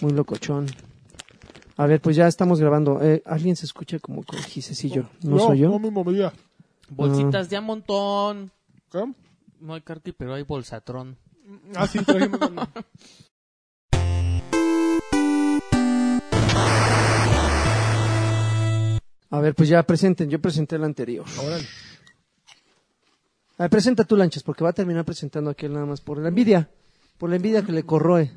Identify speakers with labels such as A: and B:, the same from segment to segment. A: Muy locochón. A ver, pues ya estamos grabando. Eh, alguien se escucha como con gisecillo. ¿No, soy yo?
B: No me movía.
C: Bolsitas de a montón.
B: ¿Qué?
C: No hay carti, pero hay bolsatrón.
B: Ah, sí, trajimos una-
A: A ver, pues ya presenten. Yo presenté el anterior.
B: Órale.
A: A ver, presenta tú, Lanchas, porque va a terminar presentando aquel nada más por la envidia. Por la envidia que le corroe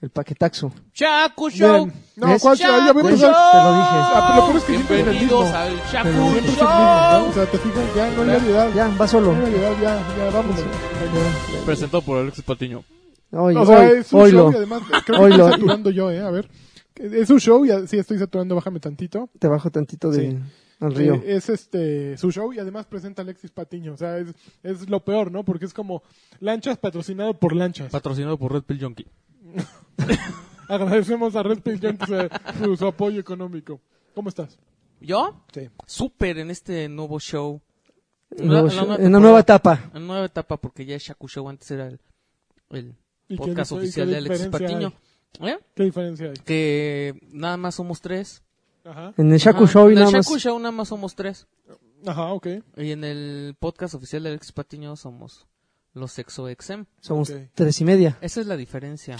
A: el paquetaxo.
C: Chacu Show.
A: Miren,
B: No,
A: ¿ves?
B: ¿cuál? Ya, ya voy a
A: Pues,
B: empezar.
A: Te lo dije.
B: Ah, pero lo peor es que siempre es el
C: Bienvenidos
B: mismo.
C: al
B: Pero
C: Chacu
B: siempre es el mismo, ¿no? O
C: Show.
B: sea, te fijas, ya no hay variedad. Ya.
A: Ya, va
B: No
A: solo.
B: hay variedad, ya, ya, vamos. Ya.
D: Presentado por Alex Patiño.
A: Oye,
B: O sea,
A: hoy,
B: es un
A: hoy
B: show
A: lo.
B: y además creo que
A: Oilo.
B: estoy saturando yo, eh, a ver. Es un show y a- sí estoy saturando, bájame tantito.
A: Te bajo tantito de,
B: Sí.
A: al río.
B: Eh, es este su show y además presenta a Alexis Patiño, o sea, es, es lo peor, ¿no? Porque es como Lanchas patrocinado por Lanchas.
D: Patrocinado por Red Pill Junkie.
B: Agradecemos a Red Pill Junkies, eh, su, su apoyo económico. ¿Cómo estás?
C: ¿Yo?
B: Sí.
C: Súper en este nuevo show.
A: Nuevo
C: la- la
A: show-
C: nueva
A: en una nueva
C: temporada.
A: etapa.
C: En nueva etapa, porque ya es Chacu Show. Antes era el, el
B: ¿Y qué
C: podcast
B: dif- y qué
C: oficial de Alexis
B: diferencia
C: Patiño. ¿Eh?
B: ¿Qué diferencia hay?
C: Que nada más somos tres.
B: Ajá,
A: En el Shaku
C: Ajá.
A: Show y
C: Ah, En el
A: nada más.
C: Shaku Show nada más somos tres.
B: ajá, ok.
C: Y en el podcast oficial de Alexis Patiño somos los Sexo Exem.
A: Somos
B: Ok.
A: tres y media.
C: Esa es la diferencia.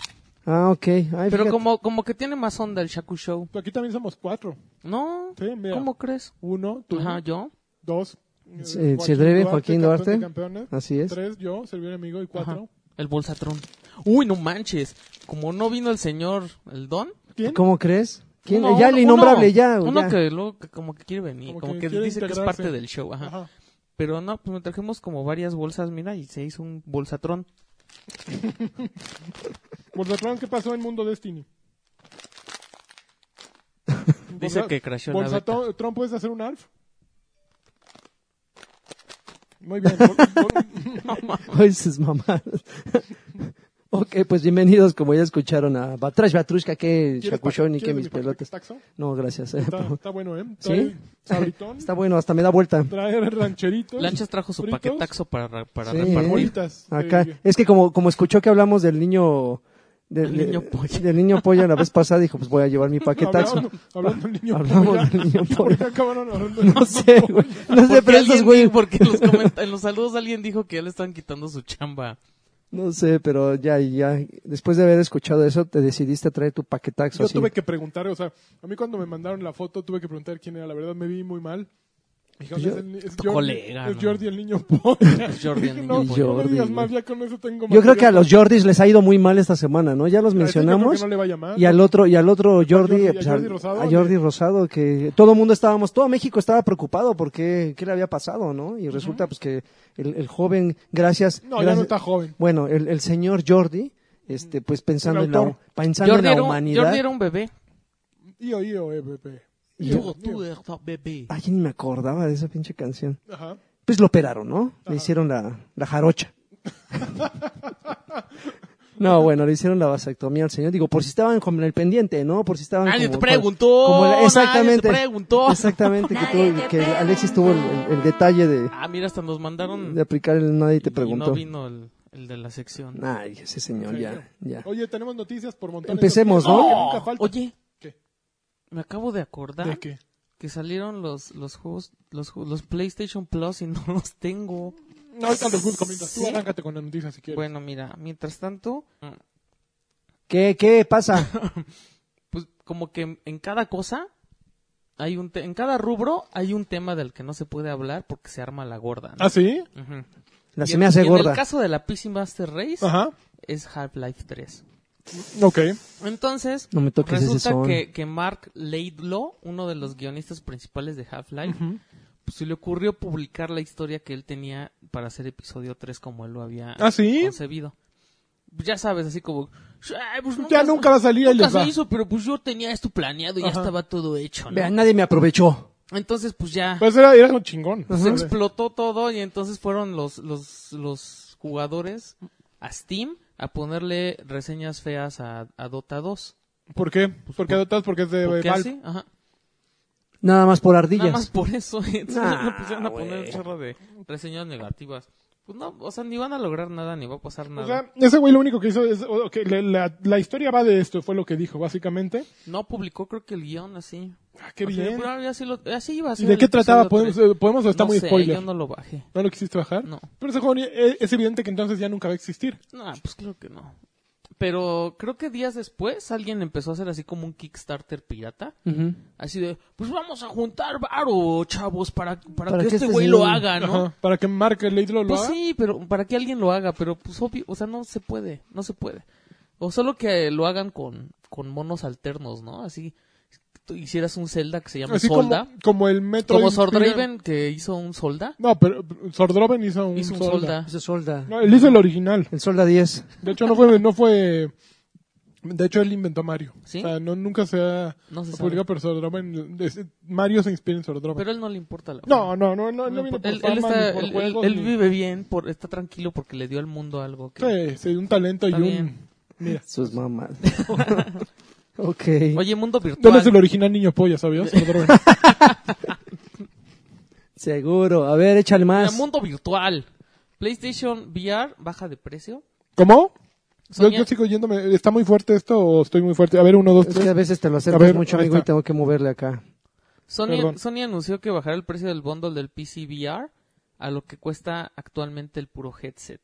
A: Ah, ok. Ay,
C: Pero
A: fíjate.
C: como, como que tiene más onda el Shaku Show.
B: Aquí también somos cuatro.
C: No,
B: Sí, mira.
C: ¿cómo crees?
B: Uno, tú,
C: Ajá, yo.
B: dos. eh,
A: Sí, Chedreve, Joaquín Duarte.
B: campeón de campeones.
A: Así es.
B: Tres, yo, servir amigo y cuatro.
C: El Bolsatrón. Uy, no manches. Como no vino el señor, el Don.
B: ¿Quién?
A: ¿Cómo crees? ¿Quién?
C: Uno-
A: ya
C: uno-
A: el innombrable, ya.
C: Uno
A: ya.
C: que luego que como que quiere venir,
B: Ah, Como
C: como,
B: que
C: que,
B: quiere
C: dice que es
B: integrarse.
C: parte del show. Ajá.
B: Ajá.
C: Pero no, pues me trajimos como varias bolsas, mira, y se hizo un Bolsatrón.
B: Bolsatrón, ¿qué pasó en Mundo Destiny?
C: Dice que crashó la beta.
B: Bolsatrón, ¿puedes hacer un ARF? Muy bien. Bol- bol-
A: Ay, sus mamás. ok, pues bienvenidos, como ya escucharon, a Batrash Batrushka, que
B: ¿Quieres
A: Shakushon
B: pa-
A: y que
B: quieres
A: mis
B: mi paquete
A: pelotas.
B: taxo?
A: No, gracias.
B: Está, está bueno, ¿eh?
A: ¿Sí?
B: Trae Sabritón,
A: Está bueno, hasta me da vuelta.
B: trae rancheritos,
C: Lanchas trajo su
B: fritos,
C: paquetaxo para, ra- para
A: Sí,
C: repartir.
B: bolitas. de-
A: Acá. Es que como, como escuchó que hablamos del niño... Del
C: El niño pollo.
A: Del niño pollo la vez pasada, dijo, pues voy a llevar mi paquetaxo.
B: Hablando, hablando del niño
A: Hablamos
B: polla.
A: del niño
B: ¿Por
A: polla.
B: qué acabaron hablando del
A: No sé, güey. No sé,
C: Porque
A: pero esos
C: alguien
A: güey...
C: dijo- Porque en los, comenta- en los saludos alguien dijo que ya le estaban quitando su chamba.
A: No sé, pero ya, ya. Después de haber escuchado eso, te decidiste a traer tu paquetaxo.
B: Yo
A: así.
B: tuve que preguntar, o sea, a mí cuando me mandaron la foto tuve que preguntar quién era, la verdad me vi muy mal. Dijeron,
A: Yo-
B: es, el, ni- es
C: tu
B: Jordi,
C: colega,
B: es
C: ¿no?
B: Jordi el niño polla.
C: Es Jordi el
B: Dije,
C: niño
B: no,
A: polla.
B: No me digas
A: Jordi.
B: más, ya con eso tengo
A: Yo creo que a
B: material.
A: los Jordis les ha ido muy mal esta semana, ¿no? Ya los
B: A ese yo creo
A: mencionamos.
B: que no le va a llamar.
A: Y al otro, y al otro Jordi,
B: Jordi- a
A: pues,
B: Jordi
A: al-
B: Rosado,
A: a
B: ¿no?
A: Jordi Rosado, que todo el mundo estábamos, todo México estaba preocupado porque qué le había pasado, ¿no? Y resulta pues que el, el joven, gracias,
B: No, ya
A: gracias-
B: no está joven.
A: bueno, el, el señor Jordi, este, pues pensando
B: El
A: en la,
B: autor.
A: pensando en
C: Jordi
A: la
C: era, un,
A: humanidad.
C: Jordi era un bebé.
B: Io, io, eh, bebé.
A: Y
B: Io,
A: yo-
C: Tú, tú
B: io.
C: eres un bebé.
A: Ay, ni me acordaba de esa pinche canción.
B: Ajá.
A: Pues lo operaron, ¿no? Le hicieron la, la jarocha. No, bueno, le hicieron la vasectomía al señor. Digo, por si estaban con el pendiente, ¿no? Por si estaban.
C: Nadie
A: como-
C: te preguntó,
A: como
C: nadie te
A: exactamente.
C: preguntó.
A: Exactamente. Que, tuvo- que Alexis tuvo el, el- el detalle de,
C: Ah, mira, hasta nos mandaron.
A: de aplicar el nadie te
C: Y
A: preguntó.
C: no vino el, el de la sección.
A: Ay, ese señor, ya, ya.
B: Oye, tenemos noticias por montones.
A: Empecemos, ¿no?
B: Oye, nunca falta.
C: ¡Oh! Oye,
B: ¿Qué?
C: me acabo de acordar
B: ¿De qué?
C: que salieron los, los juegos, los, ju- los PlayStation Plus y no los tengo.
B: No, ahorita los busco mientras. Tú
C: ¿Sí?
B: arráncate con las noticias si quieres.
C: Bueno, mira, mientras tanto,
A: ¿Qué, qué pasa?
C: pues como que en- en cada cosa hay un te- en cada rubro hay un tema del que no se puede hablar porque se arma la gorda. ¿no?
B: ¿Ah, sí?
C: Ujú.
A: La
C: Y
A: se
C: en-
A: me hace
C: y En
A: gorda.
C: el caso de la PC Master Race
B: Ajá.
C: es Half-Life 3.
B: Ok.
C: Entonces,
A: No me toques ese
C: resulta
A: son.
C: que, que Mark Laidlaw, uno de los guionistas principales de Half-Life, pues, se le ocurrió publicar la historia que él tenía para hacer episodio 3 como él lo había
B: ¿Ah, sí?
C: concebido. Pues, Ya sabes, así como... "Ay, pues,
B: Ya nunca va a salir, ahí
C: nunca
B: les va.
C: se hizo, pero pues yo tenía esto planeado y ya
B: Ajá.
C: estaba todo hecho, ¿no?
A: Vean, nadie me aprovechó.
C: Entonces, pues ya
B: Pues era, era un chingón.
C: pues, explotó todo y entonces fueron los, los, los jugadores a Steam a ponerle reseñas feas a, a Dota 2.
B: ¿Por qué? ¿Por qué adoptas? Porque es de
C: ¿Por qué
B: Valve.
C: así? Ajá.
A: Nada más por ardillas.
C: Nada más por eso. Entonces
A: Nah,
C: le pusieron a poner
A: güey.
C: un chorro de reseñas negativas. Pues no, o sea, ni van a lograr nada, ni va a pasar nada.
B: O sea, ese güey lo único que hizo es. o- ok, la, la- la historia va de esto, fue lo que dijo, básicamente.
C: no publicó, creo que el guión así.
B: Ah, qué
C: O sea,
B: bien.
C: pero así, lo- así iba a
B: ¿Y
C: ser
B: de
C: el
B: qué trataba?
C: episodio
B: ¿Podemos,
C: tres.
B: eh, podemos o está
C: no
B: muy
C: sé,
B: spoiler?
C: Yo
B: No...
C: no lo bajé.
B: lo quisiste bajar?
C: No.
B: Pero ese juego ni- eh, es evidente que entonces ya nunca va a existir.
C: No, pues creo que no. Pero creo que días después alguien empezó a hacer así como un Kickstarter pirata.
A: Ujú.
C: Así de, pues vamos a juntar varo, chavos, para, para,
A: Para
C: que,
A: que
C: este
A: este
C: güey
A: sí-
C: lo haga, ¿no?
B: Ajá, Para que Mark Laidlaw lo
C: Pues
B: haga.
C: sí, pero para que alguien lo haga, pero pues obvio, o sea, no se puede, no se puede. O solo que lo hagan con, con monos alternos, ¿no? Así, tú hicieras un Zelda que se llama
B: Así
C: Solda.
B: como, como el Metro.
C: Como, Sordraven que hizo un Solda.
B: No, pero Sordroven hizo un,
C: Hizo un
B: Solda.
C: Solda.
A: Ese solda.
B: No, él hizo el original.
A: El solda 10.
B: De hecho, no fue. No fue de hecho, él inventó a Mario.
C: ¿Sí?
B: O sea, no, nunca se ha
C: No se sabe.
B: publicado, pero Sordroven. es- Mario se inspira en Sordroven.
C: Pero a él no le importa la
B: No, no, no, no,
C: No
B: no, viene
C: importa.
B: por
C: él,
B: fama,
C: él
B: ni
C: está-
B: por
C: él-
B: juegos,
C: él- él
B: ni-
C: vive bien, por, está tranquilo porque le dio al mundo algo que...
B: Sí, sí, un talento
C: Está
B: y
C: bien.
B: un...
A: Sus mamás. ok.
C: Oye, mundo
B: No,
C: virtual.
B: no es el original Niño Polla, ¿sabías?
C: Eh.
B: Sordroven.
A: Seguro. A ver, échale
C: Mira,
A: más.
C: mundo virtual. PlayStation VR baja de precio.
B: ¿Cómo? Yo,
C: Sonia-
B: yo sigo yéndome. ¿Está muy fuerte esto o estoy muy fuerte? A ver, uno, dos,
A: Es que a
B: tres.
A: veces te lo acercas
B: A ver,
A: mucho,
B: ahí
A: amigo, y
B: está.
A: tengo que moverle acá.
C: Sony,
B: Perdón.
C: Sony anunció que bajará el precio del bundle del PC VR a lo que cuesta actualmente el puro headset.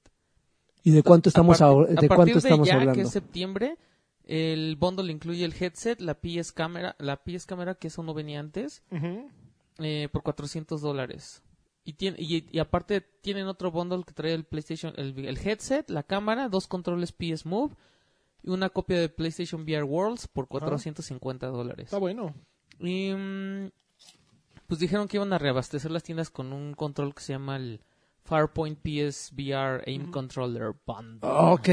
A: ¿Y de cuánto estamos,
C: a par-
A: ahor-
C: a
A: de cuánto
C: partir
A: estamos
C: ya,
A: hablando?
C: que es septiembre, el bundle incluye el headset, la PS cámara, la PS cámara que eso no venía antes,
B: Ujú.
C: eh, por 400 dólares. Y, tiene, y, y aparte tienen otro bundle que trae el PlayStation, el, el headset, la cámara, dos controles PS Move y una copia de PlayStation VR Worlds
A: Ah.
C: por 450 dólares.
B: Está bueno.
C: Y mm, pues dijeron que iban a reabastecer las tiendas con un control que se llama el Farpoint PSVR Aim Controller Bundle.
B: Ah.
A: Ok.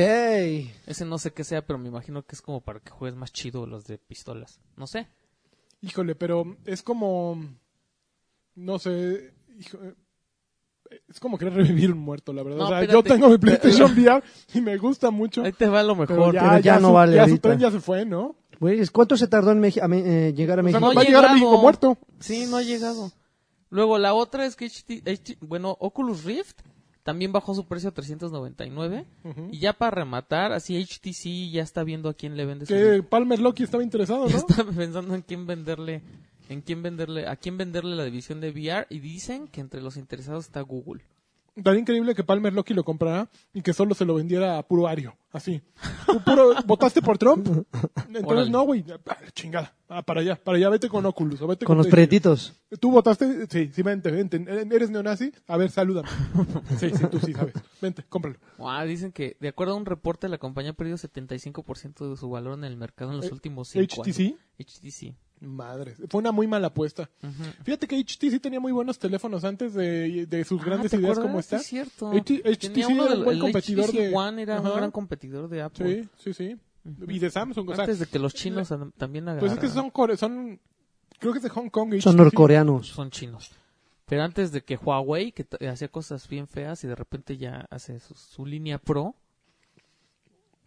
C: Ese no sé qué sea, pero me imagino que es como para que juegues más chido los de pistolas. No sé.
B: Híjole, pero es como... No sé... hijo- eh, Es como querer revivir un muerto, la verdad.
C: No,
B: o sea, yo
C: espérate.
B: tengo mi PlayStation VR y me gusta mucho.
C: Ahí te va lo
B: Pero
C: mejor.
B: ya,
A: pero
B: ya,
A: ya no
B: su-
A: vale
B: Ya su
A: ahorita.
B: tren ya se fue, ¿no?
A: Güey, ¿cuánto se tardó en Meji- a me- eh, llegar a
B: O sea,
A: México?
C: no
B: va a llegar a
C: llegado.
B: México muerto.
C: Sí, no ha llegado. Luego, la otra es que HT HT bueno, Oculus Rift también bajó su precio a 399.
B: Ujú.
C: Y ya para rematar, así HTC ya está viendo a quién le vende su
B: Que Palmer Loki estaba interesado,
C: Ya
B: ¿no?
C: estaba pensando en quién venderle, en quién venderle, a quién venderle la división de VR y dicen que entre los interesados está Google.
B: Tan increíble que Palmer Loki lo comprara y que solo se lo vendiera a puro Ario. Así. Tú puro, ¿Votaste por Trump? Entonces,
C: Órale.
B: no, güey. Ah, Chingada. Ah, para allá. Para allá. Vete con Oculus. o vete
A: Con los
B: Facebook.
A: pretitos.
B: ¿Tú votaste? Sí, sí, vente, vente. ¿Eres neonazi? A ver, salúdame. Sí, sí, tú sí sabes. Vente, cómpralo.
C: Ah, dicen que, de acuerdo a un reporte, la compañía ha perdido 75% de su valor en el mercado en los
B: Eh,
C: últimos 5 años.
B: ¿HTC?
C: HTC.
B: Madre. Fue una muy mala apuesta.
C: Ujú.
B: Fíjate que HTC tenía muy buenos teléfonos antes de, de sus
C: Ah,
B: grandes
C: ¿te
B: ideas
C: acuerdas?
B: como
C: Sí,
B: esta.
C: es cierto.
B: HT-
C: Tenía
B: HTC
C: uno
B: era
C: del-
B: un buen
C: el
B: competidor
C: HTC
B: de-
C: One era un
B: Ajá.
C: gran competidor de Apple.
B: Sí, sí, sí. Y de Samsung, o sea, eh,
C: Antes de que los chinos an- también agarraran.
B: Pues es que son, core- son creo que es de Hong Kong. y
A: Son
B: HTC.
A: norcoreanos.
C: Son chinos. Pero antes de que Huawei, que t- hacía cosas bien feas y de repente ya hace su, su línea pro.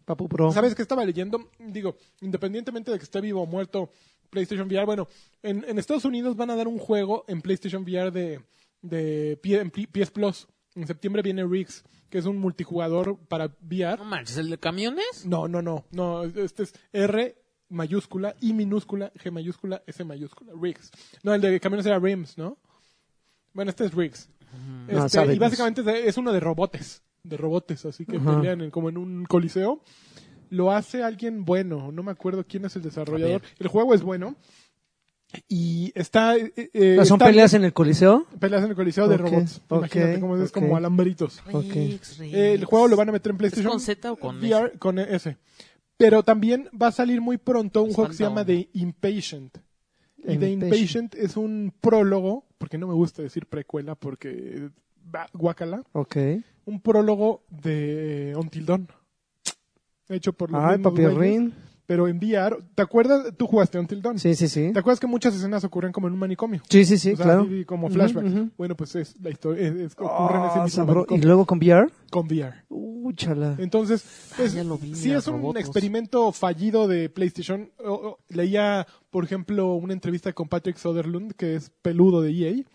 A: Papu Pro.
B: ¿Sabes qué estaba leyendo? Digo, independientemente de que esté vivo o muerto PlayStation VR, bueno, en, en Estados Unidos van a dar un juego en PlayStation VR de, de P- en P- PS Plus. En septiembre viene Riggs, que es un multijugador para VR.
C: No manches, ¿el de camiones?
B: No, no, no, no, este es R mayúscula, I minúscula, G mayúscula, S mayúscula, Riggs. No, el de camiones era Rims, ¿no? Bueno, este es Riggs.
A: No,
B: Este,
A: sabe,
B: y básicamente es- es uno de robotes, de robotes, así que
A: Ajá.
B: pelean en- como en un coliseo. Lo hace alguien bueno, no me acuerdo quién es el desarrollador. El juego es bueno y está... eh, eh,
A: ¿No Ah, ¿Son
B: está-
A: peleas en el coliseo?
B: peleas en el coliseo de
A: Ok,
B: robots.
A: ok,
B: Imagínate cómo es, es
A: ok.
B: como alambritos.
A: Ok.
C: Rix, Rix.
B: Eh, El juego lo van a meter en PlayStation.
C: con Z o con
B: VR, Con S. Pero también va a salir muy pronto un juego que se llama
C: Stand
B: The Impatient. Y The
A: Impatient.
B: Impatient es un prólogo, porque no me gusta decir precuela, porque... bah, Guácala.
A: Ok.
B: Un prólogo de Until Dawn. Hecho por los
A: Ay,
B: mismos
A: papi
B: güeyes,
A: Rin.
B: Pero en VR... ¿Te acuerdas? Tú jugaste Until Dawn.
A: Sí, sí, sí.
B: ¿Te acuerdas que muchas escenas ocurren como en un manicomio?
A: Sí, sí, sí,
B: O sea,
A: claro.
B: así como
A: Ujú,
B: flashback.
A: ujú.
B: Bueno, pues es la historia... es- es- ocurre en ese
A: Ah,
B: mismo
A: sabro- Y
B: manicomio
A: luego con VR.
B: con VR.
A: Uh, chala.
B: Entonces, es-
C: Ah, ya lo vi,
B: sí
C: ya,
B: es un
C: robotos.
B: experimento fallido de PlayStation. O- o- leía, por ejemplo, una entrevista con Patrick Soderlund, que es peludo de EA. E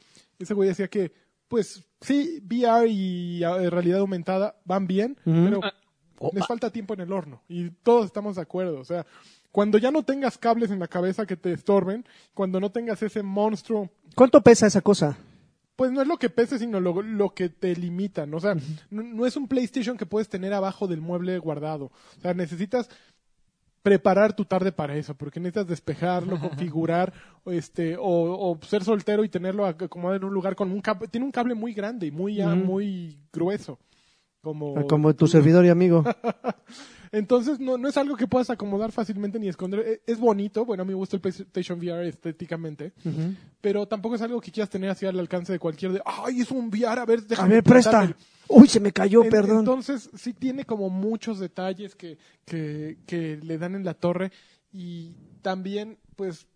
B: Ese güey decía que pues sí, VR y eh, realidad aumentada van bien,
A: Ujú.
B: pero
C: Ah, oh,
B: les
C: ah.
B: falta tiempo en el horno. Y todos estamos de acuerdo. O sea, cuando ya no tengas cables en la cabeza que te estorben, cuando no tengas ese monstruo
A: ¿Cuánto pesa esa cosa?
B: pues no es lo que pese, sino lo, lo que te limitan. O sea, no, no es un PlayStation que puedes tener abajo del mueble guardado. O sea, necesitas preparar tu tarde para eso, porque necesitas despejarlo, configurar, o este, o, o ser soltero y tenerlo ac- acomodado en un lugar con un cable. Tiene un cable muy grande y muy, ah,
A: Ujú. Ah,
B: muy grueso. Como,
A: Como tu servidor y amigo.
B: entonces no, no es algo que puedas acomodar fácilmente ni esconder. E- Es, bonito, bueno, a mí me gusta el PlayStation VR estéticamente,
A: Ujú.
B: pero tampoco es algo que quieras tener así al alcance de cualquier de, ay, es un VR, a ver,
A: A
B: déjame
A: ver, presta.
B: prestármelo".
A: Uy, se me cayó,
B: En-
A: perdón.
B: Entonces, sí tiene como muchos detalles que, que, que le dan en la torre y también, pues,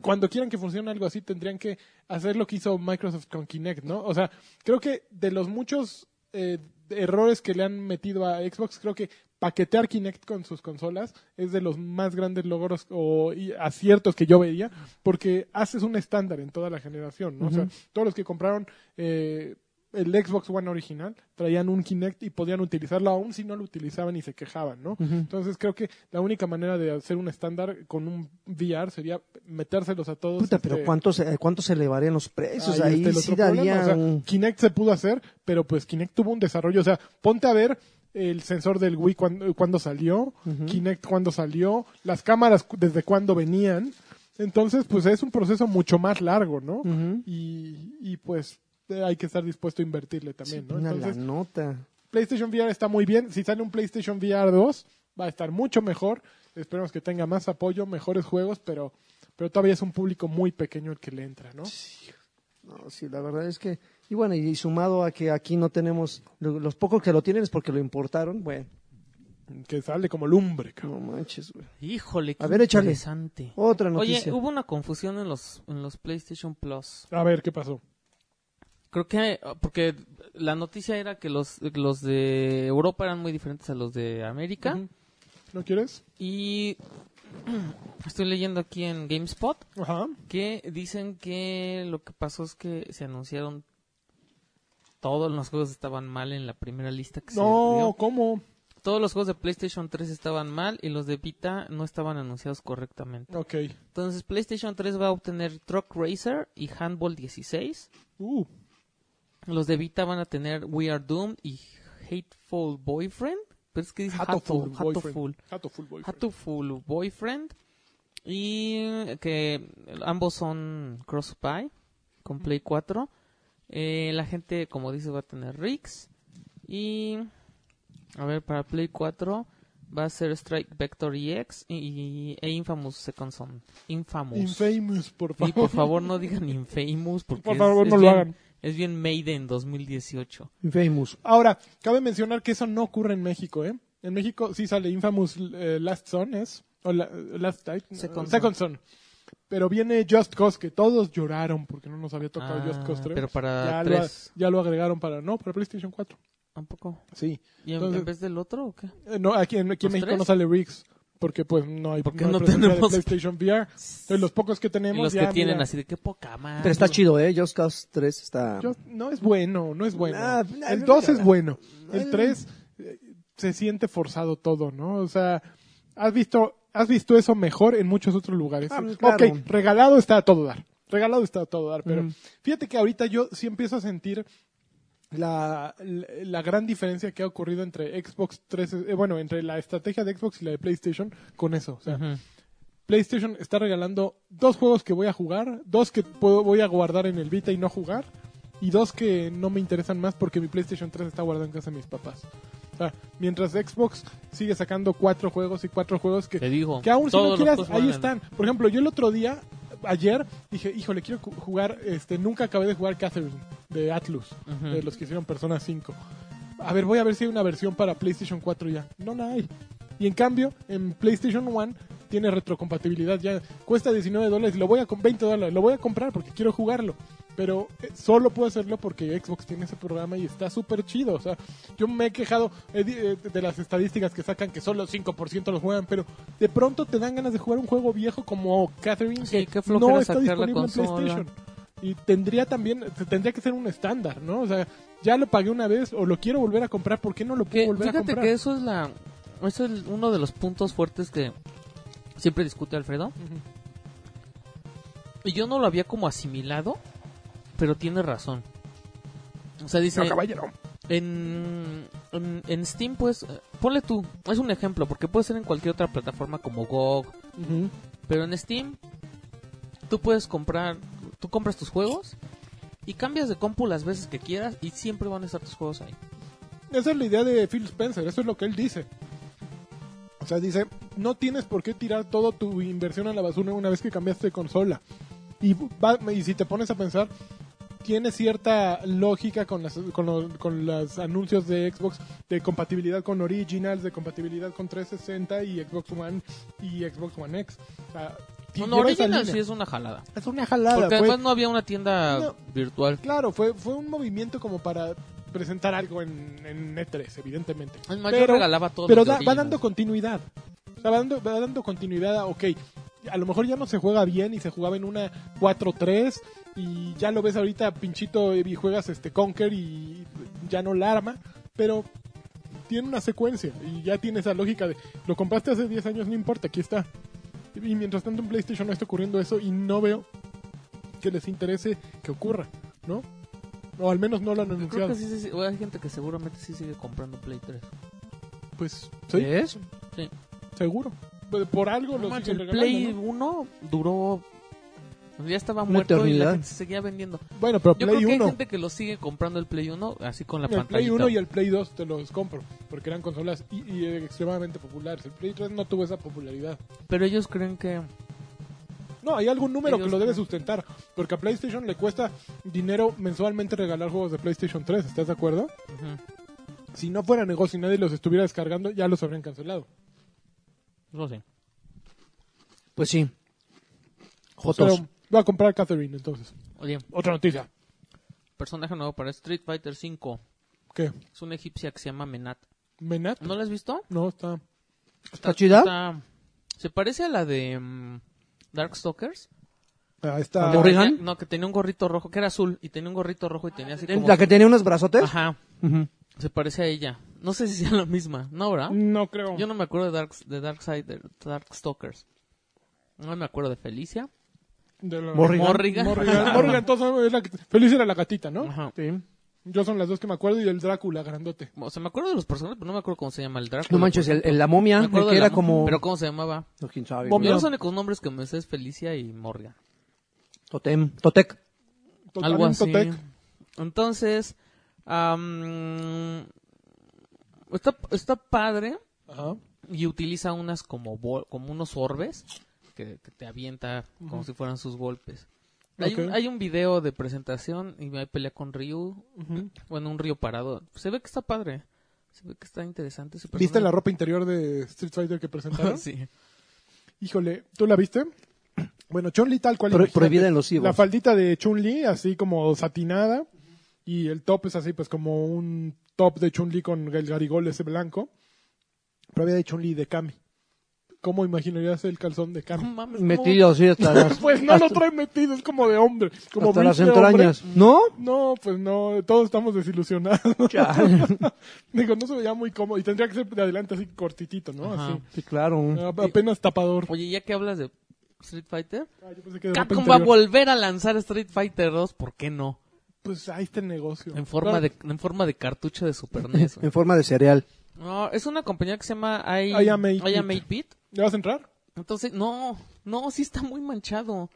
B: cuando quieran que funcione algo así, tendrían que hacer lo que hizo Microsoft con Kinect, ¿no? O sea, creo que de los muchos eh, errores que le han metido a Xbox, creo que paquetear Kinect con sus consolas es de los más grandes logros o y aciertos que yo veía, porque haces un estándar en toda la generación, ¿no? O sea, todos los que compraron eh, el Xbox One original traían un Kinect y podían utilizarlo aún si no lo utilizaban y se quejaban, ¿no? Entonces creo que la única manera de hacer un estándar con un VR sería metérselos a todos.
A: Puta, pero
B: este,
A: ¿cuánto se, cuánto se elevarían los precios? Ahí,
B: Ahí está el
A: sí
B: otro
A: daría
B: problema, o sea,
A: un-
B: Kinect se pudo hacer, pero pues Kinect tuvo un desarrollo. O sea, ponte a ver el sensor del Wii cuando, cuando salió, Kinect cuando salió, las cámaras cu- desde cuándo venían. Entonces, pues es un proceso mucho más largo, ¿no?
A: Ujú.
B: y, y, pues eh, hay que estar dispuesto a invertirle también, ¿no?
A: Una
B: Entonces,
A: nota.
B: PlayStation VR está muy bien. Si sale un PlayStation VR 2, va a estar mucho mejor. Esperemos que tenga más apoyo, mejores juegos, pero, pero todavía es un público muy pequeño el que le entra, ¿no?
A: No, sí, la verdad es que. Y bueno, y sumado a que aquí no tenemos. lo- Los pocos que lo tienen es porque lo importaron. Bueno,
B: Que sale como lumbre, cabrón.
A: no manches, güey.
C: Híjole, qué
A: A ver, échale.
C: interesante.
A: Otra
C: Oye,
A: noticia.
C: hubo una confusión en los, en los PlayStation Plus.
B: A ver, ¿qué pasó?
C: Creo que, eh, porque la noticia era que los, los de Europa eran muy diferentes a los de América.
B: Ujú. ¿No quieres?
C: Y estoy leyendo aquí en GameSpot
B: Ajá.
C: que dicen que lo que pasó es que se anunciaron todos los juegos estaban mal en la primera lista que se
B: No,
C: dio.
B: ¿cómo?
C: Todos los juegos de PlayStation 3 estaban mal y los de Vita no estaban anunciados correctamente.
B: Ok.
C: Entonces PlayStation 3 va a obtener Truck Racer y Handball 16.
B: Uh,
C: Los de Vita van a tener We Are Doomed y Hateful Boyfriend. Pero es que dice
B: Hatoful
C: Hateful,
B: Boyfriend.
C: Hateful,
B: Hatoful Boyfriend.
C: Hateful Boyfriend. Y que ambos son cross-buy con Play 4. Eh, la gente, como dice, va a tener Rix. Y, a ver, para Play 4 va a ser Strike Vector EX y, y- e Infamous Second Son. Infamous.
B: Infamous, por
C: Sí,
B: favor.
C: por favor no digan Infamous porque
B: Por
C: es-
B: favor,
C: es
B: no lo
C: bien-
B: hagan.
C: Es bien Maiden 2018.
A: Famous.
B: Ahora, cabe mencionar que eso no ocurre en México, ¿eh? En México sí sale Infamous eh, Last Son, ¿es? O la- Last Night. no,
C: Second
B: Son. Pero viene Just Cause, que todos lloraron porque no nos había tocado
C: Ah,
B: Just Cause 3.
C: pero para
B: ya,
C: tres.
B: Lo, ya lo agregaron para... No, para PlayStation 4.
C: Tampoco.
B: Sí.
C: ¿Y en,
B: Entonces-
C: en vez del otro o qué?
B: Eh, No, aquí en, aquí en
C: ¿Los
B: México
C: tres?
B: no sale Riggs. Porque pues no hay,
C: Porque
B: hay
C: no
B: presencia
C: tenemos-
B: de PlayStation VR. Entonces, los pocos que
C: Y
B: tenemos...
C: los
B: ya,
C: que tienen
B: mira,
C: así de qué poca madre.
A: Pero está chido, ¿eh? Just Cause 3 está.
B: Just- no es bueno, no es bueno.
A: Nah, nah,
B: el
A: no
B: 2
A: me
B: es
A: caga.
B: bueno.
A: Ay,
B: El 3 se siente forzado todo, ¿no? O sea, has visto, has visto eso mejor en muchos otros lugares.
A: Ah, pues, claro.
B: Ok, regalado está a todo dar. Regalado está a todo dar, pero
A: Mm.
B: fíjate que ahorita yo sí empiezo a sentir la, la, la gran diferencia que ha ocurrido entre Xbox 3, eh, bueno, entre la estrategia de Xbox y la de PlayStation con eso. O sea,
C: Ujú.
B: PlayStation está regalando dos juegos que voy a jugar, dos que puedo, voy a guardar en el Vita y no jugar, y dos que no me interesan más porque mi PlayStation 3 está guardado en casa de mis papás. O sea, mientras Xbox sigue sacando cuatro juegos y cuatro juegos que,
C: Te digo.
B: que aún si
C: todos
B: no
C: los
B: quieras,
C: juegos
B: ahí
C: valen.
B: están. Por ejemplo, yo el otro día, ayer, dije, híjole, quiero cu- jugar, este, nunca acabé de jugar Catherine de Atlus,
C: Ujú.
B: de los que hicieron Persona 5. A ver, voy a ver si hay una versión para PlayStation 4 ya. No la hay. Y en cambio, en PlayStation 1 tiene retrocompatibilidad ya. Cuesta 19 dólares y lo voy a con 20 dólares. Lo voy a comprar porque quiero jugarlo. Pero eh, solo puedo hacerlo porque Xbox tiene ese programa y está súper chido. O sea, yo me he quejado eh, di- eh, de las estadísticas que sacan que solo 5% los juegan, pero de pronto te dan ganas de jugar un juego viejo como Catherine que
C: Sí, qué
B: no
C: flojera
B: está
C: sacar la
B: disponible en
C: consola.
B: PlayStation. Y tendría también, tendría que ser un estándar, ¿no? O sea, ya lo pagué una vez o lo quiero volver a comprar, ¿por qué no lo puedo
C: Que,
B: volver a
C: fíjate
B: comprar?
C: que eso es la eso es el- uno de los puntos fuertes que siempre discute Alfredo
B: Ujú.
C: y yo no lo había como asimilado pero tiene razón o sea dice
B: No, caballero.
C: en, en, en Steam pues eh, ponle tú es un ejemplo porque puede ser en cualquier otra plataforma como GOG
B: Ujú.
C: pero en Steam tú puedes comprar tú compras tus juegos y cambias de compu las veces que quieras y siempre van a estar tus juegos ahí
B: Esa es la idea de Phil Spencer, eso es lo que él dice. O sea, dice, no tienes por qué tirar toda tu inversión a la basura una vez que cambiaste de consola. Y, va- y si te pones a pensar, tiene cierta lógica con los con los- con las anuncios de Xbox de compatibilidad con Originals, de compatibilidad con 360 y Xbox One y Xbox One X. O sea,
C: no,
B: lleva esa
C: original
B: línea.
C: sí es una jalada
B: Es una jalada.
C: Porque
B: fue-
C: además no había una tienda
B: No.
C: virtual.
B: Claro, fue, fue un movimiento como para presentar algo en, en E3, evidentemente.
C: Es más, yo
B: Pero-
C: regalaba todo.
B: Pero da- va dando continuidad. O sea, va dando, va dando continuidad a, ok, a lo mejor ya no se juega bien y se jugaba en una 4-3 y ya lo ves ahorita pinchito y juegas este Conquer y ya no la arma, pero tiene una secuencia y ya tiene esa lógica de lo compraste hace 10 años, no importa, aquí está. Y mientras tanto en PlayStation no está ocurriendo eso y no veo que les interese que ocurra, ¿no? O al menos no lo han
C: Creo
B: anunciado.
C: que sí, sí, sí. Bueno, hay gente que seguramente sí sigue comprando Play 3.
B: Pues sí,
A: ¿Es?
B: seguro. Por- Por algo
C: No
B: lo
C: manches,
B: siguen
C: el
B: Ah, regalando,
C: Play
B: ¿no?
C: 1 duró. Ya estaba
A: Una
C: muerto y la
A: eternidad.
C: gente se seguía vendiendo.
B: Bueno, pero
C: Yo
B: Play
C: creo que
B: 1.
C: hay gente que lo sigue comprando el Play 1 así con la
B: el Play
C: pantalla.
B: 1 y el Play 2 te los compro, porque eran consolas y, y extremadamente populares. El Play 3 no tuvo esa popularidad.
C: Pero ellos creen que.
B: No, hay algún número
C: Ellos
B: que lo debe
C: no.
B: sustentar, porque a PlayStation le cuesta dinero mensualmente regalar juegos de PlayStation 3, ¿estás de acuerdo?
C: Ujú.
B: Si no fuera negocio y nadie los estuviera descargando, ya los habrían cancelado.
C: No sé.
A: Pues sí.
B: Pero
A: Jotos.
B: voy a comprar Catherine entonces.
C: Oye,
B: Otra noticia.
C: personaje nuevo para Street Fighter 5.
B: ¿Qué?
C: Es una egipcia que se llama Menat.
B: ¿Menat?
C: ¿No la has visto?
B: No, está.
A: ¿Está chida?
C: Está- Se parece a la de mm, Darkstalkers.
B: Ah, está.
A: ¿De Oregon?
C: Tenía- no, que tenía un gorrito rojo, que era azul, y tenía un gorrito rojo y tenía así como...
A: ¿La que tenía unos brazotes?
C: Ajá,
A: Ujú.
C: se parece a ella. No sé si sea la misma, ¿no, verdad?
B: No creo.
C: Yo no me acuerdo de, Dark, de Darksider, Darkstalkers. No me acuerdo de Felicia.
B: De la-
A: Morrigan.
C: Morrigan.
B: Morrigan. Morrigan, entonces, es la que- Feliz era la gatita, ¿no?
C: Ajá.
A: Sí.
B: Yo son las dos que me acuerdo y el Drácula grandote.
C: O sea, me acuerdo de los personajes, pero no me acuerdo cómo se llama el Drácula.
A: No manches, el, el- la momia,
C: Me
A: el
C: acuerdo
A: que
C: de la-
A: era como...
C: Pero cómo se llamaba.
A: No, quién sabe,
B: Momia.
A: güey.
C: Yo los únicos nombres que me sé es Felicia y Morgan.
A: Totem, Totec.
B: Total,
C: Algo
B: un
C: así.
B: totec.
C: Entonces, am, está, está padre.
B: Ajá.
C: y utiliza unas como bol- como unos orbes que, que te avienta como
B: Ujú.
C: si fueran sus golpes. Hay, un,
B: Ok.
C: hay un video de presentación y hay pelea con Ryu,
B: Ujú.
C: bueno, un Ryu parado. Se ve que está padre. Se ve que está interesante su
B: ¿Viste la
C: personaje.
B: ropa interior de Street Fighter que presentaron?
C: sí.
B: Híjole, ¿tú la viste? Bueno, Chun-Li tal cual.
A: Pro-
B: imagínate.
A: prohibida en los Evox.
B: La faldita de Chun-Li, así como satinada. Y el top es así, pues como un top de Chun-Li con el garigol ese blanco. Prohibida de Chun-Li y de Kami. ¿Cómo imaginarías el calzón de
C: No
B: Kami?
C: mames, ¿cómo?
A: Metido así hasta las,
B: Pues no
A: hasta,
B: lo trae metido, es como de hombre. Como
A: hasta
B: brief
A: las
B: de hombre.
A: entrañas. ¿No?
B: No, pues no, todos estamos desilusionados.
A: Chale.
B: Digo, no se veía muy cómodo. Y tendría que ser de adelante así cortitito, ¿no?
C: Ajá. Mm.
B: Así.
A: Sí, claro.
B: A- Apenas tapador.
C: Oye, ya que hablas de Street Fighter,
B: Ah, yo pensé que de ropa
C: Capcom va a
B: interior.
C: volver a lanzar Street Fighter 2, ¿por qué no?
B: Pues ahí está el negocio.
C: En forma de en forma de cartucho de Super NES. güey.
A: En forma de cereal.
C: No, es una compañía que se llama I,
B: I Am 8-Bit.
C: I Am 8-Bit.
B: ¿Le vas a entrar?
C: Entonces, no, no, sí está muy manchado.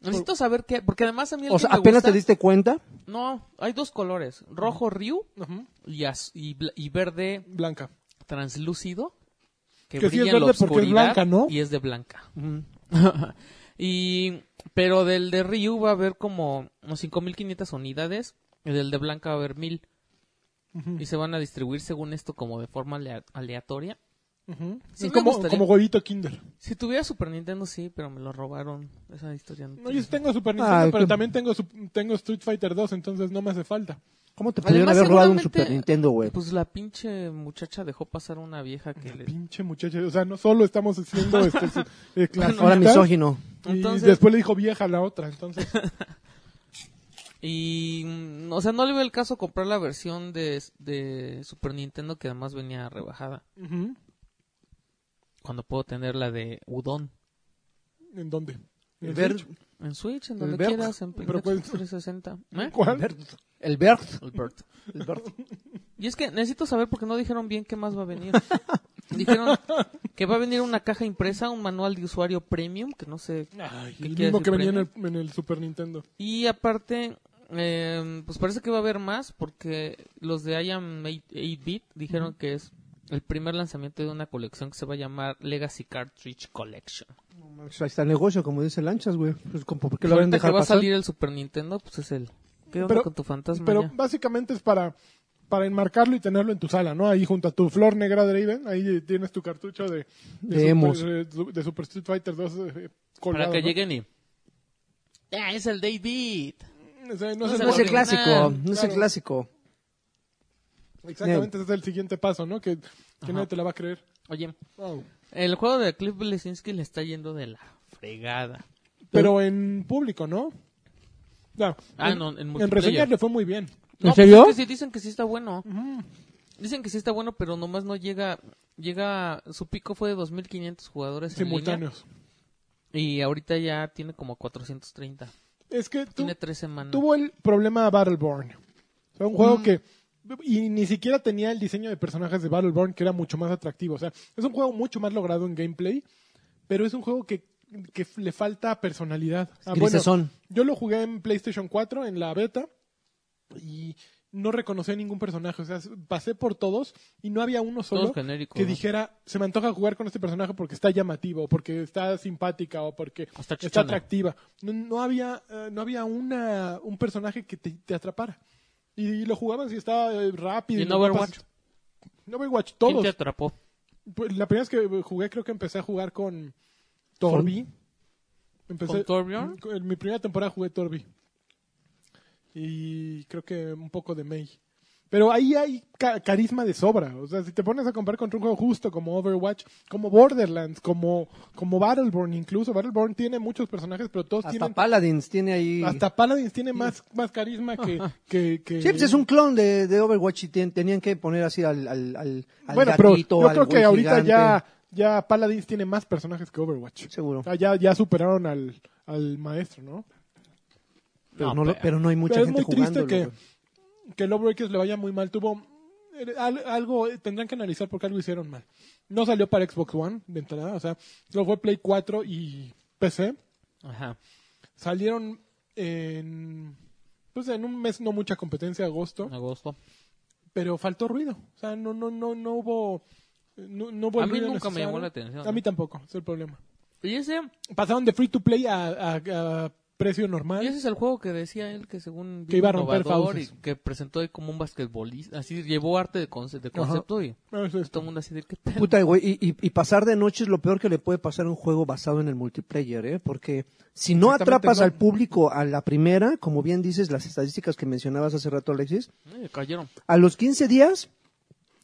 C: Necesito saber qué, porque además a mí el
A: O
C: que
A: sea,
C: me
A: apenas
C: gusta-
A: te diste cuenta.
C: No, hay dos colores, rojo Ryu
B: Ajá.
C: y, az- y, bla- y verde
B: Blanca.
C: translúcido que,
B: Que sí
C: brilla
B: es
C: en la
B: verde porque es
C: oscuridad
B: blanca, ¿no?
C: y es de blanca. y pero del de Ryu va a haber como unos 5500 unidades y del de blanca va a haber 1000
B: Ujú.
C: y se van a distribuir según esto como de forma alea- aleatoria.
B: Ujú.
C: Sí
B: Es
C: me
B: como,
C: gustaría.
B: como huevito Kinder.
C: Si tuviera Super Nintendo sí, pero me lo robaron. Esa historia no
B: No,
C: tiene-
B: yo sí tengo Super Nintendo,
A: Ah,
B: pero
A: que-
B: también tengo, su- tengo Street Fighter 2, entonces no me hace falta.
A: ¿Cómo te
C: Además,
A: pudieron haber robado un
C: seguramente-
A: Super Nintendo, güey?
C: Pues la pinche muchacha dejó pasar una vieja que le...
B: Pinche muchacha. O sea, no solo estamos haciendo este, su-
A: Ahora
B: eh, clasistas,
A: misógino.
B: Y
C: Entonces-
B: después le dijo vieja a la otra, entonces.
C: Y, mm, o sea, no le veo el caso comprar la versión de, de Super Nintendo que además venía rebajada.
B: Ujú.
C: Cuando puedo tener la de Udon.
B: ¿En dónde? ¿En el
A: Ver-
B: Switch?
C: En Switch, en
A: El
C: donde
A: Bert.
C: quieras, en
B: Pero
C: Xbox
B: cuál-
C: 360. ¿Eh?
B: ¿Cuál?
A: Bert. El Bert.
C: El Bert.
A: El Bert.
C: Y es que necesito saber porque no dijeron bien qué más va a venir. Dijeron que va a venir una caja impresa, un manual de usuario premium, que no sé.
B: Ay,
C: ¿Qué
B: el
C: quieres
B: mismo
C: decir,
B: que venía en el, en el Super Nintendo.
C: Y aparte, eh, pues parece que va a haber más porque los de I Am 8-Bit dijeron que es el primer lanzamiento de una colección que se va a llamar Legacy Cartridge Collection.
A: Ahí está el negocio, como dice Lanchas, güey. Pues, como, ¿Por qué lo
C: Ahorita
A: van a dejar
C: que va
A: pasar?
C: a salir el Super Nintendo, pues es el... ¿Qué onda
B: Pero-
C: con tu fantasma
B: Pero
C: ya?
B: básicamente es para, para enmarcarlo y tenerlo en tu sala, ¿no? Ahí junto a tu flor negra Draven, ahí tienes tu cartucho de,
A: De emos.
B: Super, de, de Super Street Fighter 2 eh, colgado.
C: Para que
B: ¿no?
C: lleguen y... ¡Ah, es el David!
B: O sea, no
C: No
A: No es
B: es
C: se
A: el
C: Original,
A: clásico, no es el
B: claro.
A: clásico.
B: Exactamente, ese es el siguiente paso, ¿no? Que, que
C: Ajá.
B: nadie te la va a creer.
C: Oye,
B: Wow.
C: el juego de Cliff Blesinski le está yendo de la fregada.
B: Pero en público, ¿no? Ya,
C: Ah,
B: en,
C: no, en
B: en
C: multiplayer.
B: reseñas le fue muy bien.
A: ¿En
C: No, pues
A: serio?
C: es que sí, dicen que sí está bueno. Dicen que sí está bueno, pero nomás no llega... Llega... Su pico fue de 2.500 jugadores en línea,
B: Simultáneos.
C: Y ahorita ya tiene como 430.
B: Es que tú,
C: Tiene tres semanas.
B: tuvo el problema Battleborn. O sea, un juego que. Y ni siquiera tenía el diseño de personajes de Battleborn, que era mucho más atractivo. O sea, es un juego mucho más logrado en gameplay, pero es un juego que, que le falta personalidad. Ah, bueno,
A: Grisesón.
B: yo lo jugué en PlayStation 4, en la beta, y no reconocí a ningún personaje. O sea, pasé por todos y no había uno solo
C: Todos genéricos,
B: que
C: ¿no?
B: dijera, se me antoja jugar con este personaje porque está llamativo, porque está simpática o porque
C: O está
B: está
C: chichona.
B: atractiva. No, no había, eh, no había una, un personaje que te, te atrapara. Y, lo jugabas y estaba eh, rápido.
C: ¿Y en
B: los mapas-
C: Overwatch?
B: En Overwatch,
C: ¿Quién
B: todos.
C: te atrapó?
B: Pues, La primera vez que jugué, creo que empecé a jugar con Torbi. Empecé- Mm,
C: ¿Con Torbjorn?
B: En mi primera temporada jugué Torbi. Y creo que un poco de Mei. Pero ahí hay ca- carisma de sobra. O sea, si te pones a comparar contra un juego justo como Overwatch, como Borderlands, como, como Battleborn incluso. Battleborn tiene muchos personajes, pero todos
A: Hasta
B: tienen...
A: Paladins tiene ahí.
B: Hasta Paladins tiene más, más carisma que... que, que-
A: Sí, pues es un clon de, de Overwatch y ten- tenían que poner así al, al, al, al
B: Bueno, pero
A: gatito,
B: yo
A: al
B: creo que
A: güey
B: ahorita
A: gigante.
B: ya, ya Paladins tiene más personajes que Overwatch.
A: Seguro.
B: Ah, ya, ya superaron al, al maestro, ¿no?
A: Pero
C: No,
A: no, lo-
C: pero-
A: pero no hay mucha
B: Pero es
A: gente
B: muy triste
A: jugando.
B: que, que Lawbreakers le vaya muy mal. Tuvo eh, al- algo, eh, tendrán que analizar porque algo hicieron mal. No salió para Xbox One de entrada, o sea, lo fue Play 4 y PC.
C: Ajá.
B: Salieron en, pues en un mes, no mucha competencia, agosto,
C: En agosto.
B: pero faltó ruido. O sea, no, no, no, no hubo. No, no hubo el
C: A mí
B: ruido
C: nunca me
B: necesario.
C: llamó la atención,
B: A
C: ¿no?
B: mí tampoco, es el problema.
C: Y ese,
B: Pasaron de free to play a, a- a precio
C: y
B: normal.
C: ese es el juego que decía él que según...
B: Que iba a romper
C: innovador
B: fauces.
C: y que presentó ahí como un basquetbolista. Así llevó arte de, conce- de concepto y pues
B: Es esto.
C: todo el mundo así de... ¿qué pedo?
A: Puta, güey, y, y- y pasar de noche es lo peor que le puede pasar a un juego basado en el multiplayer, ¿eh? Porque si no
B: Exactamente,
A: atrapas
B: no.
A: al público a la primera, como bien dices, las estadísticas que mencionabas hace rato, Alexis,
C: Eh, cayeron.
A: a los 15 días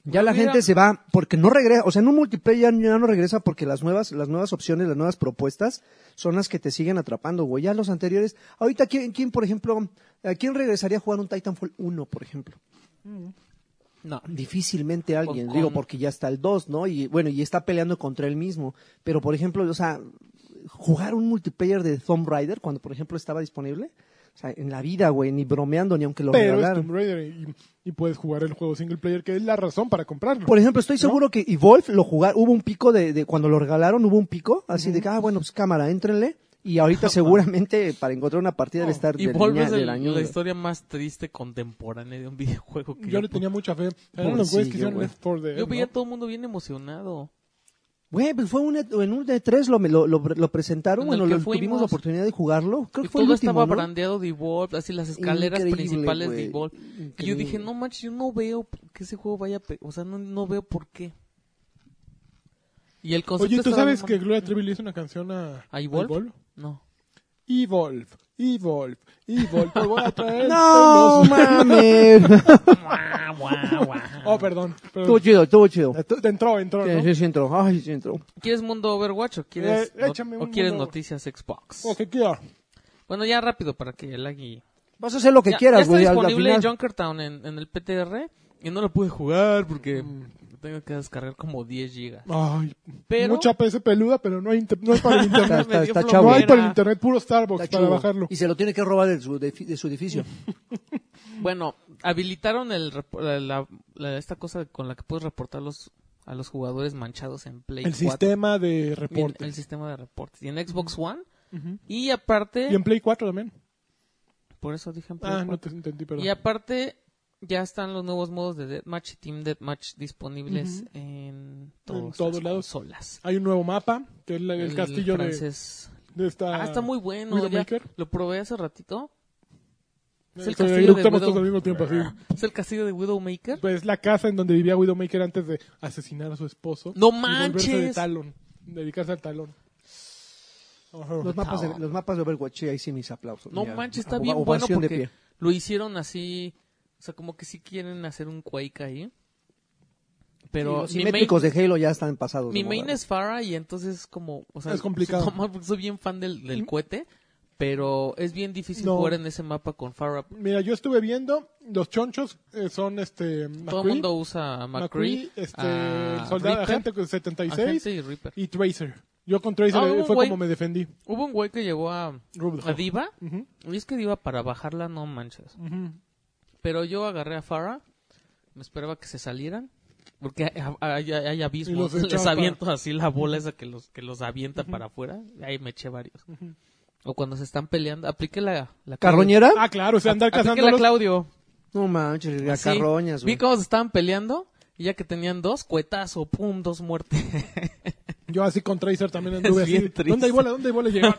B: Pues
A: ya la
C: Mira.
A: gente se va porque no regresa, o sea, en un multiplayer ya no regresa porque las nuevas las nuevas opciones, las nuevas propuestas son las que te siguen atrapando, güey. Ya los anteriores, ahorita quién quién por ejemplo, ¿a quién regresaría a jugar un Titanfall 1, por ejemplo?
C: No.
A: Difícilmente alguien,
C: con-
A: digo, porque ya está el 2, ¿no? Y bueno, y está peleando contra él mismo, pero por ejemplo, o sea, jugar un multiplayer de Tomb Raider cuando por ejemplo estaba disponible, o sea, en la vida, güey, ni bromeando ni aunque lo
B: pero es
A: regalaran.
B: Tomb Raider y, y puedes jugar el juego single player, que es la razón para comprarlo.
A: Por ejemplo, estoy seguro que Evolve lo jugar, hubo un pico de, de cuando lo regalaron, hubo un pico, así de que, ah, bueno, pues cámara, éntrenle. Y ahorita seguramente para encontrar una partida debe estar
C: Y
A: del,
C: Volver
A: ña-
C: es el-
A: del año.
C: la historia más triste contemporánea de un videojuego que
B: yo le tenía mucha fe. Eran los güeyes
A: Pobrecillo,
B: que hicieron
A: güey.
B: Left 4 Dead,
C: Yo veía a
B: ¿no?
C: todo el mundo bien emocionado.
A: Güey, pues fue un, en un D3 lo, lo, lo, lo presentaron,
C: En el
A: bueno,
C: que
A: lo-
C: fuimos.
A: tuvimos la oportunidad de jugarlo. Creo
C: Y
A: que fue el
C: todo estaba
A: último, ¿no?
C: brandeado de Evolve, así las escaleras
A: Increíble,
C: principales de
A: güey.
C: Evolve. Y yo
A: Increíble.
C: dije, no manches, yo no veo que ese juego vaya, a pe- o sea, no, no veo por qué. Y el concepto
B: Oye, ¿tú
C: estaba
B: sabes
C: bien
B: que
C: mal-
B: Gloria Trevi le hizo una canción a,
C: ¿A Evolve?
B: Evolve?
C: No.
B: Evolve, Evolve, Evolve, te voy a traer
A: No,
B: unos-
A: mames.
C: Guau, guau, guau.
B: Oh, perdón. perdón.
A: estuvo chido, estuvo chido.
B: Eh, tú- Entró, entró,
A: Sí,
B: ¿no?
A: sí, sí entró. Ay, sí entró.
C: ¿Quieres mundo Overwatch o quieres,
B: Eh, échame
C: o
B: un
C: quieres
B: mundo-
C: noticias Xbox?
B: Ok, ¿qué?
C: Bueno, ya rápido para que el Agui
A: Vas a hacer lo que
C: Ya-
A: quieras,
C: ya
A: güey.
C: Está
A: al- al
C: disponible
A: final-
C: Junkertown en, en el PTR y no lo pude jugar porque
A: Mm.
C: tengo que descargar como 10 gigas.
B: Ay,
C: Pero-
B: mucha PC peluda, pero no hay, inter- no hay para el internet.
A: está-
C: Me dio
A: está
C: flojera.
A: chavo.
B: no hay para el internet, puro Starbucks
A: Está
B: para
A: chulo.
B: bajarlo.
A: Y se lo tiene que robar de su, de, de su edificio.
C: Bueno, habilitaron el, rep- la- la- la- esta cosa con la que puedes reportar los, a los jugadores manchados en Play
B: El
C: 4.
B: sistema de
C: Bien,
B: reporte.
C: el sistema de reportes. Y en Xbox One.
B: Ujú.
C: Y aparte,
B: Y en Play 4 también.
C: por eso dije en Play
B: Ah, no
C: cuatro.
B: te entendí, perdón.
C: Y aparte, ya están los nuevos modos de Deathmatch y Team Deathmatch disponibles en, todas
B: En todos
C: las
B: lados.
C: consolas.
B: Hay un nuevo mapa, que es la- el, castillo de,
C: francés.
B: de esta...
C: Ah, está muy bueno. ya
B: Widowmaker.
C: lo probé hace ratito. Es el
B: Se
C: castillo de
B: eructamos todos
C: Widow- Ah.
B: al mismo tiempo, así.
C: Es el castillo de Widowmaker.
B: Pues es la casa en donde vivía Widowmaker antes de asesinar a su esposo.
C: ¡No
B: Y volverse de
C: manches!
B: talón. Dedicarse al talón. Ajá.
A: Los mapas, de, los mapas de Overwatch, sí, ahí sí mis aplausos.
C: No
A: Mira,
C: manches, está
A: ova-
C: bien bueno
A: ovación de
C: porque
A: pie.
C: lo hicieron así. O sea, como que sí quieren hacer un Quake ahí. Pero
A: Sí, los
C: mi, main,
A: simétricos de Halo ya están pasados. de
C: mi main
A: moda.
C: es Farah y entonces como... O sea,
B: Es complicado. ¿Mm?
C: su- nomás porque Soy bien fan del, del cohete, pero es bien difícil
B: No.
C: jugar en ese mapa con Farah.
B: Mira, yo estuve viendo, los chonchos eh, son este...
C: Todo el
B: McCree,
C: mundo usa a McCree,
B: este,
C: a
B: el soldado,
C: Reaper,
B: agente con 76
C: Agente y Reaper.
B: y Tracer. Yo con Tracer
C: Ah,
B: eh,
C: hubo un
B: fue
C: güey-
B: como me defendí.
C: Hubo un güey que llevó a,
B: Rubdo.
C: a Diva.
B: Ujú,
C: Y es que Diva para bajarla no manches.
B: ujú.
C: Pero yo agarré a Farah, me esperaba que se salieran, porque hay, hay- hay abismos,
B: Y los
C: les
B: echaba.
C: aviento así la bola esa que los, que los avienta para afuera, y ahí me eché varios. O cuando se están peleando, apliqué la... la
A: ¿Carroñera?
B: Ah, claro, o sea, andar
C: Apliqué la
B: cazándolos.
C: Claudio.
A: No manches, las
C: así.
A: carroñas,
C: Vi
A: güey.
C: cómo se estaban peleando, y ya que tenían dos, cuetazo, pum, dos muertes.
B: Yo así con Tracer también anduve
C: Es bien
B: así.
C: triste.
B: ¿Dónde hay bola? ¿Dónde hay bola? Llegaron.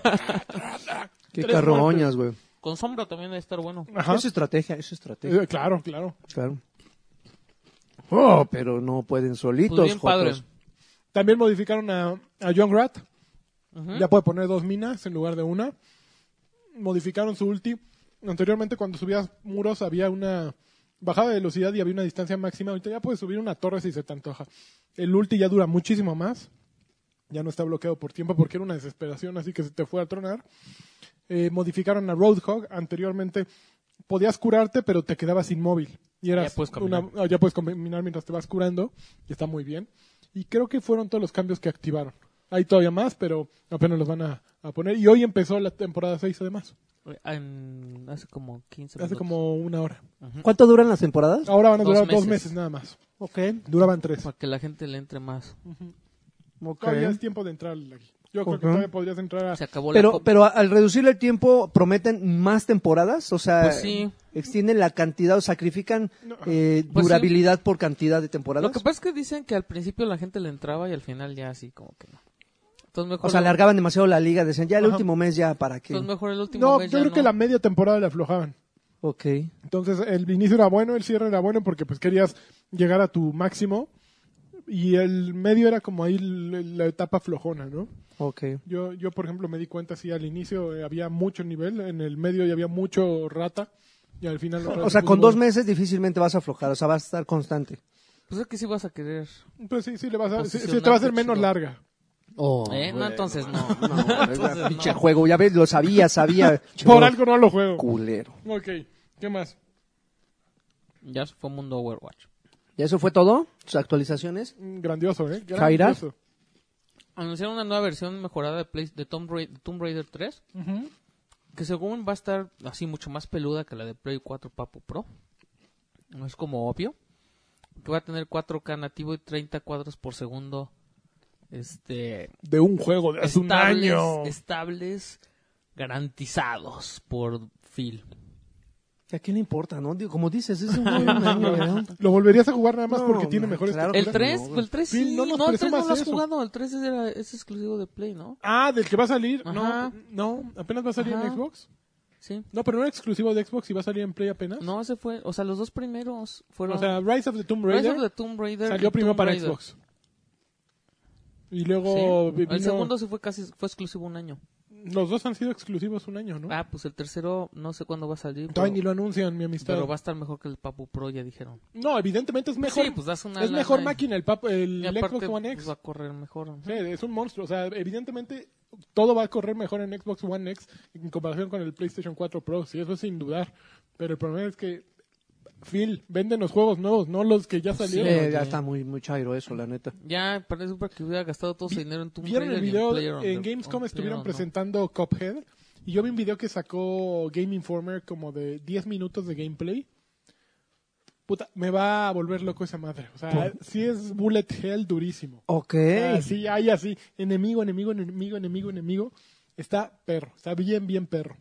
A: Qué
B: tres
A: carroñas, güey.
C: Con sombra también debe estar bueno.
B: Ajá.
A: Es estrategia, es estrategia.
B: Eh, claro, claro.
A: Claro. Oh, pero no pueden solitos,
C: Pues bien padre.
A: jotos.
B: También modificaron a, a John Rat.
C: Ujú.
B: Ya puede poner dos minas en lugar de una. Modificaron su ulti. Anteriormente, cuando subías muros, había una bajada de velocidad y había una distancia máxima. Ahorita ya puedes subir una torre si se te antoja. El ulti ya dura muchísimo más. Ya no está bloqueado por tiempo porque era una desesperación, así que se te fue a tronar. Eh, modificaron a Roadhog. Anteriormente podías curarte, pero te quedabas inmóvil. Y eras
C: Ya puedes caminar.
B: una- ah, ya puedes combinar mientras te vas curando. Y está muy bien. Y creo que fueron todos los cambios que activaron. Hay todavía más, pero apenas los van a, a poner. Y hoy empezó la temporada 6, además.
C: En- hace como 15 minutos.
B: Hace como una hora.
A: ¿Cuánto duran las temporadas?
B: Ahora van a
C: Dos
B: durar dos
C: meses.
B: meses nada más.
A: Ok.
B: Duraban tres.
C: Para que la gente le entre más.
A: ok.
B: Todavía es tiempo de entrar aquí. Yo creo que
A: Ujú.
B: todavía podrías entrar a...
C: Se acabó la
A: Pero,
C: copa.
A: pero a- al reducir el tiempo, ¿prometen más temporadas? O sea,
C: Pues sí.
A: ¿extienden la cantidad o sacrifican
B: No.
A: eh,
C: Pues sí.
A: durabilidad por cantidad de temporadas?
C: Lo que pasa es que dicen que al principio la gente le entraba y al final ya así como que no. Entonces mejor,
A: O sea, alargaban demasiado la liga, decían, ya el
B: Ajá.
A: último mes ya, ¿para qué?
C: entonces mejor el último
B: No,
C: mes
B: yo
C: ya
B: creo que
C: no.
B: la media temporada le aflojaban.
A: Ok.
B: Entonces el inicio era bueno, el cierre era bueno porque pues querías llegar a tu máximo y el medio era como ahí l- la etapa flojona, ¿no?
A: Ok.
B: Yo, yo por ejemplo me di cuenta si al inicio eh, había mucho nivel, en el medio ya había mucho rata y al final... otra vez
A: O sea,
B: se
A: con
B: puso
A: dos
B: bueno.
A: meses difícilmente vas a aflojar, o sea, vas a estar constante.
C: Pues es que sí vas a querer.
B: Pues sí, sí, le vas a, sí- sí te va a hacer menos
C: Posicionarte,
B: larga.
A: Oh,
C: Eh, No, entonces no. Entonces
A: pinche
C: no.
A: juego, ya ves, lo sabía, sabía. Che,
B: Por
A: juego
B: algo no lo juego.
A: Culero.
B: Ok, ¿qué más?
C: Ya se fue Mundo Overwatch.
A: ¿Y eso fue todo? ¿Sus actualizaciones?
B: Mm, Grandioso, ¿eh?
A: Jaira.
B: Grandioso.
C: Anunciaron una nueva versión mejorada de, Play- de Tomb, Ra- de Tomb Raider 3. Que según va a estar así mucho más peluda que la de Play 4 Papu Pro. No es como obvio. Que va a tener 4K nativo y 30 cuadros por segundo. Este.
B: De un juego de hace un
C: estables,
B: año.
C: estables garantizados por Phil.
A: ¿A quién le importa, no? Digo, como dices, es un buen año, ¿verdad?
B: Lo volverías a jugar nada más
A: No,
B: porque tiene
A: man,
B: mejores
A: claro.
C: El
A: que
C: 3,
A: no, güey.
C: el 3
B: Phil,
C: sí,
B: no nos
C: no, el 3 no
B: presumas
C: lo has
B: eso.
C: jugado, el 3 era, es exclusivo de Play, ¿no?
B: Ah, del que va a salir.
C: Ajá.
B: No, no, apenas va a salir en
C: Ajá.
B: Xbox.
C: Sí.
B: No, pero no era exclusivo de Xbox y va a salir en Play apenas.
C: No, ese fue, o sea, los dos primeros fueron
B: o sea, Rise of the Tomb
C: Rise
B: Raider,
C: of the Tomb Raider y
B: salió primero
C: Tomb
B: para
C: Raider.
B: Xbox. Y
C: Sí.
B: luego vi-
C: El
B: vino-
C: segundo sí fue casi fue exclusivo un año.
B: los dos han sido exclusivos un año, ¿no?
C: Ah, pues el tercero no sé cuándo va a salir,
B: Todavía ni
C: pero,
B: lo anuncian, mi amistad.
C: pero va a estar mejor que el Papu Pro, ya dijeron.
B: No, evidentemente es mejor.
C: sí, pues das una
B: es
C: lana
B: mejor
C: y-
B: máquina el, pap- el
C: y aparte,
B: Xbox One
C: pues,
B: X.
C: va a correr mejor.
B: Sí, es un monstruo. O sea, evidentemente todo va a correr mejor en Xbox One X en comparación con el PlayStation 4 Pro, sí, eso es sin dudar. Pero el problema es que, Phil, venden los juegos nuevos, no los que ya
C: Sí,
B: salieron.
C: güey.
A: Eh, ya está muy, muy chairo eso, la neta.
C: Ya, parece súper que hubiera gastado todo su dinero en Tomb
B: ¿Vieron el
C: Raider y
B: video?
C: Player on
B: En
C: the-
B: Gamescom
C: on
B: estuvieron
C: Player on
B: presentando Cuphead. Y yo vi un video que sacó Game Informer como de 10 minutos de gameplay. Puta, me va a volver loco esa madre. O sea, sí es bullet hell durísimo.
A: Ok.
B: Así, hay así. Enemigo, enemigo, enemigo, enemigo, enemigo. Está perro. Está bien, bien perro.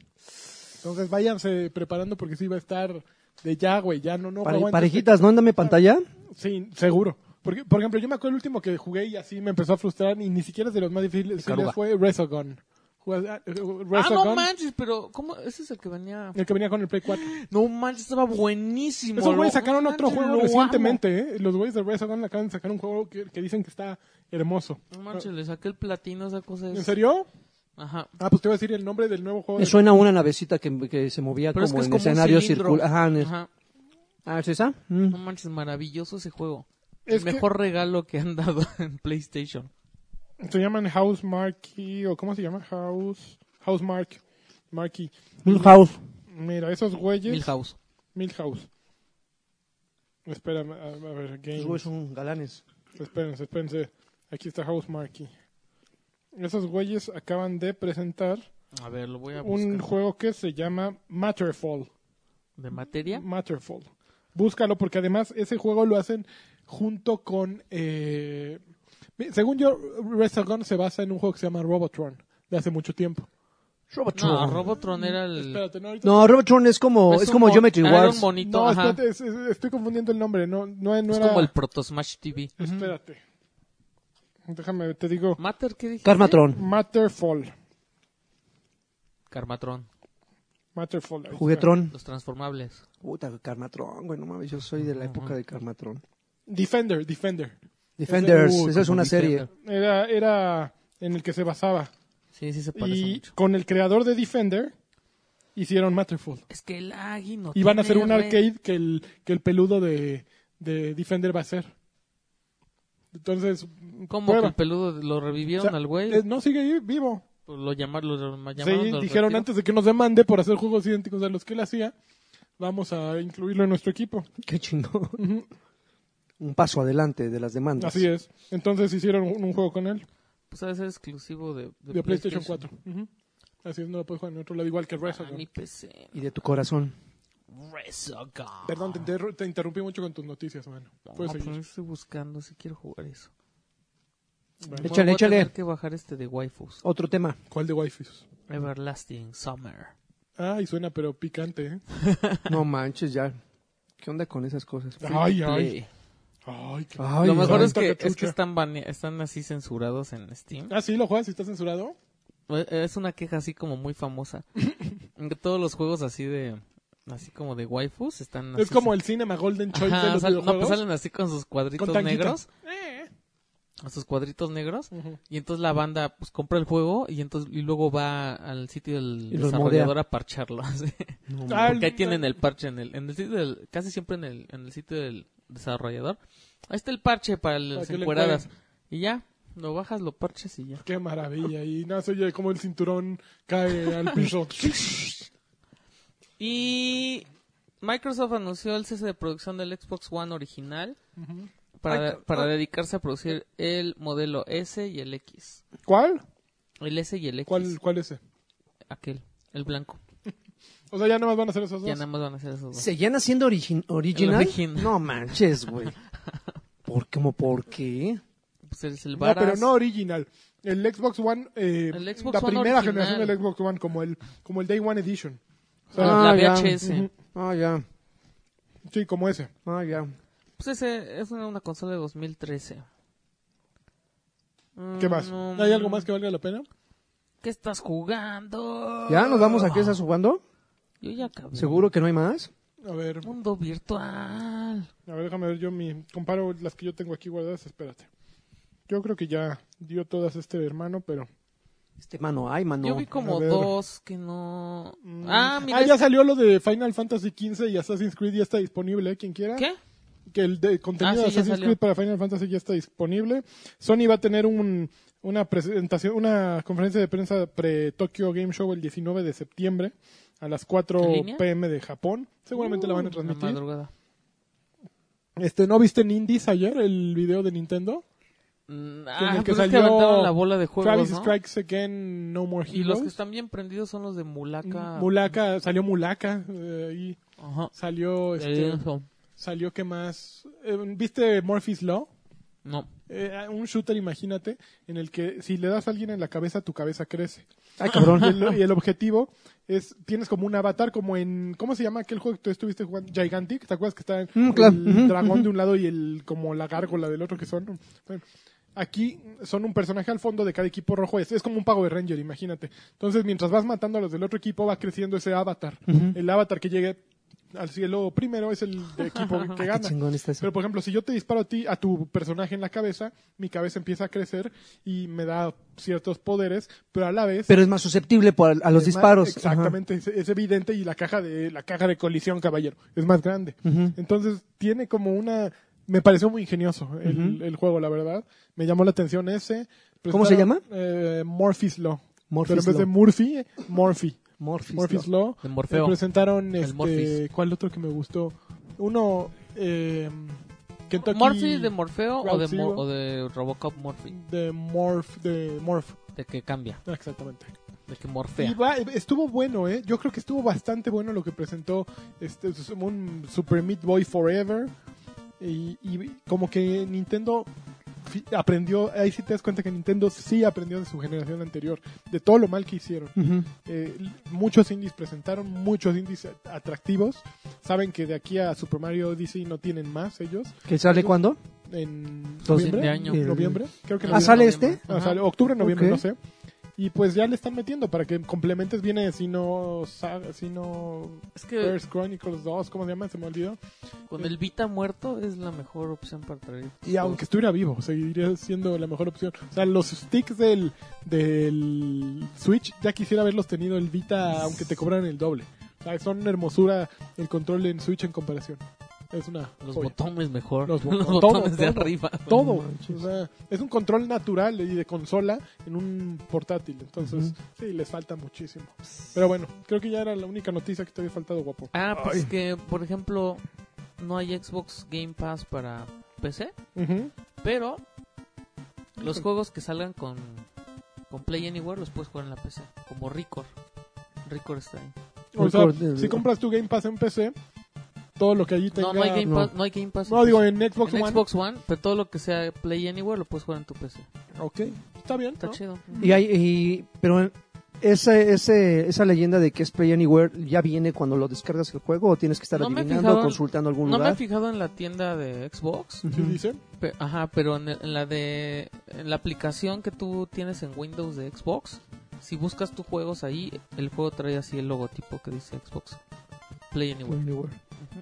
B: Entonces váyanse preparando porque sí va a estar de ya, güey. Ya no, no.
A: Pare-
B: aguantas.
A: parejitas, ¿no? Ándame pantalla.
B: Sí, seguro. Porque, por ejemplo, yo me acuerdo el último que jugué y así me empezó a frustrar y ni siquiera es de los más difíciles
A: Caruga.
B: fue Resogun. Jugué- ah, eh,
C: No. Ah, no
B: Resogun,
C: manches, pero ¿cómo? Ese es el que venía.
B: el que venía con el Play 4.
C: No manches, estaba buenísimo.
B: Esos
C: lo-
B: güeyes sacaron
C: no
B: otro
C: manches,
B: juego
C: lo
B: recientemente, ¿eh? Los güeyes de Resogun acaban de sacar un juego que, que dicen que está hermoso.
C: amo. No manches, le saqué el platino, esa cosa es.
B: ¿En serio?
C: Ajá.
B: Ah, pues te voy a decir el nombre del nuevo juego.
A: Me suena una navecita que, que se movía
C: Pero es
A: como
C: que es
A: en
C: como un
A: escenario
C: cilindro.
A: circular. Ajá, en el-
C: Ajá.
A: Ah, ¿es esa?
C: No
A: Mm.
C: manches, maravilloso ese juego.
B: Es
C: el
B: que-
C: mejor regalo que han dado en PlayStation.
B: Se llaman House Marquee, o ¿cómo se llama? House... House Mark... Marquee.
A: Milhouse.
B: Mira, esos güeyes...
C: Milhouse.
B: Milhouse. Espérame, a, a ver, Games.
A: Los güeyes son galanes.
B: Espérense, espérense. Aquí está House Marquee. Esos güeyes acaban de presentar
C: A ver, lo voy a buscar.
B: un juego que se llama Matterfall.
C: ¿De materia?
B: Matterfall. Búscalo porque además ese juego lo hacen junto con... eh, Según yo, Resogun se basa en un juego que se llama Robotron de hace mucho tiempo.
A: Robotron.
C: No,
A: No,
C: Robotron era el...
B: Espérate, no, ahorita-
A: Robotron es como, es,
C: un
A: como
C: mon-
A: Geometry
C: ah, Era un
A: Wars.
C: monito,
B: No,
C: ajá.
B: espérate, es- es- estoy confundiendo el nombre. No, no, no
C: Es
B: era...
C: como el Proto Smash TV.
B: Espérate. Déjame, te digo.
C: ¿Matter qué dije?
A: Karmatron.
B: Matterfall.
C: Karmatron.
B: Matterfall. ahí está.
A: Juguetron.
C: Los transformables.
A: Puta, Karmatron, güey, no mames, yo soy de la época de Karmatron.
B: Defender, Defender.
A: Defenders,
B: Uy,
A: esa es
C: como
A: una
C: Defender.
A: serie.
B: Era, era en el que se basaba.
C: Sí, sí se parece
B: Y
C: mucho.
B: con el creador de Defender hicieron Matterfall.
C: Es que el Agui no
B: Y van a
C: tiene,
B: hacer un
C: güey.
B: arcade que el, que el peludo de, de Defender va a hacer. Entonces,
C: ¿Cómo que
B: prueba.
C: el peludo lo
B: O
C: revivieron
B: sea,
C: al güey? pues,
B: eh, no, sigue ahí, vivo.
C: Lo llamaron, lo
B: Sí,
C: llamaron del
B: dijeron
C: retiro.
B: antes de que nos demande por hacer juegos idénticos a los que él hacía, vamos a incluirlo en nuestro equipo.
A: Qué chingón.
B: Ujú,
A: Un paso adelante de las demandas.
B: Así es. Entonces hicieron un, un juego con él,
C: Pues debe ser exclusivo de,
B: de, PlayStation 4. Ujú. Así es, no lo puedes jugar en otro lado, igual que
C: A
B: Resogun.
C: Ah, mi PC.
A: Y de tu corazón.
C: Resogun.
B: Perdón, te, interru- te interrumpí mucho con tus noticias, mano. Puedes
C: No, pues,
B: seguir.
C: estoy buscando si quiero jugar eso.
B: Bueno.
A: Échale,
C: Voy a
A: échale.
C: tener que bajar este de Waifus.
A: Otro tema.
B: ¿Cuál de wifi?
C: Everlasting Summer.
B: Ay, suena pero picante, ¿eh?
A: No manches, ya. ¿Qué onda con esas cosas?
B: Ay, ay.
C: Play.
B: Ay, qué-
A: Ay,
C: Lo mejor
A: ay.
C: es que,
B: tanta
C: es que
B: chucha.
C: están, banea- están así censurados en Steam.
B: Ah, sí, lo juegas y está censurado.
C: Eh, Es una queja así como muy famosa. Que Todos los juegos así de... Así como de waifus están así
B: es como el Cinema Golden Choice
C: Ajá,
B: de los
C: sal- no, pues
B: videojuegos.
C: salen así con sus cuadritos
B: Con Eh. tanguita.
C: negros. A sus cuadritos negros.
B: Ujú.
C: Y entonces la banda pues compra el juego y entonces y luego va al sitio del
A: Y los
C: desarrollador
A: modea.
C: a parcharlo. así.
B: Ah,
C: Porque ahí
B: el-
C: tienen el parche en el, en el sitio del, casi siempre en el, en el sitio del desarrollador. Ahí está el parche para las
B: que le
C: encueradas. Y ya, lo bajas, lo parches y ya.
B: Qué maravilla. Y nada, se oye como el cinturón cae al piso.
C: Y Microsoft anunció el cese de producción del Xbox One original
B: Ujú.
C: para,
B: Ay,
C: para
B: ay.
C: dedicarse a producir el modelo S y el X.
B: ¿Cuál?
C: El S y el X.
B: ¿Cuál, ¿Cuál ese?
C: Aquel, el blanco.
B: O sea, ya nada más van a hacer esos
C: Ya
B: dos.
C: nada más van a hacer esos dos.
A: ¿Seguían haciendo origi- original?
C: El original.
A: No manches, güey. ¿Por qué? ¿Cómo por qué?
C: Pues es el
B: No,
C: Varas.
B: pero no original. El Xbox One, eh,
C: El Xbox
B: la
C: One
B: primera
C: original.
B: generación del Xbox One, como el, como el Day One Edition. O sea,
C: La
A: Ah, ya.
C: VHS.
B: Ujú.
A: Ah, ya.
B: Sí, como ese.
A: Ah, ya.
C: Pues ese es una, una consola de 2013. Mm,
B: ¿Qué más?
C: no,
B: ¿Hay algo más que valga la pena?
C: ¿Qué estás jugando?
A: ¿Ya nos vamos a qué estás jugando?
C: Yo ya acabé.
A: ¿Seguro que no hay más?
B: A ver,
C: Mundo virtual.
B: a ver, déjame ver yo mi... Comparo las que yo tengo aquí guardadas, espérate. Yo creo que ya dio todas este hermano, pero...
A: Este mano, ay, mano.
C: Yo vi como
B: a ver.
C: dos que no.
B: mm.
C: Ah, mira.
B: ya salió lo de Final Fantasy XV y Assassin's Creed ya está disponible, ¿eh? Quien quiera.
C: ¿Qué?
B: que el de- contenido de
C: Ah, sí, ya
B: Assassin's
C: salió.
B: Creed para Final Fantasy ya está disponible. Sony va a tener un, una presentación, una conferencia de prensa pre-Tokyo Game Show el 19 de septiembre a las 4
C: ¿En línea?
B: pm de Japón. Seguramente la van a
C: La
B: transmitir.
C: madrugada.
B: Este, ¿no viste en Indies ayer el video de Nintendo?
C: Mm,
B: en
C: Ah,
B: el que
C: pues es
B: salió
C: que aventaron la bola de juegos,
B: Travis
C: ¿no?
B: Strikes Again, No More
C: Y los que
B: Heroes.
C: están bien prendidos son los de Mulaka.
B: Mm, Mulaka, salió Mulaka eh, y
C: Ajá.
B: salió este,
C: Eso.
B: salió que más Eh, viste Murphy's Law
C: No.
B: Eh, un shooter imagínate en el que si le das a alguien en la cabeza tu cabeza crece
A: Ay, Ah, cabrón.
B: y el, y el objetivo es tienes como un avatar como en cómo se llama aquel juego que tú estuviste jugando Gigantic te acuerdas que está
A: Mm, claro.
B: el
A: Ujú,
B: dragón de un lado y el como la gárgola del otro que son bueno, aquí son un personaje al fondo de cada equipo rojo es, es como un pago de ranger imagínate entonces mientras vas matando a los del otro equipo va creciendo ese avatar el avatar que llegue al cielo primero es el de equipo que
A: Ah, Qué
B: gana
A: chingón está eso.
B: pero por ejemplo, si yo te disparo a ti, a tu personaje en la cabeza, mi cabeza empieza a crecer y me da ciertos poderes, pero a la vez
A: Pero es más susceptible por- a los
B: es más-
A: disparos. Ajá.
B: Exactamente, es, es evidente y la caja de la caja de colisión, caballero, es más grande.
A: Ujú.
B: Entonces tiene como una me pareció muy ingenioso el,
A: Ujú.
B: el juego, la verdad. Me llamó la atención ese.
A: ¿Cómo se llama?
B: Presentaron, eh, Murphy's Law.
A: Murphy's
B: pero en vez de
A: Law.
B: Murphy, Murphy.
A: Morpheus
B: Murphy's
A: Law.
B: Law.
C: De
B: Eh,
C: Morfeo.
B: presentaron
C: El
B: este,
C: Morpheus.
B: ¿cuál otro que me gustó? Uno eh, Kentucky
C: ¿Morphy de Morfeo o
B: Route
C: de, Mo-
B: Zero.
C: o de Robocop Morphy?
B: de Morph de Morph,
C: De que cambia,
B: Ah, exactamente.
C: de que
B: Y
C: morfea.
B: va- estuvo bueno, eh. Yo creo que estuvo bastante bueno lo que presentó este es un Super Meat Boy Forever y, y como que Nintendo fi- aprendió, ahí sí te das cuenta que Nintendo sí aprendió de su generación anterior, de todo lo mal que hicieron.
A: Ujú.
B: Eh, l- muchos indies presentaron, muchos indies a- atractivos. Saben que de aquí a Super Mario Odyssey no tienen más ellos.
A: ¿Que sale cuándo?
B: En
A: Dos
B: noviembre,
C: de este año.
B: noviembre, creo que
A: Ah,
B: noviembre.
A: sale
C: Noviembre.
A: este?
B: Ah,
C: Ajá.
B: sale octubre, noviembre,
A: Ok.
B: no sé. Y pues ya le están metiendo para que complementes viene si no sa- si no
C: Es que
B: First Chronicles 2, ¿cómo se llama? Se me olvidó.
C: con el Vita muerto es la mejor opción para traer.
B: Y aunque estuviera vivo, seguiría siendo la mejor opción. O sea, los sticks del del Switch ya quisiera haberlos tenido el Vita aunque te cobraran el doble. O sea, son una hermosura el control en Switch en comparación. Es una
C: Los
B: joya.
C: botones mejor.
B: Los
C: Los,
B: bo- todo,
C: botones de
B: todo,
C: arriba.
B: todo.
A: No manches.
B: O sea, es un control natural y de consola en un portátil. Entonces, sí, les falta muchísimo. Pero bueno, creo que ya era la única noticia que te había faltado, guapo.
C: Ah, pues que, por ejemplo, no hay Xbox Game Pass para PC,
B: Ujú.
C: pero los juegos que salgan con, con Play Anywhere los puedes jugar en la PC, como Record. Record está ahí.
B: O sea,
A: Record-
B: si compras tu Game Pass en PC, todo lo que allí tenga.
C: No, no hay Game
A: no.
C: Pass. No, hay Game Pass
B: No,
C: en
B: digo,
C: PC.
B: en Xbox
C: En
B: One.
C: Xbox One, pero todo lo que sea Play Anywhere lo puedes jugar en tu PC.
B: Ok, está bien.
C: Está
B: ¿no?
C: chido.
A: Y hay, y- pero ese, ese, esa leyenda de que es Play Anywhere ya viene cuando lo descargas el juego o tienes que estar
C: No me he
A: adivinando
C: fijado
A: o
C: en-
A: consultando algún
C: No me he
A: lugar.
C: fijado en la tienda de Xbox,
B: Sí, dice.
C: pe- ajá, pero en, el- en la de en la aplicación que tú tienes en Windows de Xbox, si buscas tus juegos ahí, el juego trae así el logotipo que dice Xbox Play Anywhere.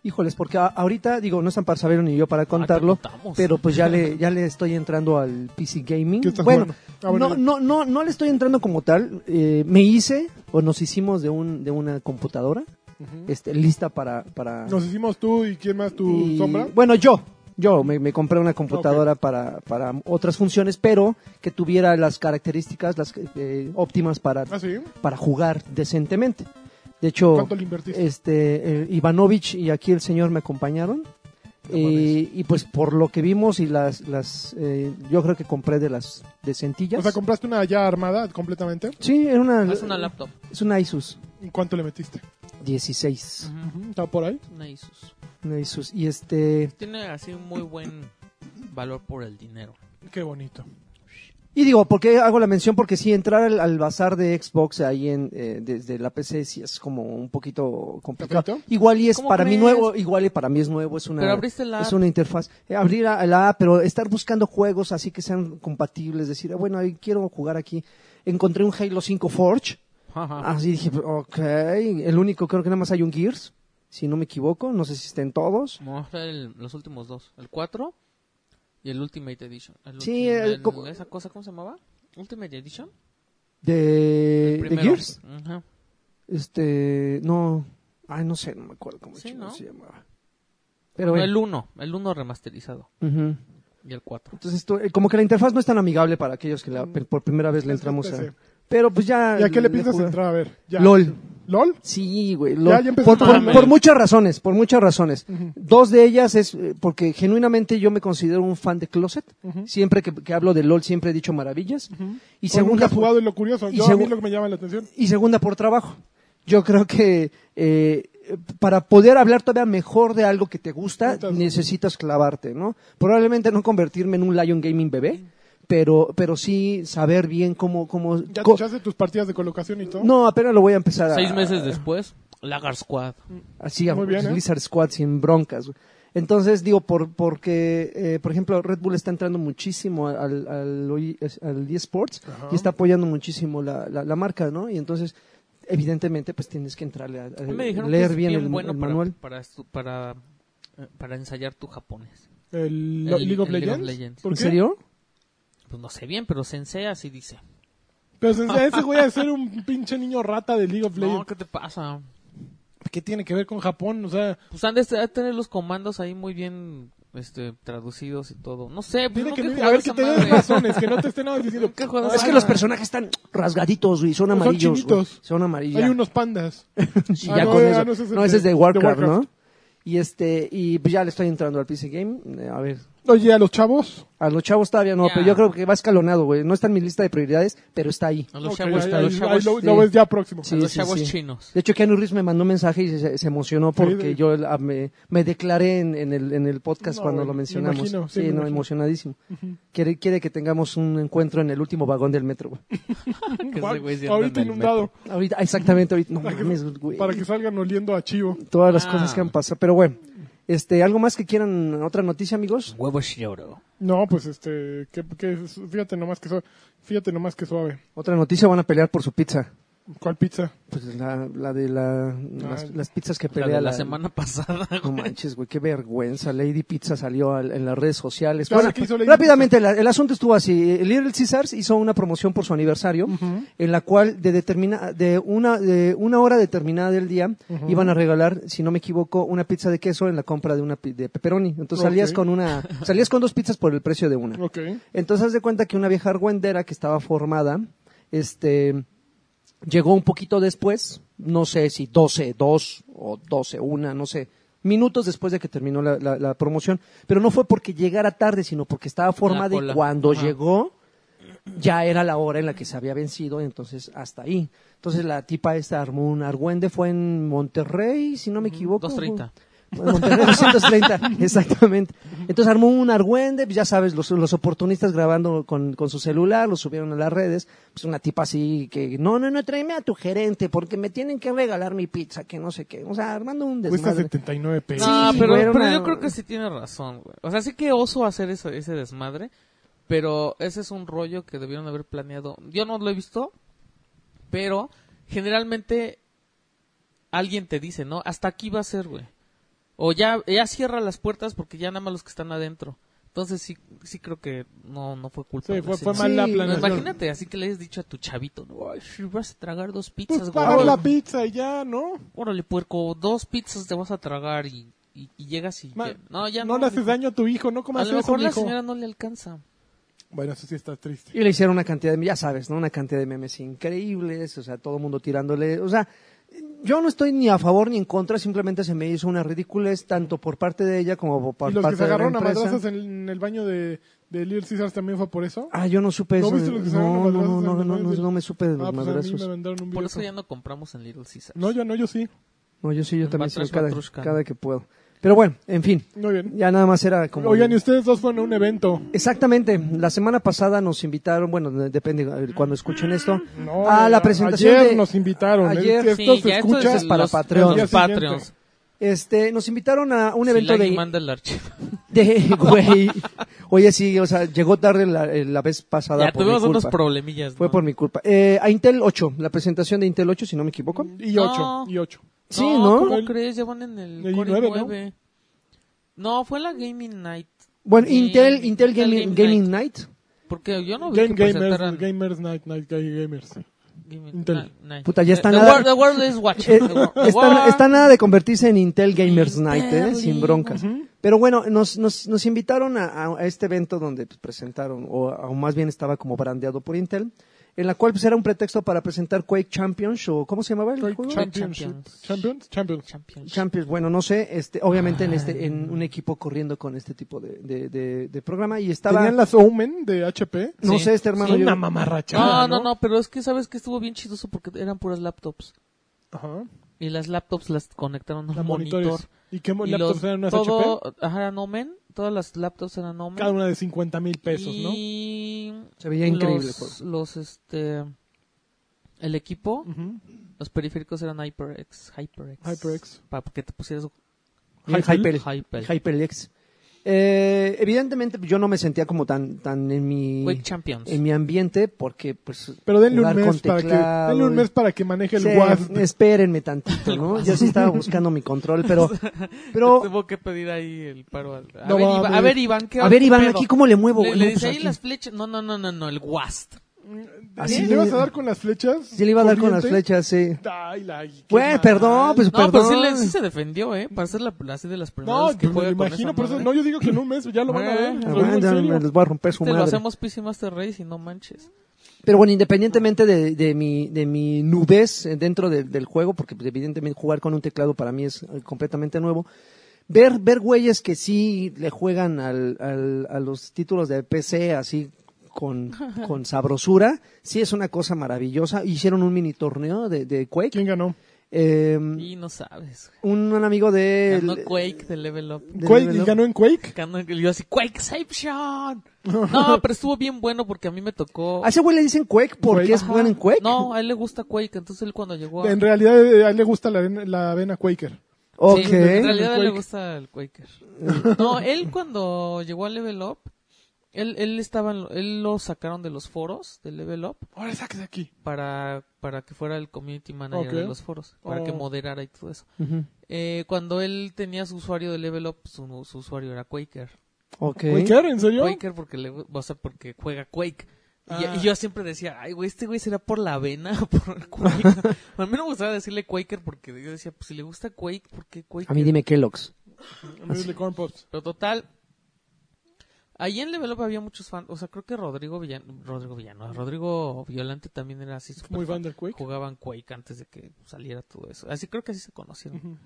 A: Híjoles, porque a- ahorita digo, no están para saberlo ni yo para contarlo,
C: Ah, contamos.
A: pero pues ya le, ya le estoy entrando al PC gaming.
B: ¿Qué estás
A: Mm, Bueno,
B: jugando? Ah, bueno,
A: no, no, no, no le estoy entrando como tal. eh, me hice o nos hicimos de un, de una computadora,
B: Ujú.
A: este, lista para, para
B: Nos hicimos tú y quién más tu
A: Y,
B: sombra.
A: Bueno, yo. Yo me, me compré una computadora para, para otras funciones, pero que tuviera las características las eh, óptimas para,
B: Ah, sí.
A: para jugar decentemente. De hecho,
B: ¿Cuánto le invertiste?
A: este Oh. eh, Ivanovich y aquí el señor me acompañaron.
B: No
A: y, y pues por lo que vimos y las las eh, yo creo que compré de las decentillas.
B: O sea, compraste una ya armada completamente.
A: sí, era
B: Mm.
A: una
C: Ah, es una laptop,
A: es una Asus
B: ¿Y ¿Cuánto le metiste?
A: 16,
C: Ujú,
B: Ujú, ¿Está por ahí?
C: una Asus.
A: una Asus y este
C: Tiene así un muy buen valor por el dinero.
B: Qué bonito.
A: Y digo, ¿por qué hago la mención? Porque si entrar al, al bazar de Xbox ahí en eh, desde la PC sí es como un poquito complicado.
B: ¿Complicado?
A: Igual y es
C: ¿Cómo
A: para mí
C: crees?
A: nuevo, igual y para mí es nuevo, es
C: Pero
A: una
C: abriste la
A: es
C: app.
A: una interfaz. Eh, abrir la- la app, pero estar buscando juegos así que sean compatibles, decir, "Ah, bueno, ahí quiero jugar aquí. Encontré un Halo 5 Forge,
C: Ajá.
A: así dije, ok, el único creo que nada más hay un Gears, si no me equivoco, no sé si estén todos.
C: Vamos a mostrar el- los últimos dos, el 4 y el Ultimate Edition. El
A: Sí,
C: ulti-
A: el
C: el-
A: como-
C: esa cosa cómo se llamaba? Ultimate Edition.
A: De, de
C: Primero.
A: Gears,
C: Ajá.
A: este, no, ay, no sé, no me acuerdo cómo
C: Sí,
A: chingados
C: ¿no?
A: se llamaba. Pero
C: No,
A: bueno.
C: el 1, el 1 remasterizado
A: Ujú.
C: y el 4.
A: Entonces, tú- eh, como que la interfaz no es tan amigable para aquellos que
C: Mm.
A: la- por primera vez le
B: Es
A: entramos a...
B: PC.
A: Pero pues ya...
B: ¿Y a qué le piensas
A: jugué.
B: entrar a ver? Ya.
A: LOL.
B: ¿LOL?
A: Sí, güey.
B: Ya,
A: lo-
B: ya empezó
A: por,
B: a
A: por-
B: mamarme.
A: por muchas razones, por muchas razones.
B: Ujú.
A: Dos de ellas es eh, porque genuinamente yo me considero un fan de Closet.
B: Ujú.
A: Siempre que, que hablo de LOL siempre he dicho maravillas. Y
B: Y según
A: segunda,
B: has jugado
A: por,
B: es lo curioso.
A: y
B: Yo a mí
A: segu-
B: lo que me llama la atención.
A: y segunda por trabajo. Yo creo que eh, para poder hablar todavía mejor de algo que te gusta,
B: Entonces-
A: necesitas clavarte, ¿no? Probablemente no convertirme en un Lion Gaming bebé, pero, pero sí saber bien cómo... cómo
B: ¿Ya te
A: co-
B: echaste tus partidas de colocación y todo?
A: no, apenas lo voy a empezar a...
C: Seis meses después, Lagar Squad.
A: Así, a-
B: Muy bien, ¿eh?
A: Lizard Squad sin broncas. güey. Entonces, digo, por, porque, eh, por ejemplo, Red Bull está entrando muchísimo al, al, al- al eSports
B: Ajá.
A: y está apoyando muchísimo la, la, la marca, ¿no? Y entonces, evidentemente, pues tienes que entrarle a, a
C: Me dijeron
A: leer
C: que es
A: bien,
C: bien,
A: el,
C: bueno
A: el
C: para-
A: manual.
C: Para, estu- para, eh, para ensayar tu japonés.
B: ¿El, lo-
C: El-
B: League, of
C: el League of
B: Legends?
C: Legends.
B: ¿Por
A: ¿En
B: qué?
A: serio?
C: Pues no sé bien, pero sensei así dice.
B: Pero o sea, ese güey a ser un pinche niño rata de League of
C: No,
B: Legends.
C: ¿qué te pasa?
B: ¿Qué tiene que ver con Japón? O sea,
C: Pues han de estar- tener los comandos ahí muy bien este, traducidos y todo. No sé, pues
B: tiene que
C: nunca he
B: ver- a
C: jugado
B: ver que
C: esa
B: te den
C: madre.
B: razones, que no te estén nada más diciendo.
C: Nunca he jugado
A: es
C: esa
A: que los
C: madre.
A: personajes están rasgaditos, güey, son
B: Son
A: amarillos. güey.
B: chinitos.
A: son amarillos.
B: Hay unos pandas.
A: Y
B: Ah,
A: ya
B: no,
A: con
B: ah,
A: eso.
B: no, ese es el
A: No, ese es
B: de-
A: de Warcraft,
B: de Warcraft.
A: ¿no? Y este, y pues ya le estoy entrando al PC Game. eh, A ver,
B: Oye, a los chavos.
A: A los chavos todavía no,
C: Ya.
A: pero yo creo que va escalonado, güey. No está en mi lista de prioridades, pero está ahí.
C: A los
B: Ok,
C: chavos,
B: ahí-
C: a los
B: ahí-
C: chavos,
B: ahí lo,
A: sí.
B: lo ves ya próximo.
A: Sí,
C: a los chavos chinos.
A: De hecho, Keanu Reeves me mandó un mensaje y se, se emocionó porque
B: de-
A: yo la- me, me declaré en, en el, en el podcast
B: No,
A: cuando
B: güey,
A: lo
B: me
A: mencionamos.
B: imagino, sí,
A: sí,
B: me
A: no,
B: imagino.
A: emocionadísimo. quiere, quiere que tengamos un encuentro en el último vagón del metro, güey.
C: Que ese güey sí anda
B: Ahorita
C: en el
B: inundado.
A: Ahorita, exactamente, ahorita. No mames, güey.
B: Para que salgan oliendo a chivo.
A: Todas las
C: Ah.
A: cosas que han pasado. Pero bueno, este, ¿algo más que quieran? ¿Otra noticia, amigos?
C: Huevo Shioro.
B: No, pues este. Que, que- fíjate nomás que suave. Fíjate nomás que suave.
A: Otra noticia, van a pelear por su pizza.
B: ¿Cuál pizza?
A: Pues la, la de la- las, las pizzas que
C: Ah. La
A: pelea
C: de la semana pasada.
A: No manches, güey, qué vergüenza. Lady Pizza salió al- en las redes sociales.
B: Claro,
A: Bueno,
B: ¿qué hizo Lady
A: rápidamente, la- el asunto estuvo así. Little Caesars hizo una promoción por su aniversario, en la cual de, determina, de, una, de una hora determinada del día iban a regalar, si no me equivoco, una pizza de queso en la compra de una pi- de pepperoni. Entonces salías,
B: Ok.
A: con una, salías con dos pizzas por el precio de una.
B: Ok.
A: Entonces haz de cuenta que una vieja argüendera que estaba formada, este, llegó un poquito después, no sé si 12, 2 o 12, 1, no sé, minutos después de que terminó la, la- la promoción. Pero no fue porque llegara tarde, sino porque estaba formada y
C: cola.
A: cuando
C: Ajá.
A: llegó ya era la hora en la que se había vencido, entonces hasta ahí. Entonces la tipa esta armó un argüende, fue en Monterrey, si no me equivoco.
C: 2.30.
A: Bueno, Monterrey 230, exactamente. Entonces armó un argüende, pues, ya sabes, los, los oportunistas grabando con, con su celular, lo subieron a las redes, pues una tipa así que, no, no, no, tráeme a tu gerente porque me tienen que regalar mi pizza, que no sé qué. O sea, armando un
B: Cuesta
A: desmadre.
B: 79 pesos.
C: No,
A: Sí,
C: pero,
A: güey, era
C: pero
A: una-
C: yo creo que sí tiene razón, güey. O sea, sí que oso hacer ese, ese desmadre, pero ese es un rollo que debieron haber planeado. Yo no lo he visto, pero generalmente alguien te dice, ¿no? Hasta aquí va a ser, güey. O ya, ya cierra las puertas porque ya nada más los que están adentro. Entonces sí, sí creo que no, no fue culpa.
B: Sí,
C: de
B: fue,
C: la
B: fue
C: señora.
A: mal
B: mala
A: Sí,
C: No,
B: planación.
C: imagínate, así que le has dicho a tu chavito, ¿no? Ay, sí, vas a tragar dos
B: Pues
C: pizzas, güey.
B: pagar la pizza y ya, ¿no?
C: Órale, puerco, dos pizzas te vas a tragar y, y- y llegas y...
B: Ma-
C: ya- No, ya
B: no,
C: no.
B: le haces
C: mijo.
B: daño a tu hijo, no
C: A
B: comas eso,
C: lo mejor la
B: mijo.
C: señora no le alcanza.
B: Bueno, eso sí está triste.
A: Y le hicieron una cantidad de, ya sabes, ¿no? Una cantidad de memes increíbles, o sea, todo el mundo tirándole, o sea, yo no estoy ni a favor ni en contra, simplemente se me hizo una ridiculez tanto por parte de ella como por parte
B: Y los que se
A: de la
B: agarraron a
A: empresa.
B: madrazas en, en el baño de, de Little Caesars también fue por eso.
A: Ah, yo no supe
B: ¿No
A: eso.
B: viste los que se agarraron
A: no, no,
B: a
A: no,
B: madrazos en
A: no,
B: el
A: no,
B: baño
A: no,
B: de-
A: no me supe de los
B: Ah, pues a mí
A: madrazos.
B: me mandaron un video.
C: Por eso ya no compramos en Little Caesars.
B: No, yo no, yo sí.
A: No, yo sí, yo
C: En
A: también sí,
C: Batrash
A: cada,
C: Batrushka.
A: cada que puedo. Pero bueno, en fin,
B: Muy bien.
A: ya nada más era como...
B: Oigan, y ustedes dos fueron a un evento.
A: Exactamente, la semana pasada nos invitaron, bueno, de- depende eh, cuando escuchen esto,
B: No,
A: a la
B: a-
A: presentación
B: ayer
A: de-
B: nos invitaron. ¿eh?
A: Ayer,
B: Es- esto se
C: ya esto
B: escucha
A: es para
C: los-
A: Patreon.
C: Los
B: Al día
C: Patreons.
A: este, nos invitaron a un evento
C: Si Lagi
A: de...
C: manda el archivo.
A: de güey. Oye, sí, o sea, llegó tarde la, eh, la vez pasada
C: Ya
A: por mi
C: tuvimos unos
A: culpa.
C: problemillas.
A: Fue
C: ¿no?
A: por mi culpa. Eh, a Intel 8, la presentación de Intel 8, si no me equivoco.
B: Y
C: No.
B: ocho, y ocho.
A: Sí, ¿no?
C: ¿Cómo crees? Ya van en el
B: El
C: Core
B: nueve, ¿no?
C: 9. ¿no? fue la Gaming Night.
A: Bueno,
C: Sí,
A: Intel, Intel
C: Intel
A: Gaming,
C: Gaming
A: Gaming Night.
C: Porque yo no vi
B: Game
C: que pues
B: Gamers,
C: presentaran...
B: Gamers Night, Night Game Gamers.
C: Game
B: Intel.
C: Ni- Night.
A: Puta, ya están
C: The,
A: nada-
C: world, the world is
A: Eh,
C: watching. The wor- the
A: está,
C: world-
A: está nada de convertirse en Intel Gamers Night, ¿eh?
C: Intel,
A: sin broncas.
B: Ujú.
A: Pero bueno, nos, nos, nos invitaron a, a- a este evento donde pues, presentaron, o, a- o más bien estaba como brandeado por Intel, en la cual pues, era un pretexto para presentar Quake Champions, o ¿cómo se llamaba el juego?
C: Champ-
B: Champions.
C: Champions.
B: Champions. Champions.
C: Champions.
A: Champions, bueno, no sé, este, obviamente en este, en un equipo corriendo con este tipo de, de, de- de programa y estaba,
B: Tenían las Omen de HP.
A: no
C: Sí.
A: sé, este hermano,
B: Son
A: yo-
B: una mamarrachada.
C: No, no,
B: ¿no?
C: no, pero es que sabes que estuvo bien chidoso porque eran puras laptops.
B: Ajá.
C: Y las laptops las conectaron a
B: Los
C: un monitor.
B: monitores. ¿Y qué
C: Y
B: laptops
C: los-
B: eran unas
C: todo,
B: HP?
C: ajá, eran Omen. Todas las laptops eran Omen.
B: Cada una de 50 mil pesos, ¿no?
C: y...
A: se veía increíble.
C: Los,
A: pues.
C: los, este... El equipo,
B: Ujú.
C: los periféricos eran HyperX. HyperX.
B: HyperX.
C: Para que te pusieras
A: Bien,
B: Hyper.
A: Hyper. HyperX. Eh, evidentemente yo no me sentía como tan, tan en mi...
C: Quake Champions.
A: en mi ambiente porque pues
B: Pero denle un
A: jugar
B: mes
A: con
B: para que
A: teclado,
B: denle un
A: güey.
B: mes para que maneje el
A: Sí,
B: WASD.
A: espérenme tantito, ¿no? Yo sí estaba buscando mi control, pero
C: Este
A: pero
C: Tuvo que pedir ahí el paro. al- A,
B: No
C: ver, Iván,
B: mames.
C: a ver, Iván, ¿qué
A: a ver Iván,
C: pedo?
A: aquí cómo le muevo,
C: Le,
A: güey?
C: le
A: No, pues,
C: dice ahí
A: aquí.
C: las flechas. No, no, no, no, no, el WAST.
A: Así
B: ¿Sí
A: le-
B: le vas a dar con las flechas?
A: Sí le iba a dar con las
B: Corriente.
A: flechas, sí.
B: Ay, la, qué
A: Güey,
B: mal.
A: perdón, pues
C: No, pero sí,
A: perdón.
C: le- sí se defendió, ¿eh? Para ser la, así de las primeras
B: No,
C: que
B: yo me
C: juega
B: lo
C: con
B: imagino,
C: esa
B: por eso
C: madre.
B: no, yo digo que en un mes ya lo van a
C: Eh,
B: ver.
C: eh,
B: lo digo en
A: Aguanta,
B: serio.
A: me Ah, les voy a romper su
C: Este lo
A: madre.
C: hacemos PC Master Race y no manches.
A: Pero bueno, independientemente de, de mi de mi nubez eh, dentro de- del juego, porque pues, evidentemente jugar con un teclado para mí es eh, completamente nuevo. Ver ver güeyes que sí le juegan al, al- a los títulos de PC así con, con sabrosura, sí es una cosa maravillosa. Hicieron un mini torneo de, de Quake.
B: ¿Quién ganó?
A: Eh,
B: Mm.
C: Y no sabes. güey.
A: un, un amigo de...
C: Ganó Quake de Level Up.
A: de
B: Quake,
A: Level
B: ¿y
A: Up.
B: ganó en Quake?
C: Ganó- Yo así, Quakeception. No, pero estuvo bien bueno porque a mí me tocó.
A: A ese güey le dicen Quake porque
B: Quake.
A: es
C: Ajá.
A: bueno ¿Ah, en Quake.
C: No, a él le gusta Quake, entonces él cuando llegó a...
B: En realidad, eh, a él le gusta la, arena- la avena Quaker.
A: Ok.
C: Sí, en realidad
B: El
C: le
B: Quake.
C: gusta el Quaker. No, él cuando llegó a Level Up, él, él estaba, en lo- él lo sacaron de los foros de Level Up
B: Ahora saques aquí.
C: para, para que fuera el community manager
B: Ok.
C: de los foros, para que
B: Oh.
C: moderara y todo eso.
A: Ujú.
C: Eh, cuando él tenía su usuario de Level Up, su, su usuario era Quaker.
A: Ok.
B: ¿Quaker? ¿En serio?
C: Quaker porque le, o sea, porque juega Quake. Y,
B: Ah.
C: y yo siempre decía, ay, güey, este güey será por la avena, o por el Quake. a mí no me gustaba decirle Quaker porque yo decía, pues si le gusta Quake, ¿por qué Quaker?
A: A mí dime Kellogg's.
B: En vez de Corn Pops.
C: Pero total, ahí en Level Up había muchos fans. O sea, creo que Rodrigo Villan Rodrigo Villano, Rodrigo Violante también era así. súper
B: Muy fan del Quake.
C: Jugaban Quake antes de que saliera todo eso. Así creo que así se conocieron.
B: Ujú.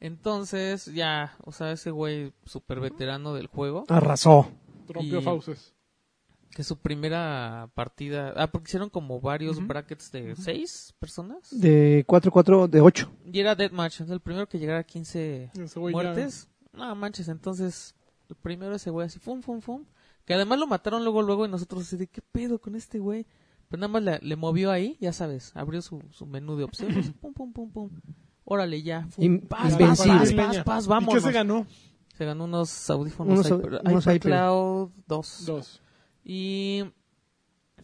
C: Entonces, ya, o sea, ese güey súper veterano del juego,
A: Arrasó.
B: Rompió
C: Y-
B: fauces.
C: que su primera partida. Ah, porque hicieron como varios
B: Ujú.
C: brackets de seis personas.
A: De 4-4, de 8.
C: Y era Deathmatch. entonces el primero que llegara a 15
B: Ese güey ya-
C: muertes. No manches, entonces el primero ese güey así, fum, fum, fum. Que además lo mataron luego, luego y nosotros así de, ¿qué pedo con este güey? Pero nada más le, le movió ahí, ya sabes, abrió su, su menú de opciones, pum, pum, pum, pum. Órale ya, fum,
A: In-
C: paz, paz,
A: invencible.
C: paz, paz, paz,
B: ¿Y
C: vámonos.
B: qué se ganó?
C: Se ganó unos audífonos
A: Unos au-
C: Hyper,
A: unos Hyper.
C: Cloud 2.
B: Dos.
C: Y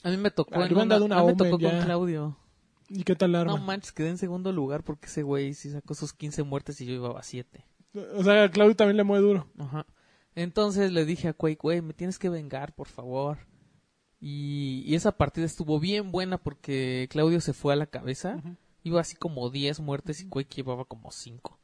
C: a mí me tocó,
B: Ah,
C: en
B: le hubieran
C: una-
B: dado una
C: a mí me
B: Omen
C: tocó con
B: ya.
C: Claudio.
B: ¿Y qué tal la
C: No
B: arma?
C: manches, quedé en segundo lugar porque ese güey sí sacó sus 15 muertes y yo iba a 7.
B: o sea, a Claudio también le mueve duro.
C: Ajá. Entonces le dije a Quake, güey, me tienes que vengar, por favor. Y, y esa partida estuvo bien buena porque Claudio se fue a la cabeza. Iba así como 10 muertes y Quake llevaba como 5.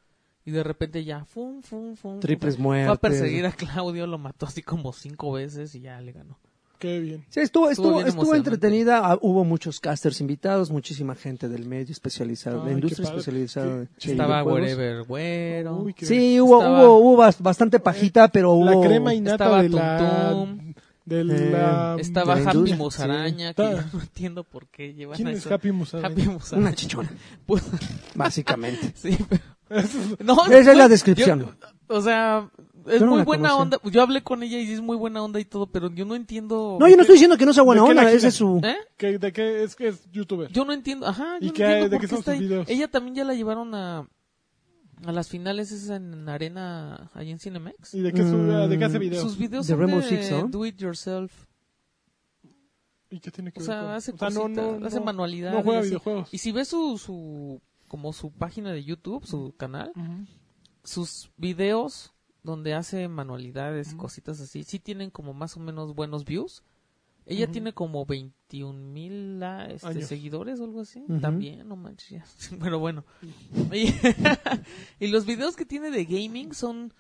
C: Y de repente ya, fum, fum, fum.
A: Triples
C: fue
A: muertes.
C: a perseguir a Claudio, lo mató así como 5 veces y ya le ganó.
B: Qué bien.
A: Sí, estuvo,
C: Estuvo
A: estuvo,
C: bien
A: estuvo
C: emocionante.
A: entretenida. Ah, hubo muchos casters invitados, muchísima gente del medio especializado, de la
B: Ay, qué
A: industria
B: padre.
A: especializada.
B: Sí,
A: de
C: Estaba
A: videojuegos.
C: Wherever Güero.
B: Uy, qué bien.
A: Sí, hubo,
C: Estaba-
A: hubo, hubo bas- bastante pajita, pero hubo.
B: La crema innata
C: Estaba
B: de la...
C: Tum Tum.
B: De
A: Eh,
B: la...
C: Estaba
A: de la
C: Happy
A: industria,
C: Musaraña,
B: sí.
C: que
B: Está-
C: yo no entiendo por qué llevan
B: ¿Quién
C: a
B: es
C: esa-
B: Happy Musaraña?
C: Happy Musaraña.
A: Una chichona,
C: Pues,
A: básicamente.
C: sí, pero- No,
A: Esa es la
C: güey,
A: descripción.
C: yo- o sea, es
A: Yo no
C: muy
A: la
C: buena
A: conocía.
C: onda. Yo hablé con ella y es muy buena onda y todo, pero yo no entiendo.
A: No, yo no estoy diciendo que no sea buena
B: ¿De qué la
A: onda, ese
B: gira?
A: es su.
C: ¿Eh?
B: ¿Qué- ¿De qué es que es youtuber?
C: Yo no entiendo. Ajá,
B: ¿Y
C: yo no
B: qué hay-
C: entiendo
B: de
C: por
B: qué
C: qué
B: son
C: está
B: sus
C: ahí.
B: videos?
C: Ella también ya la llevaron a a las finales esas en arena ahí en Cinemex.
B: ¿Y de qué, sube-
A: Mm,
B: de qué hace videos?
C: Sus videos
A: De
C: son
A: Rainbow
C: de
A: Six, ¿no?
C: do it yourself.
B: ¿Y qué tiene que
C: O
B: ver con-
C: sea, hace
B: no,
C: cositas,
B: no,
C: hace
B: no.
C: manualidades.
B: No juega
C: y así.
B: videojuegos.
C: Y si ves su su como su página de YouTube, su canal, sus videos donde hace manualidades,
B: Ujú.
C: cositas así, sí tienen como más o menos buenos views, Ella
B: Ujú.
C: tiene como 21 mil este,
B: Años.
C: seguidores o algo así.
A: Ujú.
C: También, no manches. ya. Pero bueno. Y, y los videos que tiene de gaming son...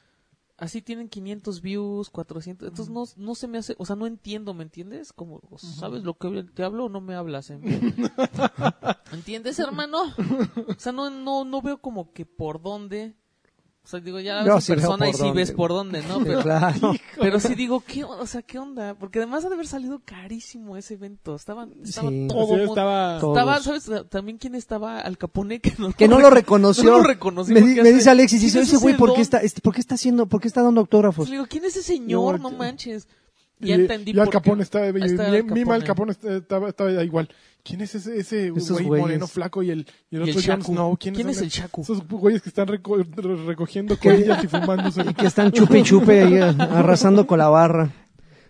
C: Así tienen 500 views, 400. Entonces no, no se me hace... O sea, no entiendo, ¿me entiendes? Como, ¿sabes lo que te hablo o no me hablas? eh? ¿Entiendes, hermano? O sea, no, no, no veo como que por dónde... O sea, digo, ya
A: Yo
C: ves
A: sí
C: en
A: veo
C: persona y
A: por
C: sí
A: dónde,
C: ves
A: güey.
C: por dónde, ¿no? Pero,
A: claro.
C: pero sí digo, ¿qué, on- o sea, ¿qué onda? Porque además ha de haber salido carísimo ese evento. Estaba, estaba
A: Sí.
C: todo
B: O sea,
C: mundo-
B: estaba...
A: Todo.
C: estaba,
A: Todos.
C: ¿sabes? También quién estaba Al Capone que no,
A: Que no lo reconoció.
C: No lo reconoció,
A: me, di-
C: porque
A: me
C: hace-
A: dice Alexis, dice,
C: ¿tienes
A: ese güey,
C: ese
A: ¿por qué
C: don?
A: está, este, por qué está haciendo, por qué está dando autógrafos?
C: Le digo, ¿quién es ese señor?
A: No,
C: No,
A: yo-
C: manches.
B: y-
C: Ya entendí
B: y Al
C: por qué.
B: Capone estaba...
C: Ahí está Al
B: mi- mi Al
C: Capone.
B: Capone estaba, estaba igual. ¿Quién es ese, ese
A: Esos
B: güey
A: güeyes.
B: moreno flaco y el, y el
C: Y
B: otro
C: el
B: Jon
C: Shaku.
B: Snow?
C: ¿Quién,
B: son
C: es el
B: esos-
C: Shaku?
B: Esos güeyes que están reco- re- recogiendo colillas y fumándose.
A: Y que están chupe y chupe ahí, eh, arrasando con la barra.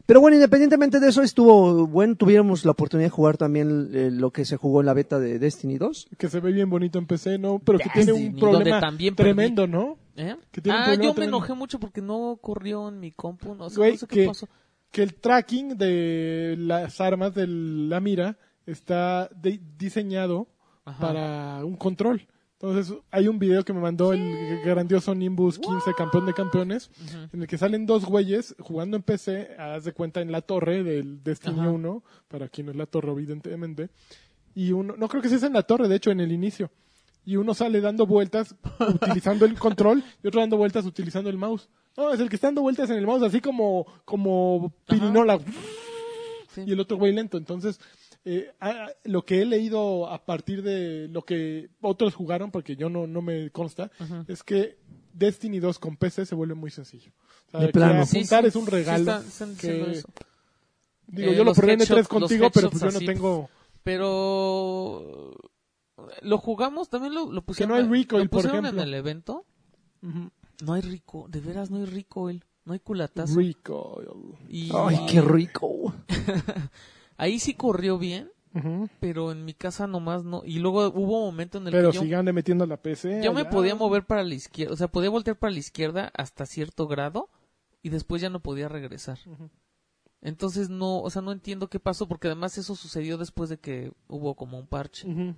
A: Pero bueno, independientemente de eso, estuvo bueno. Tuviéramos la oportunidad de jugar también eh, lo que se jugó en la beta de Destiny 2.
B: que se ve bien bonito en PC, ¿no? Pero que tiene un
C: Destiny,
B: problema
C: donde también perdí.
B: tremendo, ¿no?
C: ¿Eh?
B: Que tiene un
C: Ah,
B: problema
C: yo me
B: tremendo.
C: enojé mucho porque no corrió en mi compu. No sé,
B: Güey,
C: no sé qué
B: que-
C: pasó.
B: Que el tracking de las armas de la mira está de- diseñado
C: Ajá.
B: para un control. Entonces, hay un video que me mandó el grandioso Nimbus 15, campeón de campeones,
C: Ujú.
B: en el que salen dos güeyes jugando en PC, haz de cuenta en la torre del Destiny
C: Ajá.
B: 1, para quien no es la torre, evidentemente. Y uno, no creo que sea en la torre, de hecho, en el inicio. Y uno sale dando vueltas utilizando el control y otro dando vueltas utilizando el mouse. No, es el que está dando vueltas en el mouse, así como, como
C: Ajá.
B: pirinola
C: Sí.
B: y el otro güey lento. Entonces, eh, a- a- lo que he leído a partir de lo que otros jugaron, porque yo no, no me consta,
C: Ajá.
B: es que Destiny 2 con PC se vuelve muy sencillo. O sea,
A: De
B: que
A: plano.
B: apuntar
C: Sí, sí,
B: es un
C: sí
B: regalo.
C: están- están
B: que-
C: diciendo eso.
B: Digo,
C: Eh,
B: yo lo
C: los
B: probé en E3
C: headshots-
B: contigo,
C: los
B: pero pues yo
C: headshots
B: no
C: así,
B: tengo...
C: Pero lo jugamos, también lo, lo pusieron,
B: no hay recoil,
C: lo
B: por
C: pusieron
B: ejemplo.
C: en el evento.
B: Ujú.
C: No hay rico, de veras no hay rico él, no hay culatazo.
B: Recoil.
C: Y
A: Ay, qué rico.
C: ahí sí corrió bien,
B: Ujú.
C: pero en mi casa nomás no. Y luego hubo un momento en el
B: Pero
C: que yo,
B: sigan metiendo la PC.
C: yo me
B: allá.
C: podía mover para la izquierda, o sea, podía voltear para la izquierda hasta cierto grado y después ya no podía regresar.
B: Ujú.
C: Entonces no, o sea, no entiendo qué pasó porque además eso sucedió después de que hubo como un parche.
B: Ujú.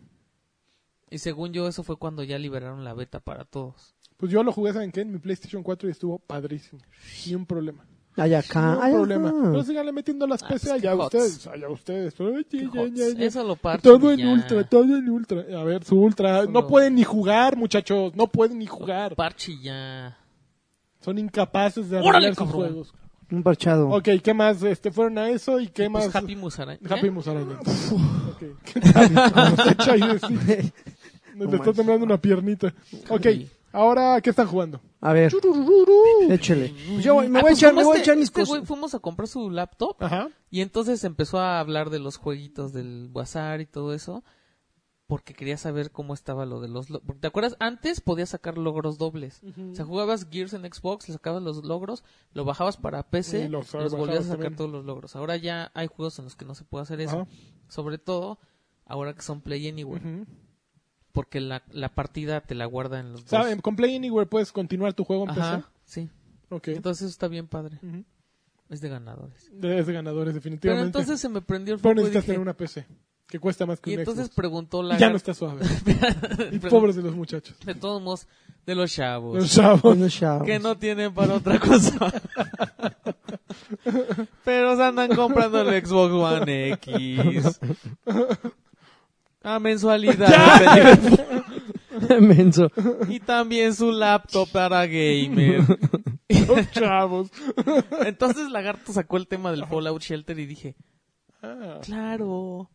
C: Y según yo eso fue cuando ya liberaron la beta para todos.
B: Pues yo lo jugué, ¿saben qué? En mi PlayStation 4 y estuvo padrísimo. Ni un problema.
A: Ay,
B: No
A: acá.
B: hay
A: ay,
B: problema.
A: Ah, ajá.
B: Pero síganle metiendo las
C: Ah,
B: PC
C: pues, qué
B: allá
C: hots.
B: ustedes. Allá ustedes. Pero, ay, ya,
C: Qué
B: ya,
C: jots.
B: ya, ya.
C: Eso lo parto.
B: Todo en ultra, todo en ultra. A ver, su ultra.
C: Eso
B: No
C: no.
B: pueden ni jugar, muchachos. No pueden ni jugar.
C: Parche ya.
B: Son incapaces de
C: ¡Órale,
B: arreglar sus
C: cabrón!
B: juegos.
A: Un parchado.
B: Ok, ¿qué más? Este, fueron a eso y qué
C: Pues
B: más.
C: Happy Musaraña.
B: Happy Musaraña. Ok. Nos echa ahí de sí. Me
A: No
B: está
A: manches.
B: temblando una piernita. Ok, ahora, ¿qué están jugando?
A: A ver,
B: Chururururu.
A: échele. Pues yo voy- me
C: Ah,
A: voy a
C: pues
A: echar,
C: como
A: me voy a
C: este-
A: echar mis
C: este
A: cosas.
C: güey fuimos a comprar su laptop
B: Ajá.
C: y entonces empezó a hablar de los jueguitos del bazar y todo eso porque quería saber cómo estaba lo de los lo- porque, ¿Te acuerdas? Antes podías sacar logros dobles. O sea, jugabas Gears en Xbox, le sacabas los logros, lo bajabas para PC,
B: Y
C: y
B: los
C: los,
B: bajabas
C: volvías a sacar
B: también.
C: todos los logros. Ahora ya hay juegos en los que no se puede hacer eso.
B: Ajá.
C: Sobre todo ahora que son Play Anywhere,
B: Ujú.
C: porque la, la partida te la guarda en los dos.
B: ¿Saben? Con Play Anywhere puedes continuar tu juego en PC.
C: Pues- Ajá, sí.
B: Ok.
C: Entonces eso está bien padre.
B: Ujú.
C: Es de ganadores.
B: Es de ganadores,
C: Pero
B: definitivamente.
C: entonces se me prendió el
B: Pero
C: foco y
B: necesitas
C: dije-
B: tener una PC que cuesta más que
C: y
B: un
C: entonces
B: Xbox.
C: preguntó
B: Y
C: la
B: ya no está suave. y
C: pregun-
B: pobres de los muchachos.
C: de todos modos de los
B: Los
C: chavos
B: chavos.
A: Unos chavos.
C: que no tienen para otra cosa. Pero se andan comprando el Xbox One X. A mensualidad.
A: Menso.
C: Y también su laptop para gamer.
B: Los chavos.
C: Entonces Lagarto sacó el tema del Fallout Shelter y dije,
B: Ah.
C: claro,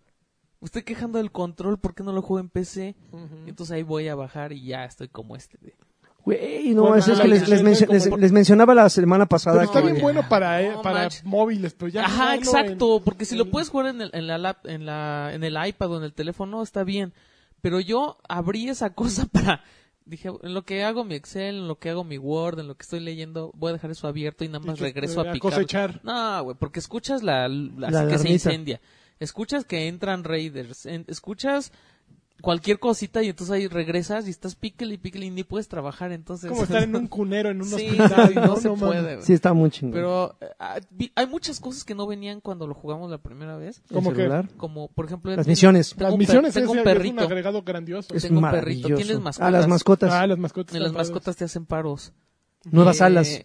C: usted quejando del control, ¿por qué no lo juego en PC?
B: Ujú.
C: Entonces ahí voy a bajar y ya estoy como este. de-
A: Güey, no,
B: Bueno,
A: es, es que
C: no,
A: les,
C: sí,
A: les
B: sí,
A: mencio-
B: sí, como
A: les-
B: por-
A: les mencionaba la semana pasada.
B: Pero está
A: que-
B: bien bueno para, eh,
C: No
B: para
C: manches.
B: móviles, pero ya.
C: Ajá,
B: jugarlo en-
C: exacto, porque si lo
B: en-
C: puedes jugar en el, en, la lap- en, la, en el iPad o en el teléfono, está bien. Pero yo abrí esa cosa para... Dije, en lo que hago mi Excel, en lo que hago mi Word, en lo que estoy leyendo, voy a dejar eso abierto y nada
B: y
C: más
B: que-
C: regreso a
B: eh,
C: picar.
B: cosechar.
C: No, güey, porque escuchas la, la-
A: La
C: que se
A: alarmita.
C: incendia. Escuchas que entran raiders. en- escuchas cualquier cosita y entonces ahí regresas y estás píquele y píquele y ni puedes trabajar, entonces...
B: Como estar en un cunero, en un
C: Sí,
B: hospital.
C: güey, no, se
B: mames.
C: puede, güey.
A: Sí, está muy chingón.
C: Pero eh, ah, vi- hay muchas cosas que no venían cuando lo jugamos la primera vez.
A: El
B: ¿Cómo qué?
A: celular.
C: Como, por ejemplo...
A: Las
C: tengo-
A: misiones.
C: tengo
B: Las
C: un per-
B: misiones es,
C: tengo un
B: es un
C: perrito.
B: agregado grandioso.
A: Es
C: tengo un perrito.
A: maravilloso.
C: ¿Tienes
A: Ah, las
C: mascotas?
A: mascotas.
B: Ah, las mascotas.
C: Y las
B: están padres.
C: mascotas te hacen paros.
A: nuevas
C: Eh,
A: alas.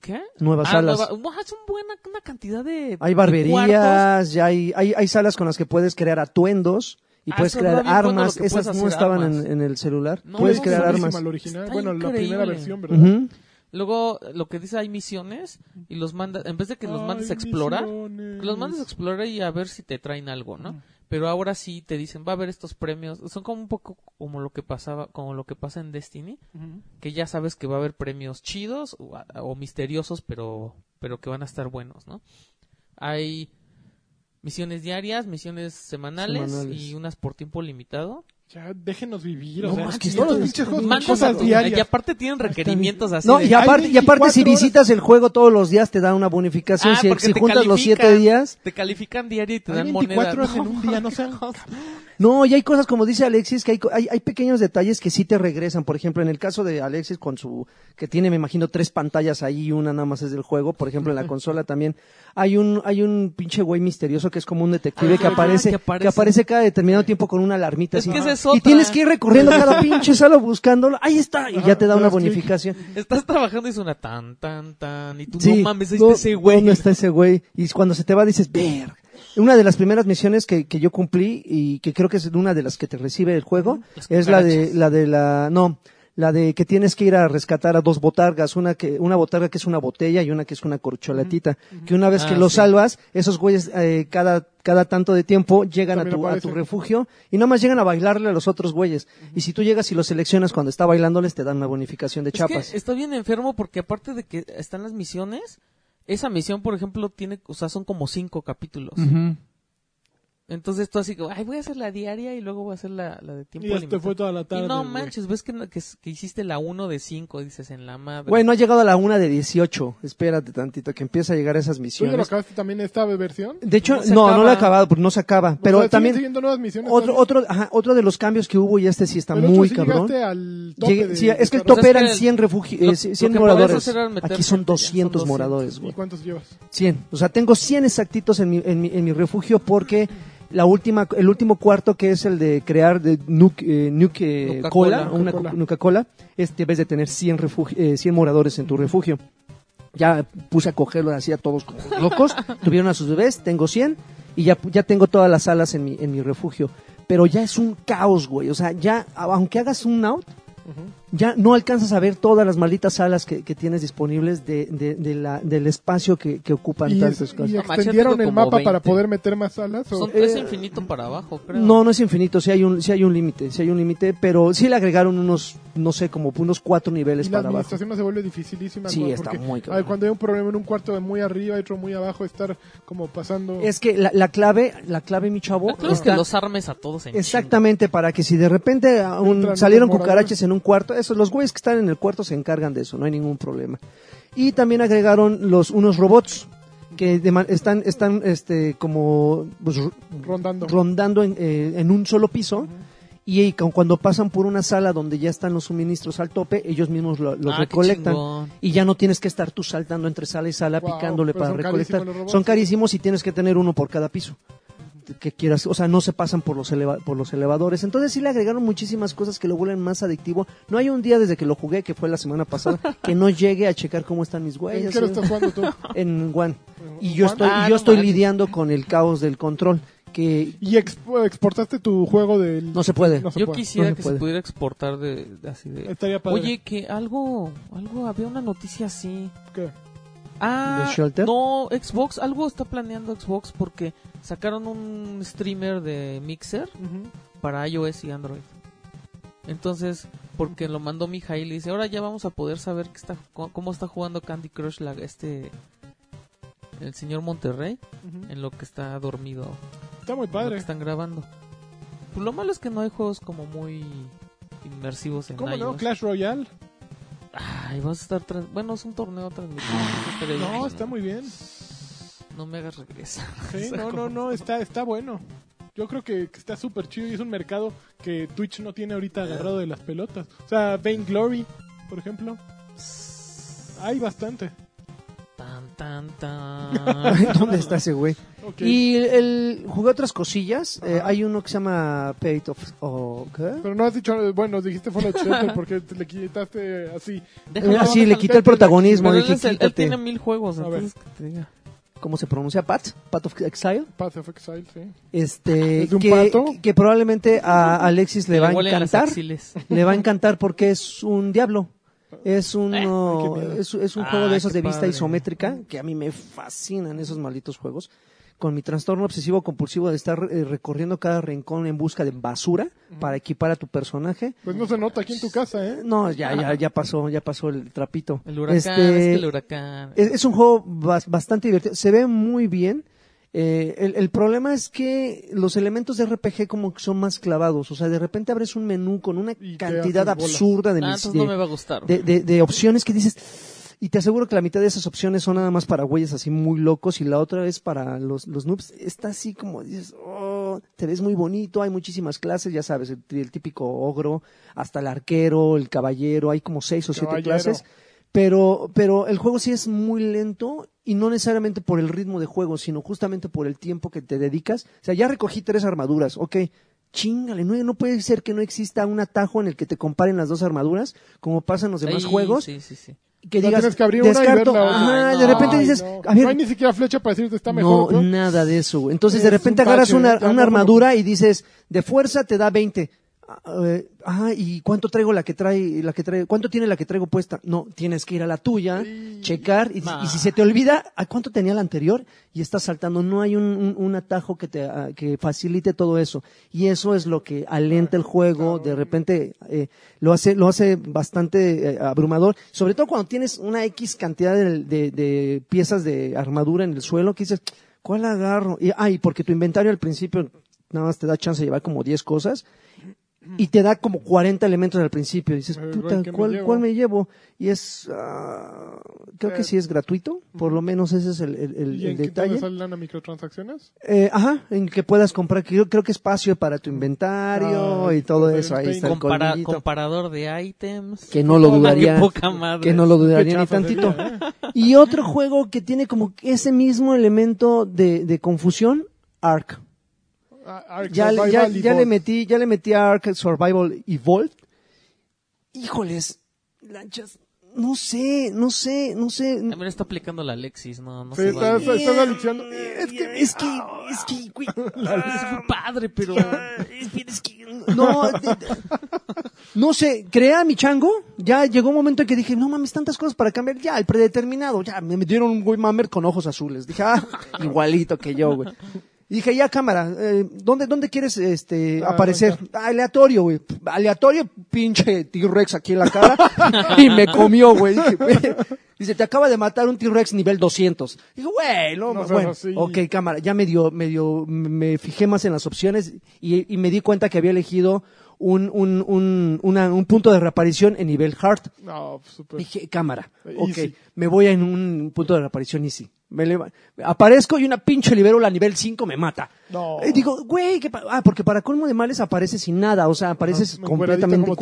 C: ¿Qué?
A: Nuevas
C: Ah,
A: alas.
C: nueva- Buah, es un buena, una cantidad de.
A: Hay
C: de cuartos.
A: barberías, ya hay, hay, hay salas con las que puedes crear atuendos y
C: Ah,
A: puedes
C: eso
A: crear
C: no había cuando
A: armas.
C: lo que
A: Esas
C: puedes
A: no
C: hacer
A: estaban
C: armas.
A: en, en el celular.
C: No,
A: puedes
C: es
A: crear
B: buenísima
A: armas.
B: La original.
C: Está
B: bueno, la
C: increíble.
B: primera versión, ¿verdad?
A: Ujú.
C: Luego, lo que dice, hay misiones y los manda, en vez de que los mandes
B: Ay,
C: a explorar,
B: misiones.
C: los mandas a explorar y a ver si te traen algo, ¿no? Pero ahora sí te dicen, va a haber estos premios. Son como un poco como lo que pasaba, como lo que pasa en Destiny,
B: Ujú.
C: que ya sabes que va a haber premios chidos o, a- o misteriosos, pero, pero que van a estar buenos, ¿no? Hay misiones diarias, misiones semanales,
A: Semanales.
C: y unas por tiempo limitado.
B: Ya, déjenos vivir.
A: No,
B: o sea,
A: más que
B: todos los
A: esto-
B: pinches juegos son
C: Mandas a
B: cosas
C: tu-
B: diarias.
C: Y aparte tienen requerimientos así.
A: No,
C: de-
A: y aparte, y aparte si
B: 24 horas.
A: visitas el juego todos los días te da una bonificación.
C: Ah,
A: si
C: porque
A: si
C: te
A: juntas los
C: califican.
A: siete días.
C: Te califican diario y te
B: Hay
C: dan
B: 24
C: moneda.
B: horas en un día, no sean
A: No, y hay cosas, como dice Alexis, que hay, co- hay, hay pequeños detalles que sí te regresan. Por ejemplo, en el caso de Alexis, con su, que tiene, me imagino, tres pantallas ahí y una nada más es del juego. Por ejemplo, en la consola también hay un, hay un pinche güey misterioso que es como un detective
C: Ah,
A: que, aparece,
C: que
A: que
C: aparece.
A: aparece, cada determinado tiempo con una alarmita.
C: Es
A: así.
C: que esa es
A: Y
C: otra.
A: tienes que ir recorriendo cada pinche sala buscándolo. Ahí está, y ya te da
B: Ajá,
A: una
B: das clic.
A: bonificación.
C: Estás trabajando y suena tan, tan, tan. Y tú
A: Sí,
C: no mames, ahí
A: no,
C: está ese güey.
A: ¿Dónde está ese güey? Y cuando se te va dices, ver. Una de las primeras misiones que, que yo cumplí y que creo que es una de las que te recibe el juego
C: Las
A: es la de
C: cucarachas.
A: la de la no, la de que tienes que ir a rescatar a dos botargas, una que una botarga que es una botella y una que es una corcholatita, que una vez
C: Ah,
A: que los
C: sí.
A: salvas, esos güeyes eh, cada cada tanto de tiempo llegan a
B: También
A: tu, a
B: aparece.
A: tu refugio y nada más llegan a bailarle a los otros güeyes. Y si tú llegas y los seleccionas cuando está bailándoles te dan una bonificación de
C: Es
A: chapas.
C: que está bien enfermo porque aparte de que están las misiones, esa misión, por ejemplo, tiene, o sea, son como cinco capítulos. Entonces tú así como, ay, voy a hacer la diaria y luego voy a hacer la, la de tiempo
B: Y este
C: limitado".
B: fue toda la tarde.
C: Y no
B: güey.
C: manches, ves que, que, que hiciste la uno de cinco, dices, en la madre.
A: Güey, no ha llegado a la una de 18. Espérate tantito, que empieza a llegar esas
B: ¿Tú ya lo
A: misiones.
B: acabaste también esta versión?
A: De hecho,
C: No
A: no,
C: se
A: no,
C: acaba.
A: lo he acabado, porque no se acaba. Pero
B: O sea, ¿siguen
A: también,
B: siguiendo nuevas misiones.
A: otro,
B: también?
A: otro, ajá, otro de los cambios que hubo, y este sí está
B: Pero tú
A: muy
B: sí
A: cabrón.
B: llegaste al tope
A: Llegué-
B: de-
A: sí, es que el
B: de carrera.
A: tope
C: Entonces,
A: eran
C: que
A: 100, refugi-
C: lo-
A: eh,
C: lo
A: 100
C: que podías
A: moradores.
C: hacer era meter
A: Aquí son
C: gente, ya son
A: 200
C: 200.
A: moradores,
B: ¿Y
A: güey.
B: cuántos llevas?
A: 100. O sea, tengo 100 exactitos en mi, en mi, en mi refugio porque la última, el último cuarto que es el de crear de nuke, eh, nuke, eh,
C: Nuca
A: cola,
C: cola.
A: una
B: Nuca cola.
A: nuca cola, este debes de tener 100, refugi- eh, 100 moradores en tu refugio. Ya puse a cogerlos así a todos como locos, tuvieron a sus bebés, tengo 100 y ya, ya tengo todas las alas en mi, en mi refugio. Pero ya es un caos, güey. O sea, ya, aunque hagas un out, ya no alcanzas a ver todas las malditas salas que, que tienes disponibles de, de- de la, del espacio que, que ocupan
B: Y,
A: tantas
B: y
A: cosas.
C: No, macho,
B: extendieron
C: tengo
B: el
C: como
B: mapa para
C: 20.
B: poder meter más salas. o-
C: Son tres
A: eh,
C: infinito para abajo, creo.
A: No, no es infinito, sí hay un, sí hay un límite, sí hay un límite, pero sí le agregaron unos, no sé, como unos cuatro niveles
B: y la
A: para abajo.
B: administración no se vuelve dificilísima.
A: Sí,
B: güey,
A: está
B: porque,
A: muy
B: a ver,
A: cabrón.
B: Cuando hay un problema en un cuarto de muy arriba y otro muy abajo, estar como pasando...
A: Es que la, la clave, la clave, mi chavo,
C: La clave es que
A: está-
C: los armes a todos en
A: exactamente para que si de repente a un-
B: Entran
A: salieron
B: los moradores.
A: cucarachas en un cuarto, eso, los güeyes que están en el cuarto se encargan de eso, no hay ningún problema. Y también agregaron los, unos robots que de man- están, están, este, como, pues,
B: rondando.
A: rondando en, eh, en un solo piso. Y, eh, cu- cuando pasan por una sala donde ya están los suministros al tope, ellos mismos lo- los
C: Ah, qué
A: recolectan.
C: chingón.
A: Y ya no tienes que estar tú saltando entre sala y sala
B: Guau,
A: picándole
B: pero
A: para
B: son
A: recolectar.
B: carísimos los robots.
A: son carísimos y tienes que tener uno por cada piso. Que quieras, o sea, no se pasan por los, eleva- por los elevadores. Entonces, sí le agregaron muchísimas cosas que lo vuelven más adictivo. No hay un día desde que lo jugué, que fue la semana pasada, que no llegue a checar cómo están mis
B: ¿En
A: güeyes.
B: qué lo
A: ¿sí?
B: estás jugando tú?
A: en One. Y
B: ¿En
A: yo
B: One?
A: estoy,
C: Ah,
A: y
C: no
A: yo estoy
C: manches.
A: lidiando con el caos del control, que
B: ¿Y exp- exportaste tu juego del...?
A: no se puede.
B: No se
C: Yo
B: puede.
C: quisiera
A: no se
C: que
A: puede.
C: se pudiera exportar de, de así de.
B: Estaría padre.
C: Oye, que algo, algo había una noticia así.
B: ¿Qué?
C: Ah,
A: ¿De Shelter?
C: no, Xbox, algo está planeando Xbox porque sacaron un streamer de Mixer
B: Ujú.
C: para iOS y Android. Entonces, porque lo mandó Mijail y dice, ahora ya vamos a poder saber que está, co- cómo está jugando Candy Crush la, este, el señor Monterrey
B: Ujú.
C: en lo que está dormido,
B: Está muy
C: en lo eh, que
B: padre.
C: están grabando. Pues lo malo es que no hay juegos como muy inmersivos en
B: ¿Cómo no?
C: iOS.
B: ¿Clash Royale?
C: Ay, vas a estar... trans- Bueno, es un torneo transmitido. por televisión.
B: No, está muy bien.
C: No me hagas regresar.
B: Sí,
C: O sea,
B: no, no,
C: como-
B: no, está, está bueno. Yo creo que, que está súper chido y es un mercado que Twitch no tiene ahorita agarrado de las pelotas. O sea, Vainglory, por ejemplo. Hay bastante.
C: Tan, tan, tan.
A: ¿Dónde está ese güey?
B: Ok.
A: Y el, jugué otras cosillas. Eh, hay uno que se llama Pate of... o ¿qué?
B: Pero no has dicho, bueno, dijiste Fallout Shelter porque te le quitaste así.
C: Déjalo.
A: Ah, sí, le quité el protagonismo.
C: Pero él,
A: dije,
C: es el- él
A: quítate.
C: tiene mil juegos,
B: A ver.
C: entonces que te diga.
A: ¿Cómo se pronuncia? Pat, Pat of Exile.
B: Path of Exile, sí.
A: Este,
B: ¿Es de un
A: que,
B: pato?
A: que probablemente a Alexis le va a
C: huelen las
A: encantar.
C: axilas.
A: Le va a encantar porque es un diablo. Es un,
C: Eh,
A: no,
B: qué miedo.
A: es, es un
C: Ah,
A: juego de esos
C: qué
A: de vista
C: padre.
A: isométrica que a mí me fascinan esos malditos juegos. Con mi trastorno obsesivo compulsivo de estar eh, recorriendo cada rincón en busca de basura para equipar a tu personaje.
B: Pues no se nota aquí en tu casa, ¿eh?
A: No, ya, ya, ya pasó, ya pasó el trapito.
C: El huracán,
A: Este,
C: es que el huracán.
A: es, es un juego bas- bastante divertido. Se ve muy bien. Eh, el, el problema es que los elementos de RPG como que son más clavados. O sea, de repente abres un menú con una
B: Y te
A: cantidad
B: haces bolas.
A: absurda de,
C: Ah,
A: mis-
C: entonces
A: de-
C: no me va a gustar.
A: de, de- de opciones que dices... Y te aseguro que la mitad de esas opciones son nada más para güeyes así muy locos y la otra es para los, los noobs. Está así como dices, oh, te ves muy bonito, hay muchísimas clases, ya sabes, el, el típico ogro, hasta el arquero, el caballero, hay como seis o siete
B: Caballero.
A: clases. Pero, pero el juego sí es muy lento y no necesariamente por el ritmo de juego, sino justamente por el tiempo que te dedicas. O sea, ya recogí tres armaduras, ok. Chingale, no, no puede ser que no exista un atajo en el que te comparen las dos armaduras, como pasa en los demás
C: Ahí,
A: juegos.
C: Sí, sí, sí.
A: Que
B: No,
A: digas,
B: tienes que abrir una y ver la
A: descarto,
B: otra.
A: ajá,
C: Ay,
A: de
C: no.
A: repente
B: Ay,
A: dices,
B: no.
A: a ver,
B: No hay ni siquiera flecha para decirte está
A: no,
B: mejor. ¿no?
A: nada de eso. güey. Entonces, de
B: Es un
A: repente
B: parche,
A: agarras una,
B: ya
A: una
B: no
A: armadura y dices, de fuerza te da 20. Ah, eh, Ah, ¿y cuánto traigo la que trae, la que trae? ¿Cuánto tiene la que traigo puesta? No, tienes que ir a la tuya, checar, y, si-
C: Nah.
A: y si se te olvida, ¿a cuánto tenía la anterior? Y estás saltando. No hay un, un- un atajo que te ah, que facilite todo eso. Y eso es lo que alenta el juego. De repente eh, lo hace lo hace bastante eh, abrumador. Sobre todo cuando tienes una X cantidad de, de- de piezas de armadura en el suelo que dices, ¿cuál agarro? Y, ah, y porque tu inventario al principio nada más te da chance de llevar como 10 cosas y te da como 40 elementos al principio. Y dices,
B: Ay, güey,
A: puta,
B: ¿qué me
A: ¿cuál,
B: llevo? Eh.
A: cuál me llevo? Y es, ah, creo que sí es gratuito, por lo menos ese es el, el- el-
B: ¿Y
A: el
B: en qué
A: detalle.
B: dónde salen las microtransacciones?
A: Eh, ajá, en que puedas comprar, creo, creo que espacio para tu inventario
B: Ah,
A: y todo
B: pero
A: eso. Ahí
B: está
A: está el
C: Compara-
A: colmillito.
C: comparador de ítems.
A: Que no lo
C: Ah, qué
A: dudaría.
C: poca madre.
A: Que no lo
B: Qué
A: dudaría ni
B: chafa
A: tantito.
B: sería,
C: ¿eh?
A: Y otro juego que tiene como que ese mismo elemento de, de confusión, Ark.
B: Ah, Ark
A: ya, le- ya,
B: Survival
A: ya le
B: Evolved.
A: metí, ya le metí a Ark Survival Evolved. Híjoles, lanchas, no sé, no sé, no sé.
C: También está aplicando la Alexis, no, no
B: Sí,
C: se
B: estás,
C: vale.
B: estás aliciando.
A: Es que, es que, es que, güey,
C: Es padre, pero...
A: es que- es que- no, te- te- no sé, crea mi chango. Ya llegó un momento en que dije, no mames, tantas cosas para cambiar. Ya, el predeterminado, ya me metieron un güey mamer con ojos azules. Dije, ah, igualito que yo, güey. Y Dije, ya cámara, eh, ¿dónde, ¿dónde quieres este,
B: Ah,
A: aparecer? Aleatorio, güey. Aleatorio, pinche T-Rex aquí en la cara. y me comió, güey. Dije, güey. Dice, te acaba de matar un T-Rex nivel 200. Dije, güey, no,
B: No seas
A: bueno,
B: así.
A: ok, cámara. Ya me dio, me dio, me fijé más en las opciones y, y me di cuenta que había elegido un, un, un, una- un punto de reaparición en nivel hard.
B: No, súper.
A: Dije, cámara, ok,
B: Easy.
A: me voy en un punto de reaparición easy. Me leva- aparezco y una pinche libérula nivel 5 me mata.
B: No.
A: Y digo, güey, ¿qué pa- ah, porque para colmo de males apareces sin nada, o sea, apareces
B: Ajá,
A: completamente
B: encueradito como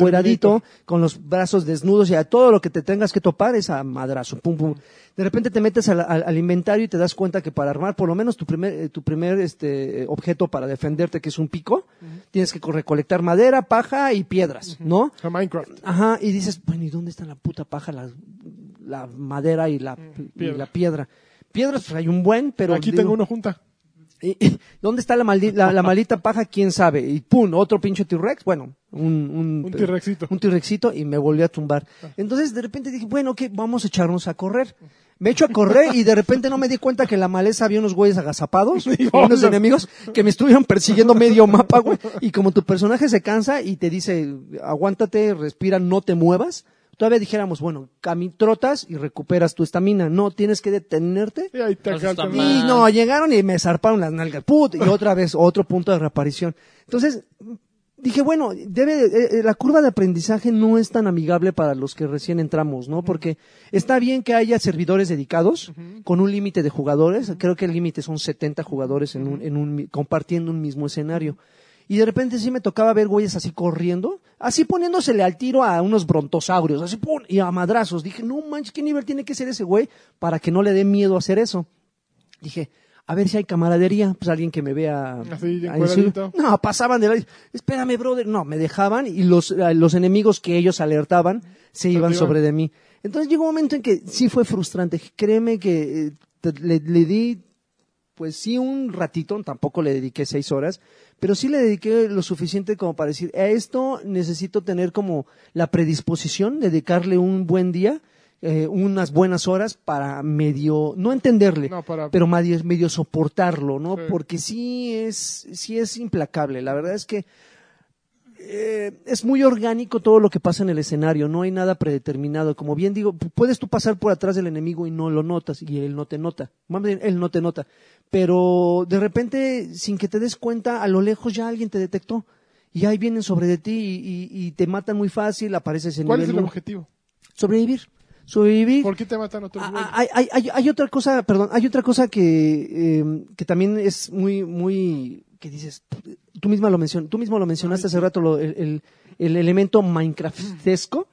A: cueradito, con los brazos desnudos y a todo lo que te tengas que topar es a madrazo, pum, pum. De repente te metes al, al- al inventario y te das cuenta que para armar por lo menos tu primer, eh, tu primer este, eh, objeto para defenderte, que es un pico, tienes que co- recolectar madera, paja y piedras, ¿no?
B: A Minecraft.
A: Ajá, y dices, bueno, ¿y dónde está la puta paja, la, la madera y la, y
B: piedra.
A: la piedra? Piedras, pues hay un buen, pero.
B: Aquí
A: digo,
B: tengo uno junta.
A: y- y- ¿Dónde está la, maldi- la, la maldita paja? ¿Quién sabe? Y pum, otro pinche T-Rex. Bueno, un... Un,
B: Un T-Rexito.
A: Un T-Rexito y me volvió a tumbar. Entonces, de repente dije, bueno, ¿qué? Vamos a echarnos a correr. Me echo a correr y de repente no me di cuenta que en la maleza había unos güeyes agazapados, unos enemigos que me estuvieron persiguiendo medio mapa, güey. Y como tu personaje se cansa y te dice, aguántate, respira, no te muevas. Todavía dijéramos, bueno, cami trotas y recuperas tu estamina. No, tienes que detenerte
B: Y ahí te
C: Entonces
B: agarran.
C: está mal.
A: y no, llegaron y me zarparon las nalgas. Put, y otra vez, otro punto de reaparición. Entonces, dije, bueno, debe, eh, eh, la curva de aprendizaje no es tan amigable para los que recién entramos, ¿no? Porque está bien que haya servidores dedicados con un límite de jugadores, creo que el límite son 70 jugadores en un, en un, mi- compartiendo un mismo escenario. Y de repente sí me tocaba ver güeyes así corriendo, así poniéndosele al tiro a unos brontosaurios, así ¡pum! y a madrazos. Dije, no manches, ¿qué nivel tiene que ser ese güey para que no le dé miedo hacer eso? Dije, a ver si hay camaradería, pues alguien que me vea.
B: Así,
A: a
B: encueradito.
A: decir- No, pasaban de la. Espérame, brother. No, me dejaban y los, eh, los enemigos que ellos alertaban se iban
B: iban.
A: sobre de mí. Entonces llegó un momento en que sí fue frustrante. Créeme que eh, te- le, le di, pues sí, un ratito, tampoco le dediqué seis horas, pero sí le dediqué lo suficiente como para decir, a esto necesito tener como la predisposición, dedicarle un buen día. eh, unas buenas horas para medio, no entenderle,
B: No, para-
A: pero medio, medio soportarlo, ¿no?
B: Sí.
A: Porque sí es, sí es implacable. La verdad es que eh, es muy orgánico todo lo que pasa en el escenario, no hay nada predeterminado. Como bien digo, p- puedes tú pasar por atrás del enemigo y no lo notas, y él no te nota. Más bien, él no te nota. Pero de repente, sin que te des cuenta, a lo lejos ya alguien te detectó. Y ahí vienen sobre de ti y, y- y te matan muy fácil, apareces en
B: ¿Cuál es
A: nivel
B: el
A: uno.
B: objetivo?
A: Sobrevivir. Sobrevivir.
B: ¿Por qué te matan otros
A: Ah,
B: güeyes?
A: Hay, hay- hay- hay otra cosa, perdón, hay otra cosa que, eh, que también es muy, muy, que dices, tú misma lo mencion, tú mismo lo mencionaste hace rato, lo- el, el- el elemento minecraftesco,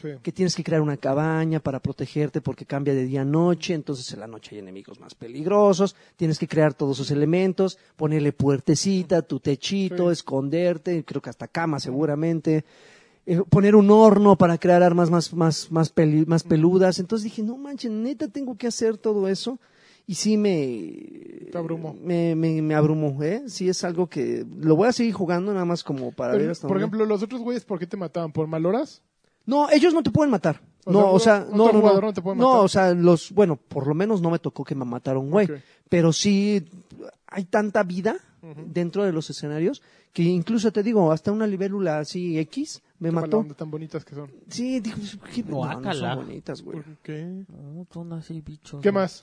B: Sí.
A: que tienes que crear una cabaña para protegerte porque cambia de día a noche, entonces en la noche hay enemigos más peligrosos, tienes que crear todos sus elementos, ponerle puertecita, tu techito,
B: Sí.
A: esconderte, creo que hasta cama seguramente, eh, poner un horno para crear armas más, más, más, peli- más peludas, entonces dije, no manches, neta tengo que hacer todo eso. Y sí me...
B: Te abrumó.
A: Me, me, me abrumó, ¿eh? Sí es algo que... Lo voy a seguir jugando nada más como para
B: Pero,
A: ver hasta
B: por
A: dónde.
B: ejemplo, los otros güeyes, ¿por qué te mataban? ¿Por mal horas?
A: No, ellos no te pueden matar.
B: O
A: no,
B: sea,
A: o sea,
B: otro
A: no, no, no,
B: jugador no te puede
A: No,
B: matar.
A: o sea, los, bueno, por lo menos no me tocó que me mataron, güey.
B: Ok.
A: Pero sí hay tanta vida dentro de los escenarios que incluso te digo, hasta una libélula así X me
B: Qué mala
A: mató.
B: onda, tan bonitas que son.
A: Sí, digo, pues, qué- no, no
C: Guácala.
A: son bonitas, güey.
B: ¿Qué,
C: No, tú no así, bicho.
B: ¿Qué
C: no.
B: más?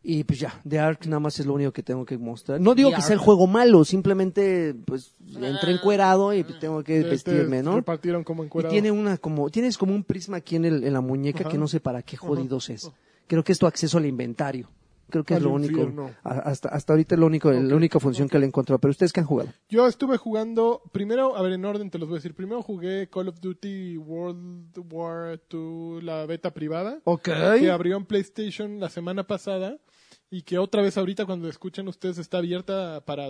A: Y pues ya, The Ark nada más es lo único que tengo que mostrar. No digo
C: The
A: que sea el
C: Ark. Ah,
A: juego malo, simplemente pues entré encuerado y pues, tengo que
B: Te- te
A: vestirme, ¿no?
B: Este, Repartieron como
A: Y
B: encuerados.
A: tiene una como, tienes como un prisma aquí en, el, en la muñeca
B: Ajá.
A: que no sé para qué jodidos es. Creo que es tu acceso al inventario. Creo que es
B: Al
A: lo único.
B: infierno.
A: a- Hasta, hasta ahorita es lo único, la única función que le encontró. Pero ustedes que han jugado.
B: Yo estuve jugando, primero, a ver, en orden te los voy a decir. Primero jugué Call of Duty World War II, la beta privada,
A: Ok.
B: que abrió en PlayStation la semana pasada y que otra vez ahorita cuando escuchen ustedes está abierta para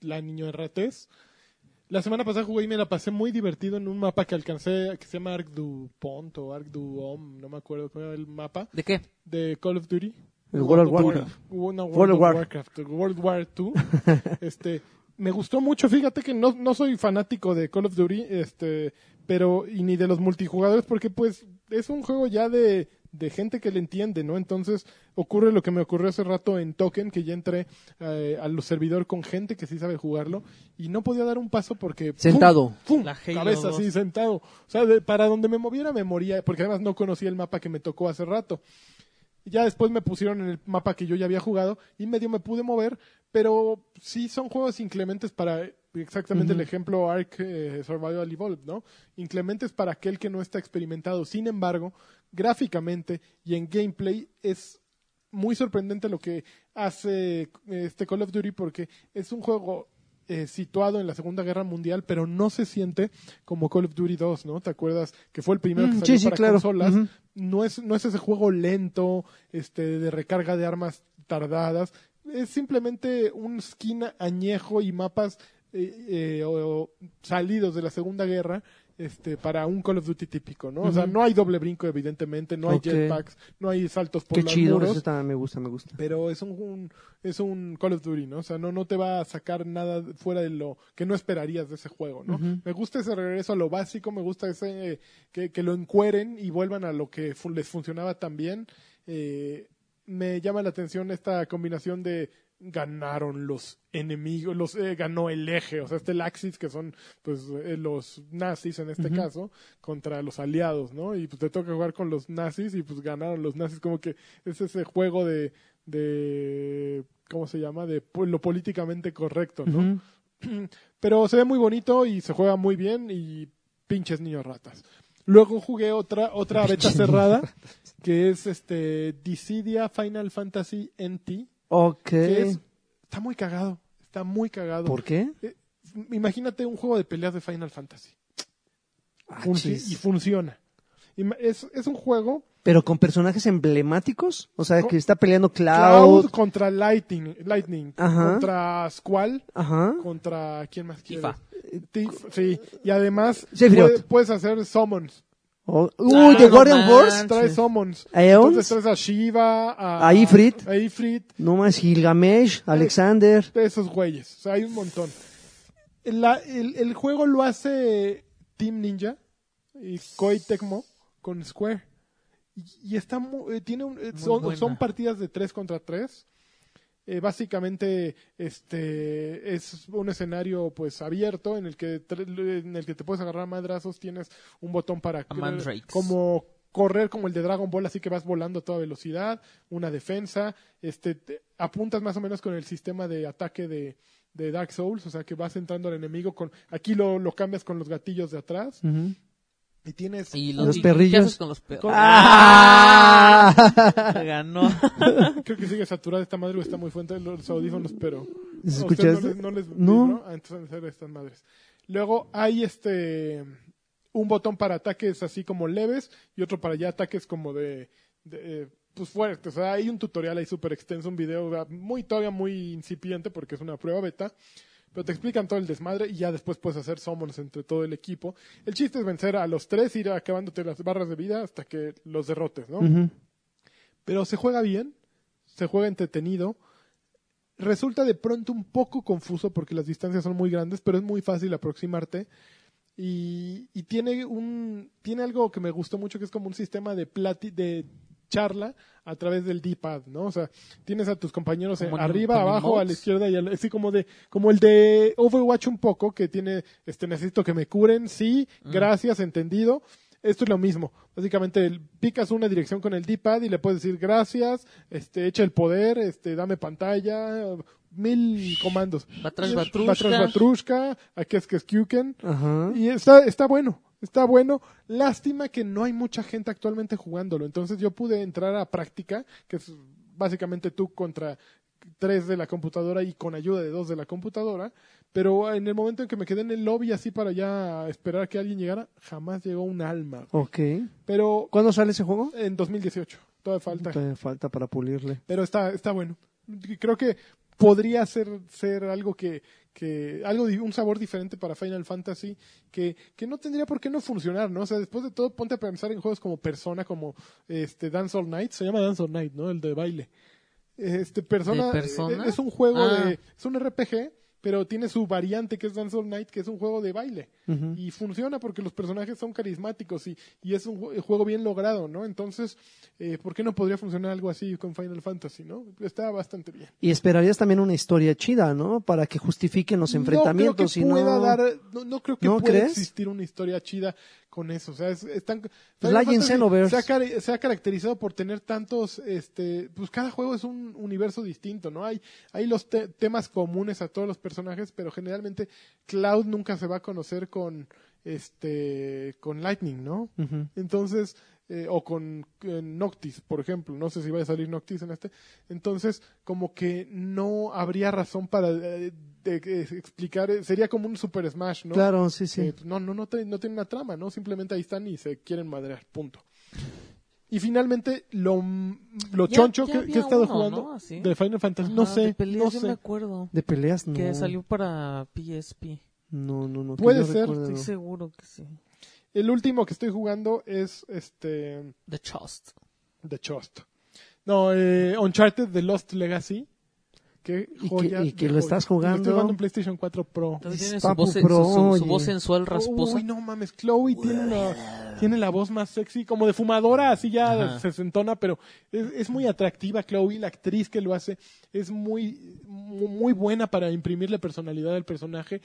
B: la niño ratez. La semana pasada jugué y me la pasé muy divertido en un mapa que alcancé, que se llama Arc du Pont o Arc du Homme, no me acuerdo cómo era el mapa,
C: ¿De qué?
B: de Call of Duty.
A: El World of Warcraft.
B: War- no,
A: World
B: World
A: of
B: of
A: War.
B: Warcraft, World War II. este, me gustó mucho, fíjate que no, no soy fanático de Call of Duty, este, pero, y ni de los multijugadores, porque pues es un juego ya de, de gente que le entiende, ¿no? Entonces ocurre lo que me ocurrió hace rato en Token, que ya entré eh, al servidor con gente que sí sabe jugarlo, y no podía dar un paso porque... ¡pum!
A: Sentado.
B: ¡Pum!
C: La Halo
B: cabeza
C: 2.
B: así sentado. O sea, de- para donde me moviera me moría, porque además no conocía el mapa que me tocó hace rato. Ya después me pusieron en el mapa que yo ya había jugado y medio me pude mover, pero sí son juegos inclementes para eh, exactamente el ejemplo Ark eh, Survival Evolved, ¿no? Inclementes para aquel que no está experimentado. Sin embargo, gráficamente y en gameplay es muy sorprendente lo que hace eh, este Call of Duty porque es un juego eh, situado en la Segunda Guerra Mundial, pero no se siente como Call of Duty 2, ¿no? ¿Te acuerdas que fue el primero
A: Mm, sí,
B: que salió
A: sí,
B: para
A: claro.
B: consolas?
A: Ujú.
B: no es, no es ese juego lento, este, de recarga de armas tardadas. Es simplemente un skin añejo y mapas eh, eh, o- o salidos de la Segunda Guerra este, para un Call of Duty típico, ¿no? O sea, no hay doble brinco, evidentemente, no hay
A: Ok.
B: jetpacks, no hay saltos por
A: Qué
B: los
A: chido.
B: muros
A: Eso está- me gusta, me gusta.
B: pero es un, un- es un Call of Duty, ¿no? O sea, no, no te va a sacar nada fuera de lo que no esperarías de ese juego, ¿no? Me gusta ese regreso a lo básico, me gusta ese eh, que, que lo encueren y vuelvan a lo que fu- les funcionaba también. Eh, me llama la atención esta combinación de ganaron los enemigos, los eh, ganó el eje, o sea, este Laxis que son pues eh, los nazis en este caso contra los aliados, ¿no? Y pues te toca jugar con los nazis y pues ganaron los nazis, como que es ese juego de de ¿cómo se llama? de po- lo políticamente correcto, ¿no?
A: Ujú.
B: Pero se ve muy bonito y se juega muy bien y pinches niños ratas. Luego jugué otra, otra beta cerrada, que es este Dissidia Final Fantasy NT,
A: Ok.
B: que es, está muy cagado, está muy cagado.
A: ¿Por qué?
B: Eh, imagínate un juego de peleas de Final Fantasy
A: Ah,
B: Funci-
A: chis.
B: y funciona. Ima- Es, es un juego
A: Pero con personajes emblemáticos. O sea,
B: Co-
A: que está peleando Cloud.
B: Cloud, contra Lightning, Lightning
A: Ajá.
B: contra Squall,
A: Ajá.
B: contra quién más quieres?
C: Tifa.
B: Tif- sí, y además
A: Sephiroth.
B: puede- puedes hacer summons.
A: O- Oh, Uy,
C: Ah,
A: The
C: no
A: Guardian
C: manches.
A: Wars.
B: Traes
C: Sí.
B: summons.
A: ¿A Eons?
B: Entonces traes a Shiva, a,
A: ¿A Ifrit?
B: a Ifrit,
A: No más Gilgamesh, Alexander.
B: de esos güeyes. O sea, hay un montón. La- el, el juego lo hace Team Ninja y Koei Tecmo con Square. Y, y está mu- eh, tiene un- eh,
C: Muy
B: son,
C: buena.
B: son partidas de 3 contra 3. básicamente este es un escenario pues abierto en el que tre- en el que te puedes agarrar a madrazos, tienes un botón para
C: A mandrakes.
B: como correr como el de Dragon Ball, así que vas volando a toda velocidad, una defensa, este te- apuntas más o menos con el sistema de ataque de, de Dark Souls, o sea que vas entrando al enemigo con aquí lo, lo cambias con los gatillos de atrás
A: Ujú.
B: y tienes
C: Y
A: Los
C: y-
A: perrillos.
C: ¿Qué haces con los perros?
B: Con-
A: ¡Ah!
C: Ganó.
B: Pues, creo que sigue saturada esta madre o está muy fuerte los audífonos, pero
A: ¿Se
B: a ustedes
A: escuchaste?
B: No les, no les
A: No.
B: ¿no? Ah, entonces han de ser estas madres. Luego hay este un botón para ataques así como leves y otro para ya ataques como de, de, eh, pues fuertes. O sea, hay un tutorial ahí súper extenso, un video ah, muy todavía muy incipiente porque es una prueba beta. Pero te explican todo el desmadre y ya después puedes hacer summons entre todo el equipo. El chiste es vencer a los tres, ir acabándote las barras de vida hasta que los derrotes, ¿no?
A: Ujú.
B: pero se juega bien, se juega entretenido. Resulta de pronto un poco confuso porque las distancias son muy grandes, pero es muy fácil aproximarte. Y, y tiene un tiene algo que me gustó mucho que es como un sistema de plati- de charla a través del D-pad, ¿no? O sea, tienes a tus compañeros eh,
C: Como en-
B: arriba,
C: como en
B: abajo, a la
C: emotes.
B: izquierda y a la- así como de como el de Overwatch un poco que tiene este necesito que me curen, sí, gracias, entendido. Esto es lo mismo. Básicamente el- picas una dirección con el D-pad y le puedes decir gracias, este echa el poder, este dame pantalla, mil comandos.
C: Batrash
B: Y-
C: Batrushka.
B: Batrash Batrushka, aquí es que es Kyuken.
A: Ajá.
B: Y está, está bueno, está bueno. Lástima que no hay mucha gente actualmente jugándolo. Entonces yo pude entrar a práctica, que es básicamente tú contra tres de la computadora y con ayuda de dos de la computadora. Pero en el momento en que me quedé en el lobby así para ya esperar que alguien llegara, jamás llegó un alma.
A: Ok.
B: Pero
A: ¿Cuándo sale ese juego?
B: en 2018, todavía falta.
A: Todavía falta para pulirle.
B: Pero está, está bueno. Creo que podría ser, ser algo que, que algo di- un sabor diferente para Final Fantasy que, que no tendría por qué no funcionar, ¿no? O sea, después de todo, ponte a pensar en juegos como Persona, como este Dance All Night, se llama Dance All Night, ¿no? El de baile. Este Persona,
C: ¿De Persona?
B: eh, es un juego
C: Ah.
B: de es un RPG, pero tiene su variante que es Dance All Night, que es un juego de baile
A: Ujú.
B: y funciona porque los personajes son carismáticos y, y es un ju- juego bien logrado, ¿no? Entonces, eh, ¿por qué no podría funcionar algo así con Final Fantasy, no? Está bastante bien.
A: Y esperarías también una historia chida, ¿no? Para que justifiquen los enfrentamientos.
B: no creo que
A: si
B: pueda
A: no...
B: dar, no, no creo que
A: ¿No
B: pueda
A: crees?
B: existir una historia chida con eso. O sea, es, están,
A: Pues like en Xenoverse.
B: se, ha, cari- se ha caracterizado por tener tantos, este, pues cada juego es un universo distinto, ¿no? Hay, hay los te- temas comunes a todos los personajes, pero generalmente Cloud nunca se va a conocer con, este, con Lightning, ¿no?
A: Ujú.
B: Entonces, eh, o con eh, Noctis, por ejemplo, no sé si va a salir Noctis en este. Entonces, como que no habría razón para eh, de- de explicar, eh, sería como un Super Smash, ¿no?
A: Claro, sí, sí.
B: Eh, pues, no, no, no, trae- no tiene una trama, ¿no? Simplemente ahí están y se quieren madrear, punto. Y finalmente, lo, mm, lo
C: Ya-
B: choncho
C: ya
B: que, que he
C: había
B: estado
C: uno,
B: jugando
C: ¿no? Así.
B: de Final Fantasy, no
C: Ajá, de
B: sé,
C: peleas,
B: no
C: yo me
B: sé.
C: acuerdo.
A: De peleas, no.
C: Que salió para PSP.
A: No, no, no. que
B: Puede
A: yo
B: ser,
A: recuerde,
C: Estoy
A: no.
C: seguro que sí.
B: El último que estoy jugando es este
C: The Chust.
B: The Chost. No, eh, Uncharted The Lost Legacy. Qué
A: Y que-
B: joya
A: y que lo
B: de juego.
A: estás
B: Lo
A: jugando.
B: estoy jugando en PlayStation 4 Pro.
C: Todavía tiene su
A: Papu
C: voz,
A: Pro,
C: su- su- su
A: oye.
C: voz sensual rasposa.
B: Uy, no mames, Chloe tiene, una- tiene la voz más sexy, como de fumadora, así ya
C: Ajá.
B: se sesentona, pero es, es muy atractiva Chloe, la actriz que lo hace, es muy, mu- muy buena para imprimirle personalidad al personaje.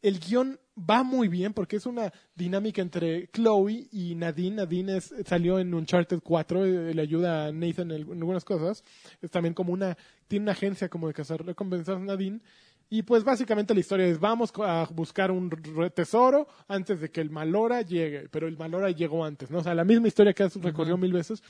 B: El guión va muy bien porque es una dinámica entre Chloe y Nadine. Nadine es- salió en Uncharted 4, eh, le ayuda a Nathan en, algu- en algunas cosas. Es también como una, tiene una agencia como de cazar recompensas Nadine. Y pues básicamente la historia es vamos co- a buscar un re- tesoro antes de que el Malora llegue, pero el Malora llegó antes, ¿no? O sea, la misma historia que has recorrido mil veces.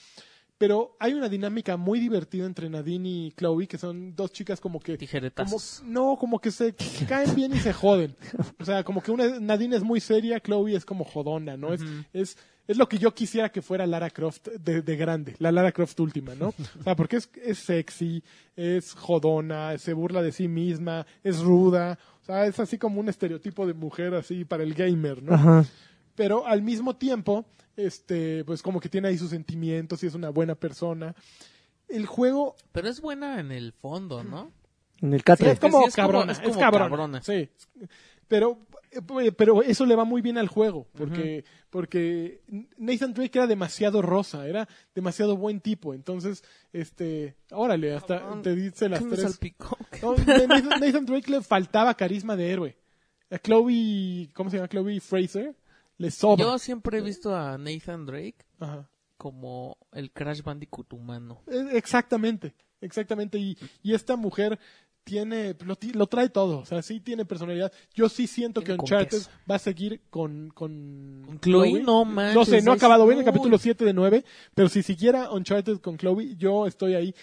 B: Pero hay una dinámica muy divertida entre Nadine y Chloe, que son dos chicas como que... Como,
C: Tijeretazos.
B: no, como que se caen bien y se joden. O sea, como que una, Nadine es muy seria, Chloe es como jodona, ¿no? Es- es, es, lo que yo quisiera que fuera Lara Croft de, de grande, la Lara Croft última, ¿no? O sea, porque es, es sexy, es jodona, se burla de sí misma, es ruda. O sea, es así como un estereotipo de mujer así para el gamer, ¿no?
A: Ajá.
B: pero al mismo tiempo, este, pues como que tiene ahí sus sentimientos y es una buena persona. El juego
C: Pero es buena en el fondo, ¿no?
A: En el
B: Sí,
A: catre.
B: es como
C: Sí, es como-
B: cabrona,
C: es como
B: es cabrona,
C: cabrona.
B: sí. Pero, eh, pero eso le va muy bien al juego, porque, porque Nathan Drake era demasiado rosa, era demasiado buen tipo, entonces, este, órale, hasta
C: Cabrón,
B: te dice las
C: ¿Qué me
B: tres.
C: salpicó?
B: No, Nathan, Nathan Drake le faltaba carisma de héroe. A Chloe, ¿cómo se llama? Chloe Fraser, le sobra.
C: Yo siempre he visto a Nathan Drake
B: Ajá.
C: como el Crash Bandicoot humano.
B: Eh, Exactamente, exactamente. Y, y esta mujer tiene, lo, ti- lo trae todo, o sea, sí tiene personalidad. Yo sí siento
C: Tiene
B: que
C: con
B: Uncharted
C: queso.
B: va a seguir con... Con,
C: Con Chloe, no manches.
B: No sé, no ha
C: es
B: acabado bien el
C: muy-
B: capítulo 7 de 9, pero si siguiera Uncharted con Chloe, yo estoy ahí.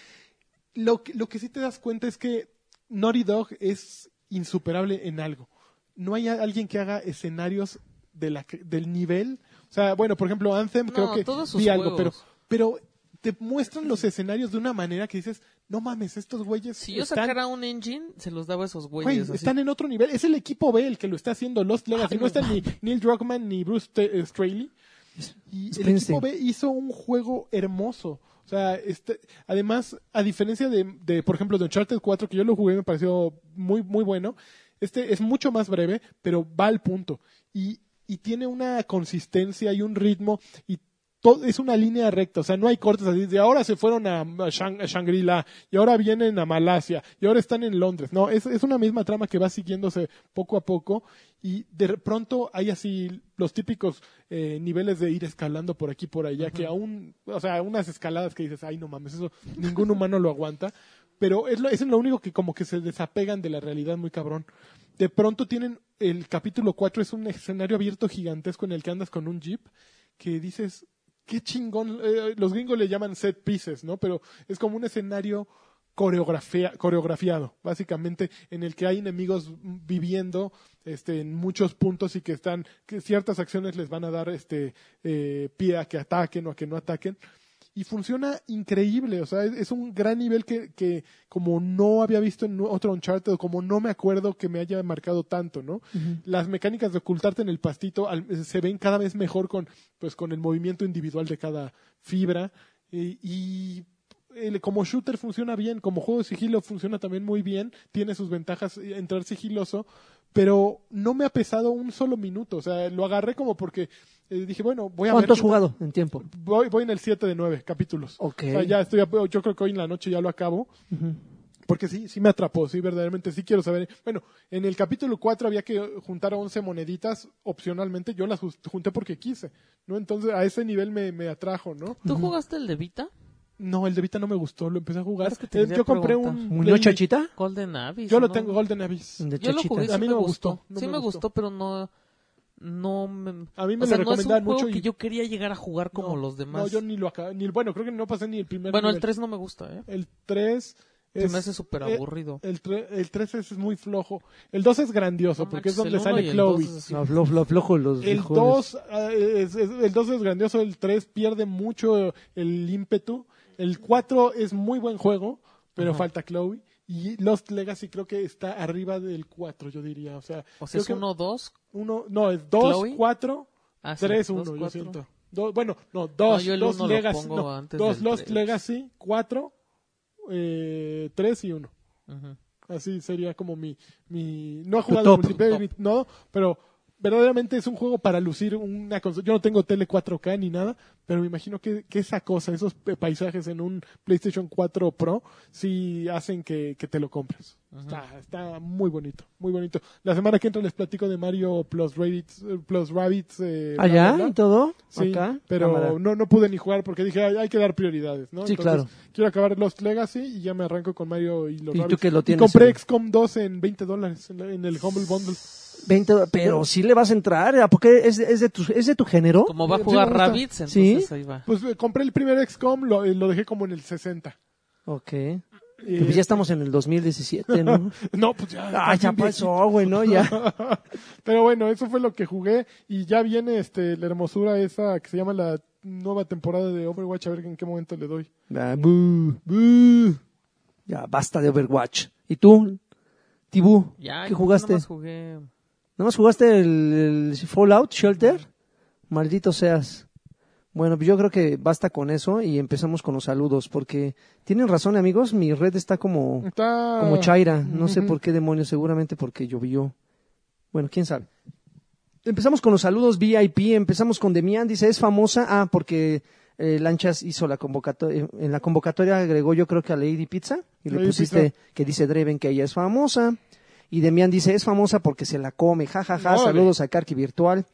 B: Lo, que- lo que sí te das cuenta es que Naughty Dog es insuperable en algo. No hay a- alguien que haga escenarios de la, que- del nivel. O sea, bueno, por ejemplo, Anthem
C: No,
B: creo que
C: todos sus
B: vi algo, pero,
C: juegos.
B: pero te muestran los escenarios de una manera que dices, no mames, estos güeyes
C: Si yo
B: están,
C: sacara un engine, se los daba a esos
B: güey,
C: güeyes. así.
B: están en otro nivel. Es el equipo B el que lo está haciendo Lost Legacy.
C: Ay,
B: no
C: no
B: están ni Neil Druckmann ni Bruce T- eh, Straley. Y el
A: Springsteen.
B: equipo B hizo un juego hermoso. O sea, este, además, a diferencia de, de, por ejemplo, de Uncharted 4, que yo lo jugué y me pareció muy, muy bueno, este es mucho más breve, pero va al punto. Y, y tiene una consistencia y un ritmo y todo, es una línea recta, o sea, no hay cortes así de ahora se fueron a, a Shang- a Shangri-La y ahora vienen a Malasia y ahora están en Londres. No, es, es una misma trama que va siguiéndose poco a poco y de pronto hay así los típicos eh, niveles de ir escalando por aquí por allá que aún, o sea, unas escaladas que dices, ay no mames, eso ningún humano lo aguanta, pero es lo, es lo único que como que se desapegan de la realidad muy cabrón. De pronto tienen el capítulo 4 es un escenario abierto gigantesco en el que andas con un jeep que dices, qué chingón, eh, los gringos le llaman set pieces, ¿no? Pero es como un escenario coreografia- coreografiado, básicamente, en el que hay enemigos viviendo este, en muchos puntos y que están, que ciertas acciones les van a dar este, eh, pie a que ataquen o a que no ataquen. Y funciona increíble, o sea, es, es un gran nivel que, que como no había visto en otro Uncharted, o como no me acuerdo que me haya marcado tanto, ¿no? Las mecánicas de ocultarte en el pastito al- se ven cada vez mejor con, pues, con el movimiento individual de cada fibra. eh, y el- como shooter funciona bien, como juego de sigilo funciona también muy bien, tiene sus ventajas eh, entrar sigiloso, pero no me ha pesado un solo minuto, o sea, lo agarré como porque eh, dije, bueno, voy a ver
A: ¿Cuánto has
B: qué tal-
A: jugado en tiempo?
B: Voy, voy en el 7 de 9 capítulos.
A: Ok.
B: O sea, ya estoy, a- yo creo que hoy en la noche ya lo acabo. Porque sí, sí me atrapó, sí, verdaderamente, sí quiero saber. Bueno, en el capítulo 4 había que juntar 11 moneditas opcionalmente, yo las jus- junté porque quise, ¿no? Entonces a ese nivel me, me atrajo, ¿no?
C: ¿Tú jugaste el de Vita?
B: No, el de Vita no me gustó, lo empecé a jugar.
C: Es que te
B: Eh,
C: quería
B: yo compré
C: preguntar.
B: un...
A: ¿Muñoz
B: Play-
A: Chachita?
C: Golden Abyss.
B: Yo lo
C: ¿no?
B: tengo, Golden Abyss.
A: De
C: Yo lo
A: Chachita.
C: jugué, sí
B: A mí
C: me
B: no me
C: gustó.
B: gustó, no
C: sí
B: me
C: me
B: gustó.
C: gustó, pero no... No me...
B: A mí me
C: o sea,
B: lo
C: no es un
B: recomendaban
C: juego
B: mucho y-
C: que yo quería llegar a jugar como
B: No,
C: los demás.
B: No, yo ni lo acabé, ni, bueno, creo que no pasé ni el primer
C: Bueno, el
B: nivel.
C: 3 no me gusta, ¿eh?
B: El eh, 3
C: Se me hace súper aburrido.
B: El, 3 es muy flojo. El 2 es grandioso,
C: No
B: porque es
C: manches, el
B: donde
C: uno y
B: sale
C: el dos pues,
B: Chloe.
C: es así.
A: No, flo- flo- flojo los
B: El
A: frijoles.
B: 2 es, es- el 2 es grandioso, el 3 pierde mucho el ímpetu, el 4 es muy buen juego, pero
C: Ajá.
B: falta Chloe. Y Lost Legacy creo que está arriba del 4, yo diría. O sea,
C: O sea, es
B: creo que
C: 1 2.
B: uno- no, es 2,
C: Chloe.
B: 4,
C: Ah, sí,
B: 3,
C: dos,
B: 1, yo
C: cuatro.
B: siento. Do- bueno, no, 2,
C: yo el
B: 2
C: uno lo
B: Legacy,
C: pongo
B: no,
C: antes
B: dos
C: del
B: Lost
C: tres.
B: Legacy, 4, 3 y 1.
C: Ujú.
B: Así sería como mi, mi no he
A: Tu
B: jugado al
A: top.
B: multiplayer,
C: Top.
B: ni- no, pero verdaderamente es un juego para lucir una consola. Yo no tengo tele 4K ni nada, pero me imagino que, que esa cosa, esos pe- paisajes en un PlayStation 4 Pro, sí hacen que, que te lo compres. Está, está muy bonito, muy bonito. La semana que entra les platico de Mario plus Rabbits. eh, Plus Rabbits eh, bla,
A: ¿Allá
B: bla,
A: ¿Ah, y
B: bla.
A: todo?
B: Sí,
A: ¿Acá? Cámara.
B: pero no, no pude ni jugar porque dije, "Ay, hay que dar prioridades, ¿no?
A: Sí, claro.
B: Quiero acabar Lost Legacy y ya me arranco con Mario y los
A: ¿Y tú
B: Rabbids.
A: que lo
B: Y
A: tienes,
B: compré
A: eh?
B: XCOM 2 en 20 dólares en, la- en el Humble Bundle.
A: 20 do- pero sí le vas a entrar, ¿a poco es, de- es, de tu, ¿es de tu género?
C: Como va a
B: Sí,
C: jugar
B: me gusta.
C: Rabbids,
A: Sí.
C: entonces ahí va.
B: Pues eh, compré el primer XCOM, lo, eh, lo dejé como en el 60.
A: Ok.
B: Eh,
A: Pues ya estamos en el 2017, ¿no?
B: No, pues ya. está
A: Ay, Ah, ya
B: bien viejito.
A: pasó, güey, ¿no? Ya.
B: Pero bueno, eso fue lo que jugué y ya viene este la hermosura esa que se llama la nueva temporada de Overwatch, a ver en qué momento le doy.
A: Ah, bu, bu. Ya, basta de Overwatch. ¿Y tú, Tibú?
C: Ya,
A: ¿Qué
C: yo
A: jugaste?
C: nomás jugué
A: ¿Nada más jugaste el, el Fallout Shelter? Maldito seas. Bueno, pues yo creo que basta con eso y empezamos con los saludos, porque tienen razón, amigos, mi red está como,
B: Está
A: como Chaira. No sé
B: Ah, Ujú.
A: por qué demonios, seguramente porque llovió. Bueno, quién sabe. Empezamos con los saludos VIP, empezamos con Demian, dice, es famosa, ah, porque eh, Lanchas hizo la convocatoria, eh, en la convocatoria agregó yo creo que a Lady Pizza, y le
B: Lady
A: pusiste
B: Pizza.
A: que dice Dreven que ella es famosa, y Demian dice, es famosa porque se la come, jajaja,
B: Órale.
A: saludos a Karki Virtual.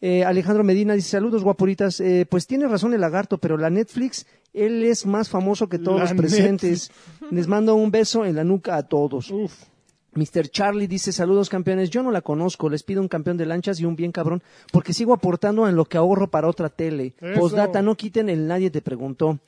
A: Eh, Alejandro Medina dice, saludos guapuritas, Eh, pues tiene razón el lagarto, pero la Netflix, él es más famoso que todos
B: La
A: los presentes. Les mando un beso en la nuca a todos.
B: Uf.
A: Mr. Charlie dice, saludos campeones, yo no la conozco, les pido un campeón de lanchas y un bien cabrón, porque sigo aportando en lo que ahorro para otra tele.
B: Eso.
A: Postdata, no quiten el nadie te preguntó.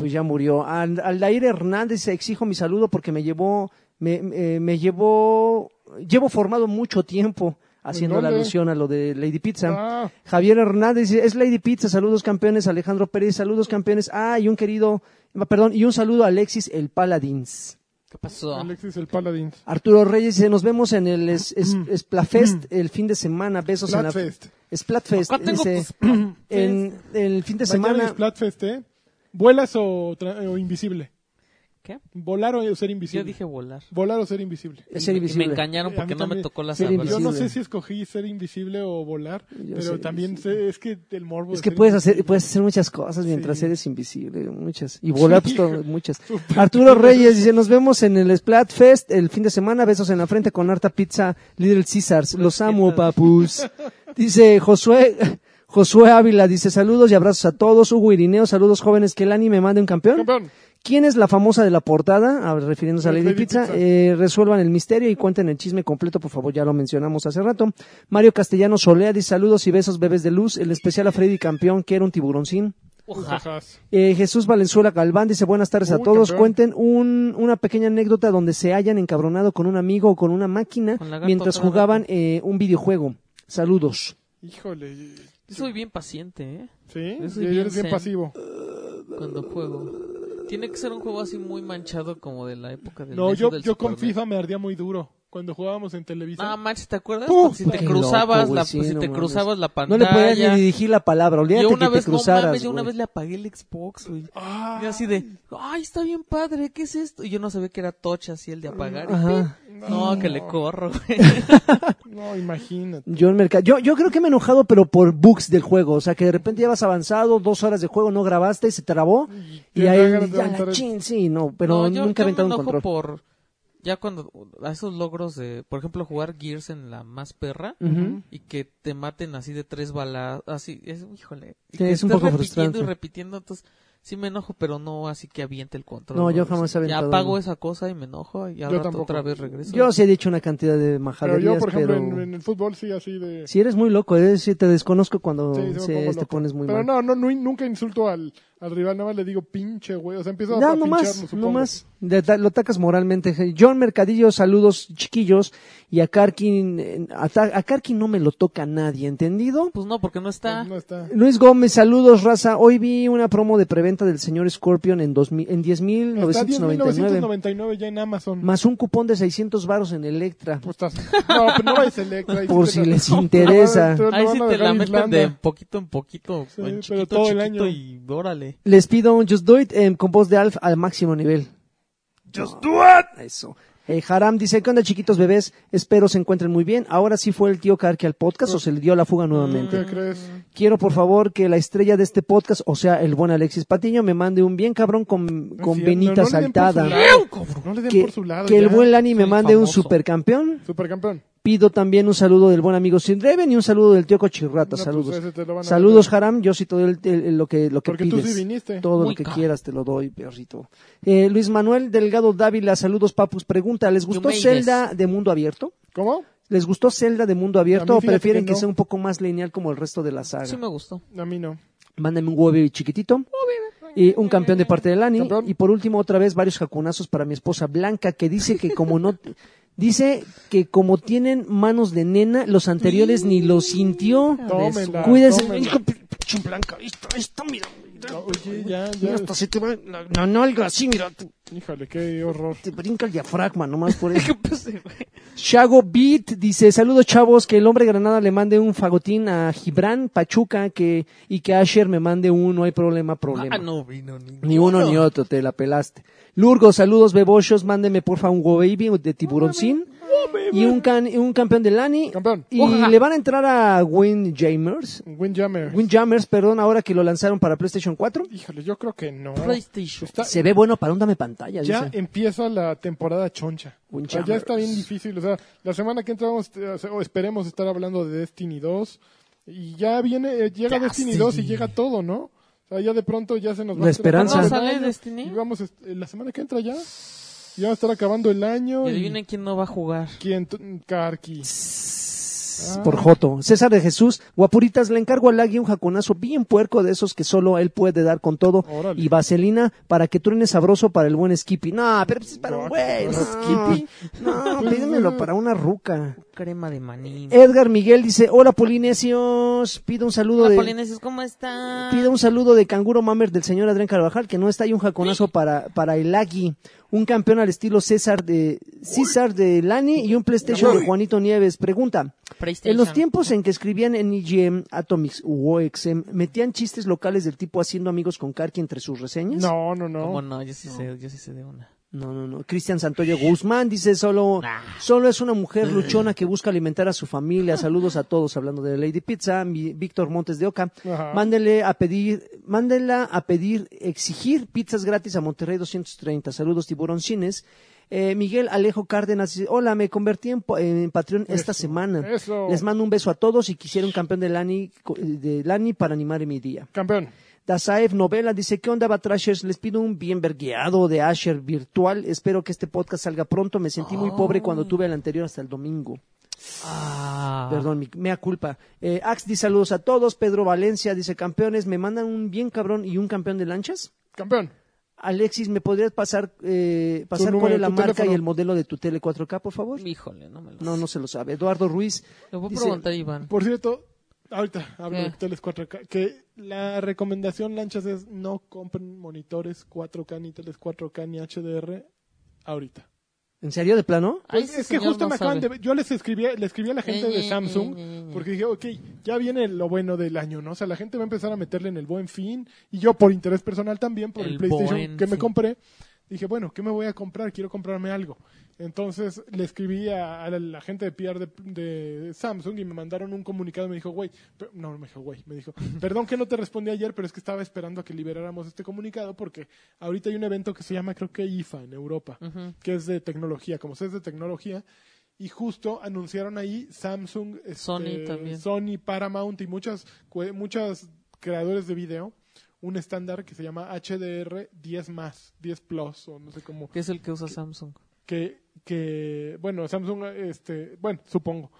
A: Pues ya murió. Al- Aldair Hernández, eh, exijo mi saludo porque me llevó, me, me, me llevó, llevo formado mucho tiempo haciendo la
B: dónde?
A: alusión a lo de Lady Pizza.
B: Ah,
A: Javier Hernández dice, es Lady Pizza, saludos campeones, Alejandro Pérez, saludos campeones, ah, y un querido, perdón, y un saludo a Alexis el Paladins.
C: ¿Qué pasó?
B: Alexis el Paladin.
A: Arturo Reyes dice, nos vemos en el es- es-
B: Mm.
A: Splafest el fin de semana, besos
B: Splatfest.
A: en la...
B: Este,
A: Splatfest.
C: Acá tengo,
A: dice, en el fin de
B: Mañana es
A: semana...
B: Splatfest, ¿eh? ¿Vuelas o, tra- eh, o invisible?
C: ¿Qué?
B: ¿Volar o ser
C: Yo
B: invisible?
C: dije volar.
B: Volar o ser invisible.
A: Es ser
C: Y me- y Me
A: invisible.
C: engañaron
B: Eh, a
C: porque
B: mí
C: no me
B: también.
C: tocó la
A: Ser
C: sábana.
B: Yo no
A: Invisible.
B: sé si escogí ser invisible o volar,
A: Yo
B: pero
A: sé,
B: también
A: sí.
B: sé- es que el morbo. de
A: Es que
B: ser
A: puedes
B: invisible.
A: hacer, puedes hacer muchas cosas mientras
B: Sí.
A: eres invisible, muchas. Y volar, pues, todo- muchas.
B: Súper.
A: Arturo Reyes dice, nos vemos en el Splatfest el fin de semana, besos en la frente con harta pizza Little Caesars. Los amo, papus. Dice Josué, Josué Ávila, dice, saludos y abrazos a todos. Hugo Irineo, saludos jóvenes, que el anime mande un campeón.
B: Campeón.
A: ¿Quién es la famosa de la portada? A ver, refiriéndose a
B: Lady
A: Lady, Pizza.
B: Pizza.
A: Eh, resuelvan el misterio y cuenten el chisme completo, por favor. Ya lo mencionamos hace rato. Mario Castellano Solea dice saludos y besos, bebés de luz. El especial a Freddy Campeón, que era un tiburoncín.
C: Ujaja.
B: Ujajas.
A: Eh, Jesús Valenzuela Galván dice buenas tardes a
B: Uy,
A: todos.
B: campeón.
A: Cuenten un- una pequeña anécdota donde se hayan encabronado con un amigo o con una máquina
C: Con lagarto,
A: mientras
C: otra
A: jugaban eh, un videojuego. Saludos.
B: Híjole.
C: Yo soy bien paciente, ¿eh?
B: ¿Sí?
C: Yo
B: Yo
C: soy
B: eres
C: bien
B: bien
C: zen.
B: pasivo.
C: Cuando juego. Tiene que ser un juego así muy manchado como de la época del
B: No,
C: NES o
B: yo,
C: del
B: yo
C: Super
B: con
C: NES.
B: FIFA me ardía muy duro. Cuando jugábamos en televisión.
C: No, manches, ¿te acuerdas?
A: Puh,
C: Cuando si te
A: qué
C: cruzabas
A: loco,
C: la,
A: güey, sí,
C: si
A: no
C: te
A: mames.
C: cruzabas la
A: No
C: pantalla.
A: le podías ni dirigir la palabra. Olvídate
C: yo una
A: que
C: vez,
A: te
C: no
A: cruzaras.
C: mames, yo una
A: güey.
C: vez le apagué el Xbox, güey.
B: Ah,
C: Y así de, ay, está bien padre, ¿qué es esto? Y yo no sabía que era tocha así el de apagar. y
A: Ajá.
C: ¡pim! No, que le corro, güey.
B: no, imagínate.
A: Yo, en merca- yo, yo creo que me he enojado, pero por bugs del juego. O sea, que de repente ya vas avanzado, dos horas de juego, no grabaste y se trabó. Y,
B: te da
A: ahí,
B: ganas de
A: ya
B: aventar
A: la
B: el-
A: chin, sí, no, pero
C: No, yo,
A: nunca he
C: yo me
A: aventado un
C: enojo
A: control.
C: por ya cuando a esos logros de, por ejemplo, jugar Gears en la más perra
A: Ujú.
C: y que te maten así de tres balas, así, es, híjole, y
A: Sí,
C: que
A: es un
C: estés
A: poco
C: repitiendo
A: frustrante.
C: y repitiendo, entonces sí me enojo, pero no así que aviente el control.
A: No, yo
C: o sea,
A: jamás he aventado
C: Ya apago
A: uno.
C: esa cosa y me enojo y al
B: Yo
C: rato
B: tampoco.
C: otra vez regreso.
A: Yo sí he dicho una cantidad de
B: Pero
A: majaderías,
B: yo, por ejemplo,
A: pero
B: en, en el fútbol sí, así de.
A: si eres muy loco, eh, sí te desconozco cuando
B: Mm, Sí, se
A: sí,
B: me pongo
A: te
B: loco.
A: pones muy
B: Pero
A: mal.
B: no, no, nu- nunca insulto al, al rival, nada más le digo pinche, güey. O sea, empiezo a,
A: No,
B: a
A: no
B: pincharlo,
A: más,
B: supongo.
A: no más. De- da- lo atacas moralmente. John Mercadillo, saludos chiquillos. Y a Karkin, eh, a, Ta- a Karkin no me lo toca nadie, ¿entendido?
C: Pues no, porque no está.
B: No está.
A: Luis Gómez, saludos, raza. Hoy vi una promo de preventa del señor Scorpion en, 2000 en
B: Está
A: 10.999.
B: 10.999 ya en Amazon.
A: Más un cupón de 600 varos en Electra.
B: Pues estás- No, pero no vayas a Electra. ahí sí
A: Por
B: te
A: si
B: la-
A: les
B: no, no,
A: interesa.
B: no, no
C: Ahí
B: van
C: sí
B: a
C: te la
B: dejar
C: meten
B: Irlanda.
C: de poquito en poquito,
B: Sí,
C: en
B: pero
C: chiquito,
B: todo el
C: chiquito
B: año.
C: y órale.
A: em, Les pido un Just Do It eh, con voz de Alf al máximo nivel. Just Do It. Eso. Eh, Haram dice, ¿qué onda chiquitos bebés? Espero se encuentren muy bien. Ahora sí fue el tío Karki al podcast o se le dio la fuga nuevamente.
B: ¿Qué crees?
A: Quiero por favor que la estrella de este podcast, o sea, el buen Alexis Patiño, me mande un bien cabrón con,
B: No es
A: con
B: cierto,
A: venita
B: no le den por su
A: saltada.
B: lado, cabrón, No le den
A: Que,
B: por su lado.
A: que el
B: ya.
A: buen Lani me
C: soy
A: mande un
C: famoso.
A: supercampeón.
B: Supercampeón.
A: Pido también un saludo del buen amigo Sin Reven y un saludo del tío Cochirrata.
B: No, pues,
A: saludos.
B: ese te lo van a
A: saludos,
B: meter.
A: Haram. Yo sí todo el- el- el- lo que, lo que
B: Porque tú
A: pides.
B: sí viniste.
A: Todo
C: Uy,
A: lo que
C: ca-
A: quieras te lo doy, perrito. Eh, Luis Manuel Delgado Dávila, saludos, papus. Pregunta, ¿les gustó
C: Humeides.
A: Zelda de mundo abierto?
B: ¿Cómo?
A: ¿Les gustó Zelda de mundo
B: A
A: abierto
B: mí
A: o
B: fíjate
A: prefieren
B: que
A: que,
B: no.
A: sea un poco más lineal como el resto de la saga?
C: Sí me gustó.
B: A mí no.
A: Mándame un huevo chiquitito. Y un campeón de parte del Ani.
B: Campeón.
A: Y por último, otra vez, varios jacunazos para mi esposa Blanca, que dice que como no. Dice que como tienen manos de nena, los anteriores ni lo sintió.
B: Tómela.
A: Cuídense.
B: tómela.
A: Hijo, pinche Blanca, ahí está, ahí está, mira. mira.
B: Oye, ya,
A: Mira,
B: ya.
A: hasta se te va la, la nalga así, mira. Te,
B: Híjole, qué horror.
A: te brinca el diafragma, nomás por eso. Shago Beat dice, saludos chavos, que el hombre Granada le mande un fagotín a Gibran Pachuca que, y que Asher me mande uno, no hay problema, problema.
C: Ah, no vino ninguno.
A: Ni uno ni otro, te la pelaste. Lurgo, saludos bebochos, mándeme porfa un Baby de tiburoncín. Y un, can, y un campeón de Lani.
B: Campeón.
A: Y
C: Ujaja.
A: le van a entrar a Windjammers.
B: Windjammer.
A: Windjammers, perdón, ahora que lo lanzaron para PlayStation 4.
B: Híjole, yo creo que no.
C: PlayStation.
B: Está-
A: Se ve bueno para un dame pantalla,
B: ya
A: dice.
B: empieza la temporada choncha. O sea, ya
A: Windjammers.
B: está bien difícil. O sea, la semana que entra vamos, eh, o esperemos estar hablando de Destiny 2. Y ya viene, eh, llega Destiny 2 y llega todo, ¿no? O sea, ya de pronto ya se nos va
A: La
B: a estar
A: esperanza.
B: acabando el
C: ¿No sale
B: año.
C: Destiny?
B: Y vamos, est- eh, la semana que entra ya. Y vamos a estar acabando el año.
C: Y
B: y-
C: adivinen quién no va a jugar.
B: ¿Quién? T- Karki. Ah.
A: Por Joto. César de Jesús, guapuritas, le encargo a Lagui un jaconazo bien puerco de esos que solo él puede dar con todo.
B: Órale.
A: Y vaselina para que truene sabroso para el buen Skippy. No, pero pues es para un güey. No, Skippy. Mm. No, pídemelo para una ruca.
C: Crema de maní.
A: Edgar Miguel dice, hola Polinesios, pido un saludo
C: Hola,
A: de...
C: Polinesios, ¿cómo están?
A: Pido un saludo de Canguro Mamer del señor Adrián Carvajal, que no está ahí un jaconazo para, para el Agui. Un campeón al estilo César de, César de Lani y un PlayStation de Juanito Nieves. Pregunta,
C: PlayStation.
A: en los tiempos en que escribían en IGM, Atomics u OXM, ¿metían chistes locales del tipo haciendo amigos con Karki entre sus reseñas?
B: No, no, no.
C: ¿Cómo no? Yo sí, Sé, yo sí sé de una.
A: No, no, no. Cristian Santoyo Guzmán dice solo, solo es una mujer luchona que busca alimentar a su familia. Saludos a todos, hablando de Lady Pizza, mi- Víctor Montes de Oca.
B: Ajá.
A: Mándele a pedir, mándela a pedir, exigir pizzas gratis a Monterrey 230. Saludos, tiburoncines. Eh, Miguel Alejo Cárdenas dice, hola, me convertí en, po- en Patreon esta semana.
B: eso.
A: Les mando un beso a todos y quisiera un campeón de Lani, co- de Lani para animar mi día.
B: Campeón.
A: Dazaev Novela dice, ¿qué onda, Batrashers? Les pido un bien vergueado de Asher virtual. Espero que este podcast salga pronto. Me sentí muy
B: Ah.
A: pobre cuando tuve el anterior hasta el domingo.
C: Ah.
A: Perdón, mi, mea culpa. Eh, Ax dice saludos a todos. Pedro Valencia dice, campeones, ¿me mandan un bien cabrón y un campeón de lanchas?
B: Campeón.
A: Alexis, ¿me podrías pasar, eh, pasar
B: número
A: cuál
B: de
A: es la
B: tu
A: marca
B: teléfono?
A: y el modelo de tu Tele 4K, por favor?
C: Híjole, no me lo
A: No, no se lo sabe. Eduardo Ruiz.
C: Le voy a
A: dice,
C: preguntar a Iván.
B: Por cierto, ahorita hablo
C: ¿Qué?
B: de teles 4K. Que la recomendación, lanchas, es no compren monitores 4K, ni teles 4K, ni HDR ahorita.
A: ¿En serio, de plano?
C: Ay,
B: Pues
C: ese
B: es que
C: señor
B: justo
C: no
B: me acaban
C: sabe. Eh,
B: de. Yo les escribí, le escribí a la gente
C: Ñe,
B: de
C: Ñe,
B: Samsung
C: Ñe, Ñe, Ñe.
B: porque dije, ok, ya viene lo bueno del año, ¿no? O sea, la gente va a empezar a meterle en el buen fin y yo por interés personal también, por el,
C: El buen
B: PlayStation que me
C: fin.
B: compré, dije, bueno, ¿qué me voy a comprar? Quiero comprarme algo. Entonces le escribí a, a la, la gente de PR de, de Samsung y me mandaron un comunicado. Me dijo, güey, per- no, no me dijo, güey, me dijo, perdón que no te respondí ayer, pero es que estaba esperando a que liberáramos este comunicado porque ahorita hay un evento que se llama, creo que IFA en Europa
C: Ujú.
B: que es de tecnología, como se es de tecnología, y justo anunciaron ahí Samsung, este,
C: Sony también.
B: Sony, Paramount y muchas, cue- muchas creadores de video un estándar que se llama HDR 10 más, 10 plus o no sé cómo,
C: ¿Qué es el que usa Samsung?
B: que, que bueno, Samsung, este, bueno, supongo,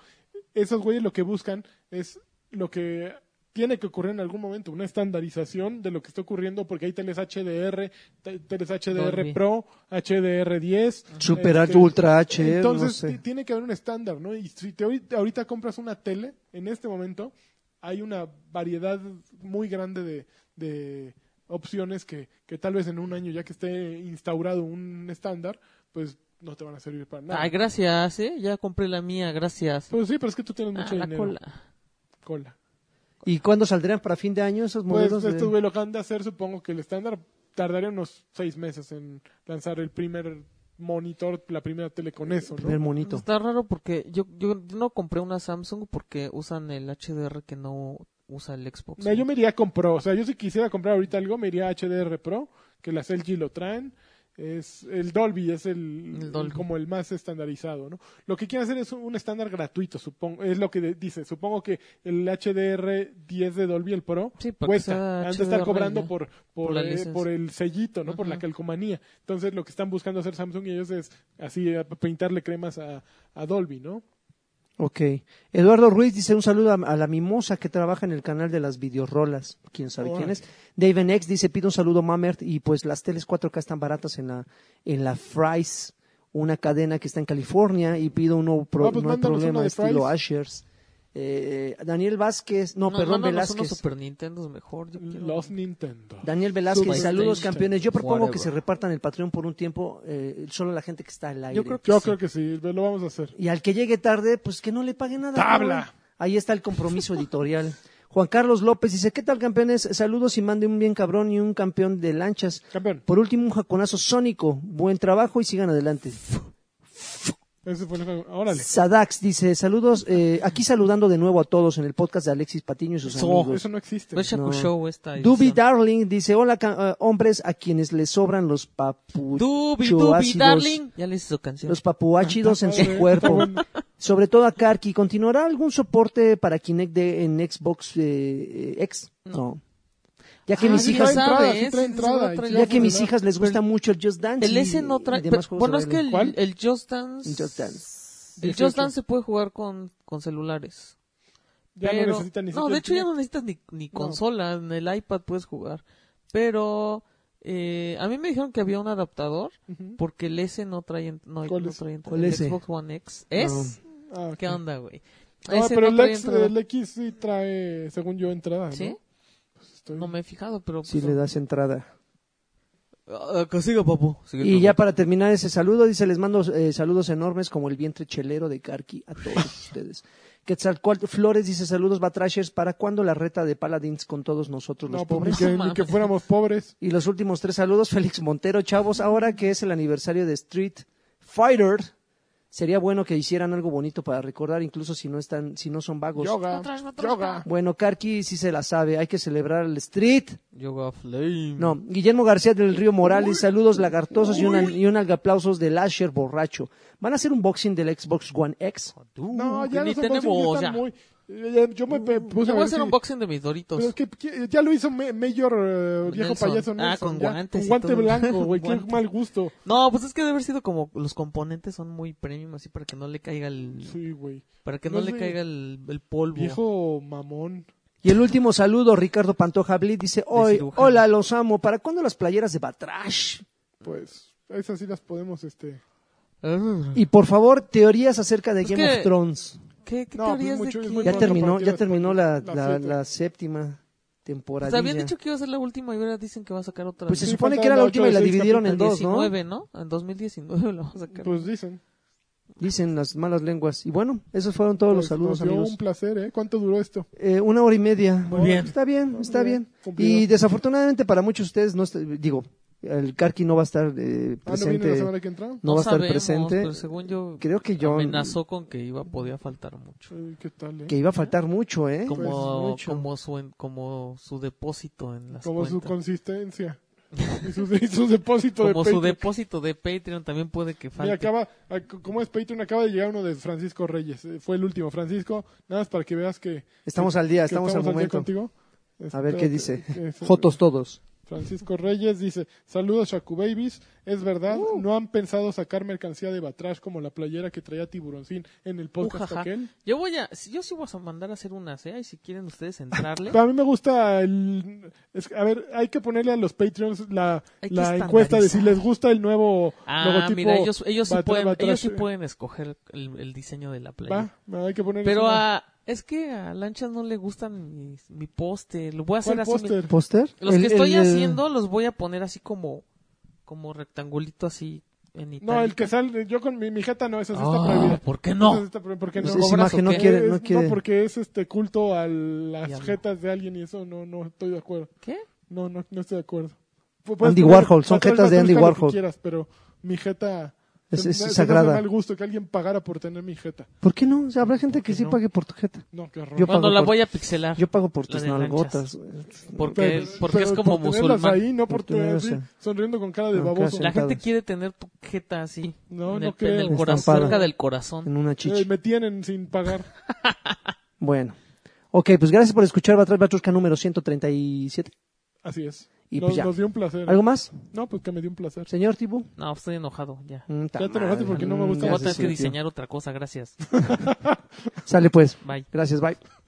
B: esos güeyes lo que buscan es lo que tiene que ocurrir en algún momento, una estandarización de lo que está ocurriendo, porque hay teles HDR, te- teles HDR
C: Dolby.
B: Pro, HDR 10,
A: Super
B: este,
A: Ultra H,
B: entonces
A: no sé.
B: ti- tiene que haber un estándar, ¿no? Y si te, ahorita ahorita compras una tele, en este momento hay una variedad muy grande de, de opciones que, que tal vez en un año ya que esté instaurado un estándar, pues no te van a servir para nada.
C: Ay, gracias, ¿eh? Ya compré la mía, gracias.
B: Pues sí, pero es que tú tienes
C: Ah,
B: mucho
C: la
B: dinero.
C: cola.
B: Cola.
A: ¿Y cuándo saldrían para fin de año esos
B: Pues
A: modelos? de-
B: estos güey lo que han de hacer, supongo que el estándar tardaría unos seis meses en lanzar el primer monitor la primera tele con eso,
A: Primer
B: ¿no?
A: monito.
C: Está raro porque yo, yo no compré una Samsung porque usan el HDR que no usa el Xbox.
B: No, yo me iría con Pro. O sea, yo si quisiera comprar ahorita algo, me iría a HDR Pro, que las LG lo traen. Es el Dolby, es el,
C: El Dolby.
B: como el más estandarizado, ¿no? Lo que quieren hacer es un, un estándar gratuito, supongo, es lo que de- dice. Supongo que el HDR 10 de Dolby, el Pro,
C: Sí, para que
B: cuesta.
C: sea
B: Han de estar
C: HDR,
B: cobrando
C: ¿no?
B: por, por,
C: Por la
B: eh,
C: licencia.
B: por el sellito, ¿no? Por la
C: Ajá.
B: calcomanía. Entonces, lo que están buscando hacer Samsung y ellos es así, eh, pintarle cremas a, a Dolby, ¿no?
A: Ok. Eduardo Ruiz dice un saludo a, a la mimosa que trabaja en el canal de las videorolas. Quién sabe quién
B: Órale.
A: es. Dave X dice, pido un saludo Mamert. Y pues las teles 4K están baratas en la, en la Fry's, una cadena que está en California. Y pido un nuevo pro-
B: Ah, pues
A: no hay
B: mándanos uno
A: problema
B: de
A: estilo
B: Fry's.
A: Ashers. Eh, Daniel Vázquez, no,
C: No,
A: perdón,
C: no, no, no, son
A: Velázquez.
C: los Super Nintendo mejor. Yo quiero-
B: Los Nintendo.
A: Daniel Velázquez,
C: Super
A: saludos
C: Nintendo.
A: campeones. Yo propongo que
D: Whatever.
A: se repartan el Patreon por un tiempo, eh, solo la gente que está al aire.
B: Yo creo que, yo creo que sí, lo vamos a hacer.
A: Y al que llegue tarde, pues que no le pague nada.
B: ¡Tabla!
A: cabrón. Ahí está el compromiso editorial. Juan Carlos López dice, ¿qué tal campeones? Saludos y mande un bien cabrón y un campeón de lanchas.
B: Campeón,
A: Por último, un jaconazo sónico. Buen trabajo y sigan adelante.
B: ese fue el juego. Órale.
A: Sadax dice, saludos, eh, aquí saludando de nuevo a todos en el podcast de Alexis Patiño y sus
B: No,
A: amigos.
B: eso no existe.
C: No es Shaku
A: No.
C: Show esta. edición.
A: Dubi Darling dice, hola ca- eh, hombres a quienes les sobran los
C: Dubi, Dubi,
A: papuchuácidos.
C: darling. Ya le hizo canción.
A: Los papuáchidos en su
B: padre,
A: cuerpo.
B: está bueno.
A: Sobre todo a Karki. ¿Continuará algún soporte para Kinect de- en Xbox eh, eh, X? No. Ya que
C: Ah,
A: mis
C: sí,
A: hijas,
C: ya
B: entrada,
C: sabes,
B: sí trae
C: ese
B: entrada,
C: seguro trae
B: sí
A: ya que
B: trae
A: mis
B: entrada.
A: hijas les gusta mucho el Just Dance.
C: El
A: y-
C: S no trae.
A: y demás
C: pero-
A: juegos
C: Bueno,
A: de
C: es que el,
B: ¿Cuál?
C: el Just Dance.
A: El Just Dance.
C: El
B: 18.
C: Just Dance se puede jugar con, con celulares.
B: Ya
C: pero-
B: no necesitan ni
C: No, de
B: siquiera-
C: hecho ya no necesitas ni, ni consola. En el iPad puedes jugar. Pero. eh, a mí me dijeron que había un adaptador
B: Ujú.
C: porque el S no trae en- no,
B: ¿Cuál
C: no
B: es?
C: trae en-
A: ¿Cuál
C: el
A: S?
C: Xbox One X es
B: Ah, ok.
C: qué onda güey
B: Ah,
C: Ese
B: pero
C: no
B: el,
C: trae
B: X,
C: entrada.
B: el X sí trae, según yo, entrada. ¿no?
C: sí
B: Pues estoy-
C: no me he fijado pero
A: Si
C: pues,
A: le das entrada.
C: ah, que siga papu sigue,
A: Y
C: papu.
A: ya para terminar ese saludo, dice, les mando eh, saludos enormes como el vientre chelero de Karki a todos ustedes. Quetzalcoatl Flores dice, saludos Batrashers, ¿para cuándo la reta de Paladins con todos nosotros los
B: No, pues,
A: pobres?
B: ni, que, ni que fuéramos pobres.
A: Y los últimos tres saludos, Félix Montero, chavos, ahora que es el aniversario de Street Fighter, sería bueno que hicieran algo bonito para recordar, incluso si no están, si no son
C: Pues,
A: vagos.
B: Yoga.
C: Atrás, atrás,
B: Yoga.
A: Bueno, Karki sí se la sabe, hay que celebrar el Street.
C: Yoga Flame
A: No, Guillermo García del Río Morales, saludos lagartosos y, una- y un algaplausos del Asher borracho. ¿Van a hacer un boxing del Xbox One X?
B: No,
C: que
B: ya
C: ni
B: los unboxings
C: tenemos
B: están
C: ya
B: muy- eh, ya- Yo me pe- puse a
C: yo voy a
B: ver
C: hacer
B: si-
C: un boxing de mis doritos
B: Pero es que que ya lo hizo Me- Mayor, eh, viejo
C: Nelson.
B: payaso
C: Ah,
B: Nelson,
C: con
B: ya.
C: guantes
B: Con
C: y
B: guante
C: todo.
B: blanco, güey. Qué
C: Guante.
B: mal gusto.
C: no pues es que debe haber sido como los componentes son muy premium así para que no le caiga el
B: Sí, güey.
C: para que no,
B: No
C: le
B: sé.
C: caiga el, el polvo
B: Viejo mamón.
A: Y el último saludo, Ricardo Pantoja Blit dice, hoy,
C: cirujano.
A: hola, los amo, ¿para cuándo las playeras de Batrash?
B: Pues esas sí las podemos, este...
C: Ah.
A: Y por favor, teorías acerca de
C: Es
A: Game
C: Pues que-
A: of Thrones.
C: qué, qué
B: No, pues
C: teorías
B: mucho-
C: de
B: es
C: qué?
B: muy
A: Ya
B: pronto
A: terminó,
B: para
A: ya
B: las-
A: terminó la,
B: la
A: la-
B: séptima.
A: la séptima
C: Pues habían
A: temporada.
C: dicho que iba a ser la última y ahora dicen que va a sacar otra.
A: Pues se
B: Sí,
A: supone
B: faltan
A: que era la
B: ocho
A: última y
B: de
A: la
B: seis
A: dividieron en dos, ¿no?
C: 2019, ¿no? En 2019 lo vamos a sacar.
B: Pues dicen.
A: Dicen las malas lenguas. Y bueno, esos fueron todos los
B: Pues,
A: saludos,
B: nos dio
A: amigos.
B: un placer, ¿eh? ¿Cuánto duró esto?
A: Eh, una hora y media.
B: Muy bien.
A: Está bien, está
B: bien,
A: bien.
B: cumplido.
A: Y desafortunadamente para muchos de ustedes, no está- digo, el Karki no va a estar eh,
B: Ah, ¿no viene la
A: presente.
B: semana que entra?
A: no va a estar
C: sabemos,
A: presente.
C: Pero según yo,
A: Creo que yo
C: amenazó con que iba podía faltar mucho.
B: Eh, ¿Qué tal, eh?
A: que iba a faltar mucho, ¿eh?
C: Como,
A: mucho.
C: como, su, en- como su depósito en
B: pues,
C: las
B: Como su
C: cuentas.
B: consistencia. y su, y su depósito
C: como
B: de
C: su
B: Patreon.
C: depósito de Patreon también puede que falte.
B: Mira, acaba, ac- como es Patreon, acaba de llegar uno de Francisco Reyes. Eh, Fue el último. Francisco, nada más para que veas que...
A: Estamos al día,
B: que
A: estamos, al
B: día
A: momento.
B: contigo.
A: A ver qué
B: Espérate,
A: dice.
B: eh,
A: Jotos todos.
B: Francisco Reyes dice, saludos Shaku Babies, es verdad,
C: Uh.
B: no han pensado sacar mercancía de Batrash como la playera que traía Tiburoncín en
C: Uh,
B: el podcast
C: Ujaja.
B: aquel.
C: Yo voy a, si- yo sí voy a mandar a hacer unas, ¿eh? Y si quieren ustedes entrarle.
B: Pero a mí me gusta el... es- a ver, hay que ponerle a los Patreons la,
C: Hay que
B: la encuesta de si
C: estandarizar.
B: les gusta el nuevo
C: ah,
B: logotipo.
C: mira, ellos, ellos, sí
B: Batra-
C: pueden,
B: Batrash.
C: ellos sí pueden escoger el, el diseño de la playera.
B: Va, va, hay que ponerle...
C: Pero
B: una-
C: a, es que a Lanchas no le gustan mi, mi póster. Lo voy a hacer
B: ¿Cuál
C: así. mi-
B: póster?
A: ¿Póster?
C: los
A: El-
C: que estoy
A: el- el-
C: haciendo los voy a poner así como, como rectangulito así en Italia.
B: No, el que sale... Yo con mi, mi jeta no, esa sí está
C: Ah,
B: prohibida.
C: ¿Por qué
B: Esa sí
C: no?
B: está prohibida, ¿por qué
A: Pues
B: no?
C: ¿Cobras
A: esa imagen
C: o
A: no
C: qué?
A: quiere,
B: Es-
A: no quiere.
B: no, porque es este culto a las
C: Diablo.
B: jetas de alguien y eso no, no estoy de acuerdo.
C: ¿Qué?
B: No, no, no estoy de acuerdo. Pu-
A: Andy
B: poner
A: Warhol, son
B: atrás
A: jetas de Andy
B: Batrusca lo que
A: Warhol.
B: quieras, pero mi jeta
A: Es,
B: Se-
A: es
B: se me hace
A: sagrada.
B: mal gusto que alguien pagara por tener mi jeta.
A: ¿Por qué no? O sea, habrá gente que
C: qué
A: sí
C: no?
A: pague por tu jeta.
B: No, qué horror.
A: Yo
C: Bueno,
A: pago
C: la
A: por-
C: voy a pixelar.
A: Yo pago por
C: La
A: tus
C: de lanchas.
A: nalgotas.
C: Porque,
B: Pero-
C: porque es
B: pero
C: como
B: por tenerlas
C: musulmán.
B: ahí, no por
A: Por tenerlas
B: así,
A: ahí.
B: sonriendo con cara de
A: Con
B: baboso.
A: cara
C: La gente
A: sentadas.
C: quiere tener tu jeta así.
B: No,
C: en
B: no
C: el, en el
B: creo.
C: corazón, cerca
A: Estampada.
C: del corazón.
A: En una chichi.
B: Eh, me tienen sin pagar.
A: Bueno. Ok, pues gracias por escuchar Batrás Batrusca número 137.
B: Así es.
A: Y
B: nos,
A: pues ya.
B: nos dio un placer.
A: ¿Algo más?
B: No, pues que me dio un placer.
A: Señor Tibu.
C: No, pues estoy enojado ya.
A: Mm, ta
B: Ya te
A: madre.
B: enojaste porque no me gusta.
A: Mm, ya
C: Voy a
A: se
C: tener que
A: sintió.
C: diseñar otra cosa, gracias.
A: Sale pues.
C: Bye.
A: Gracias, bye.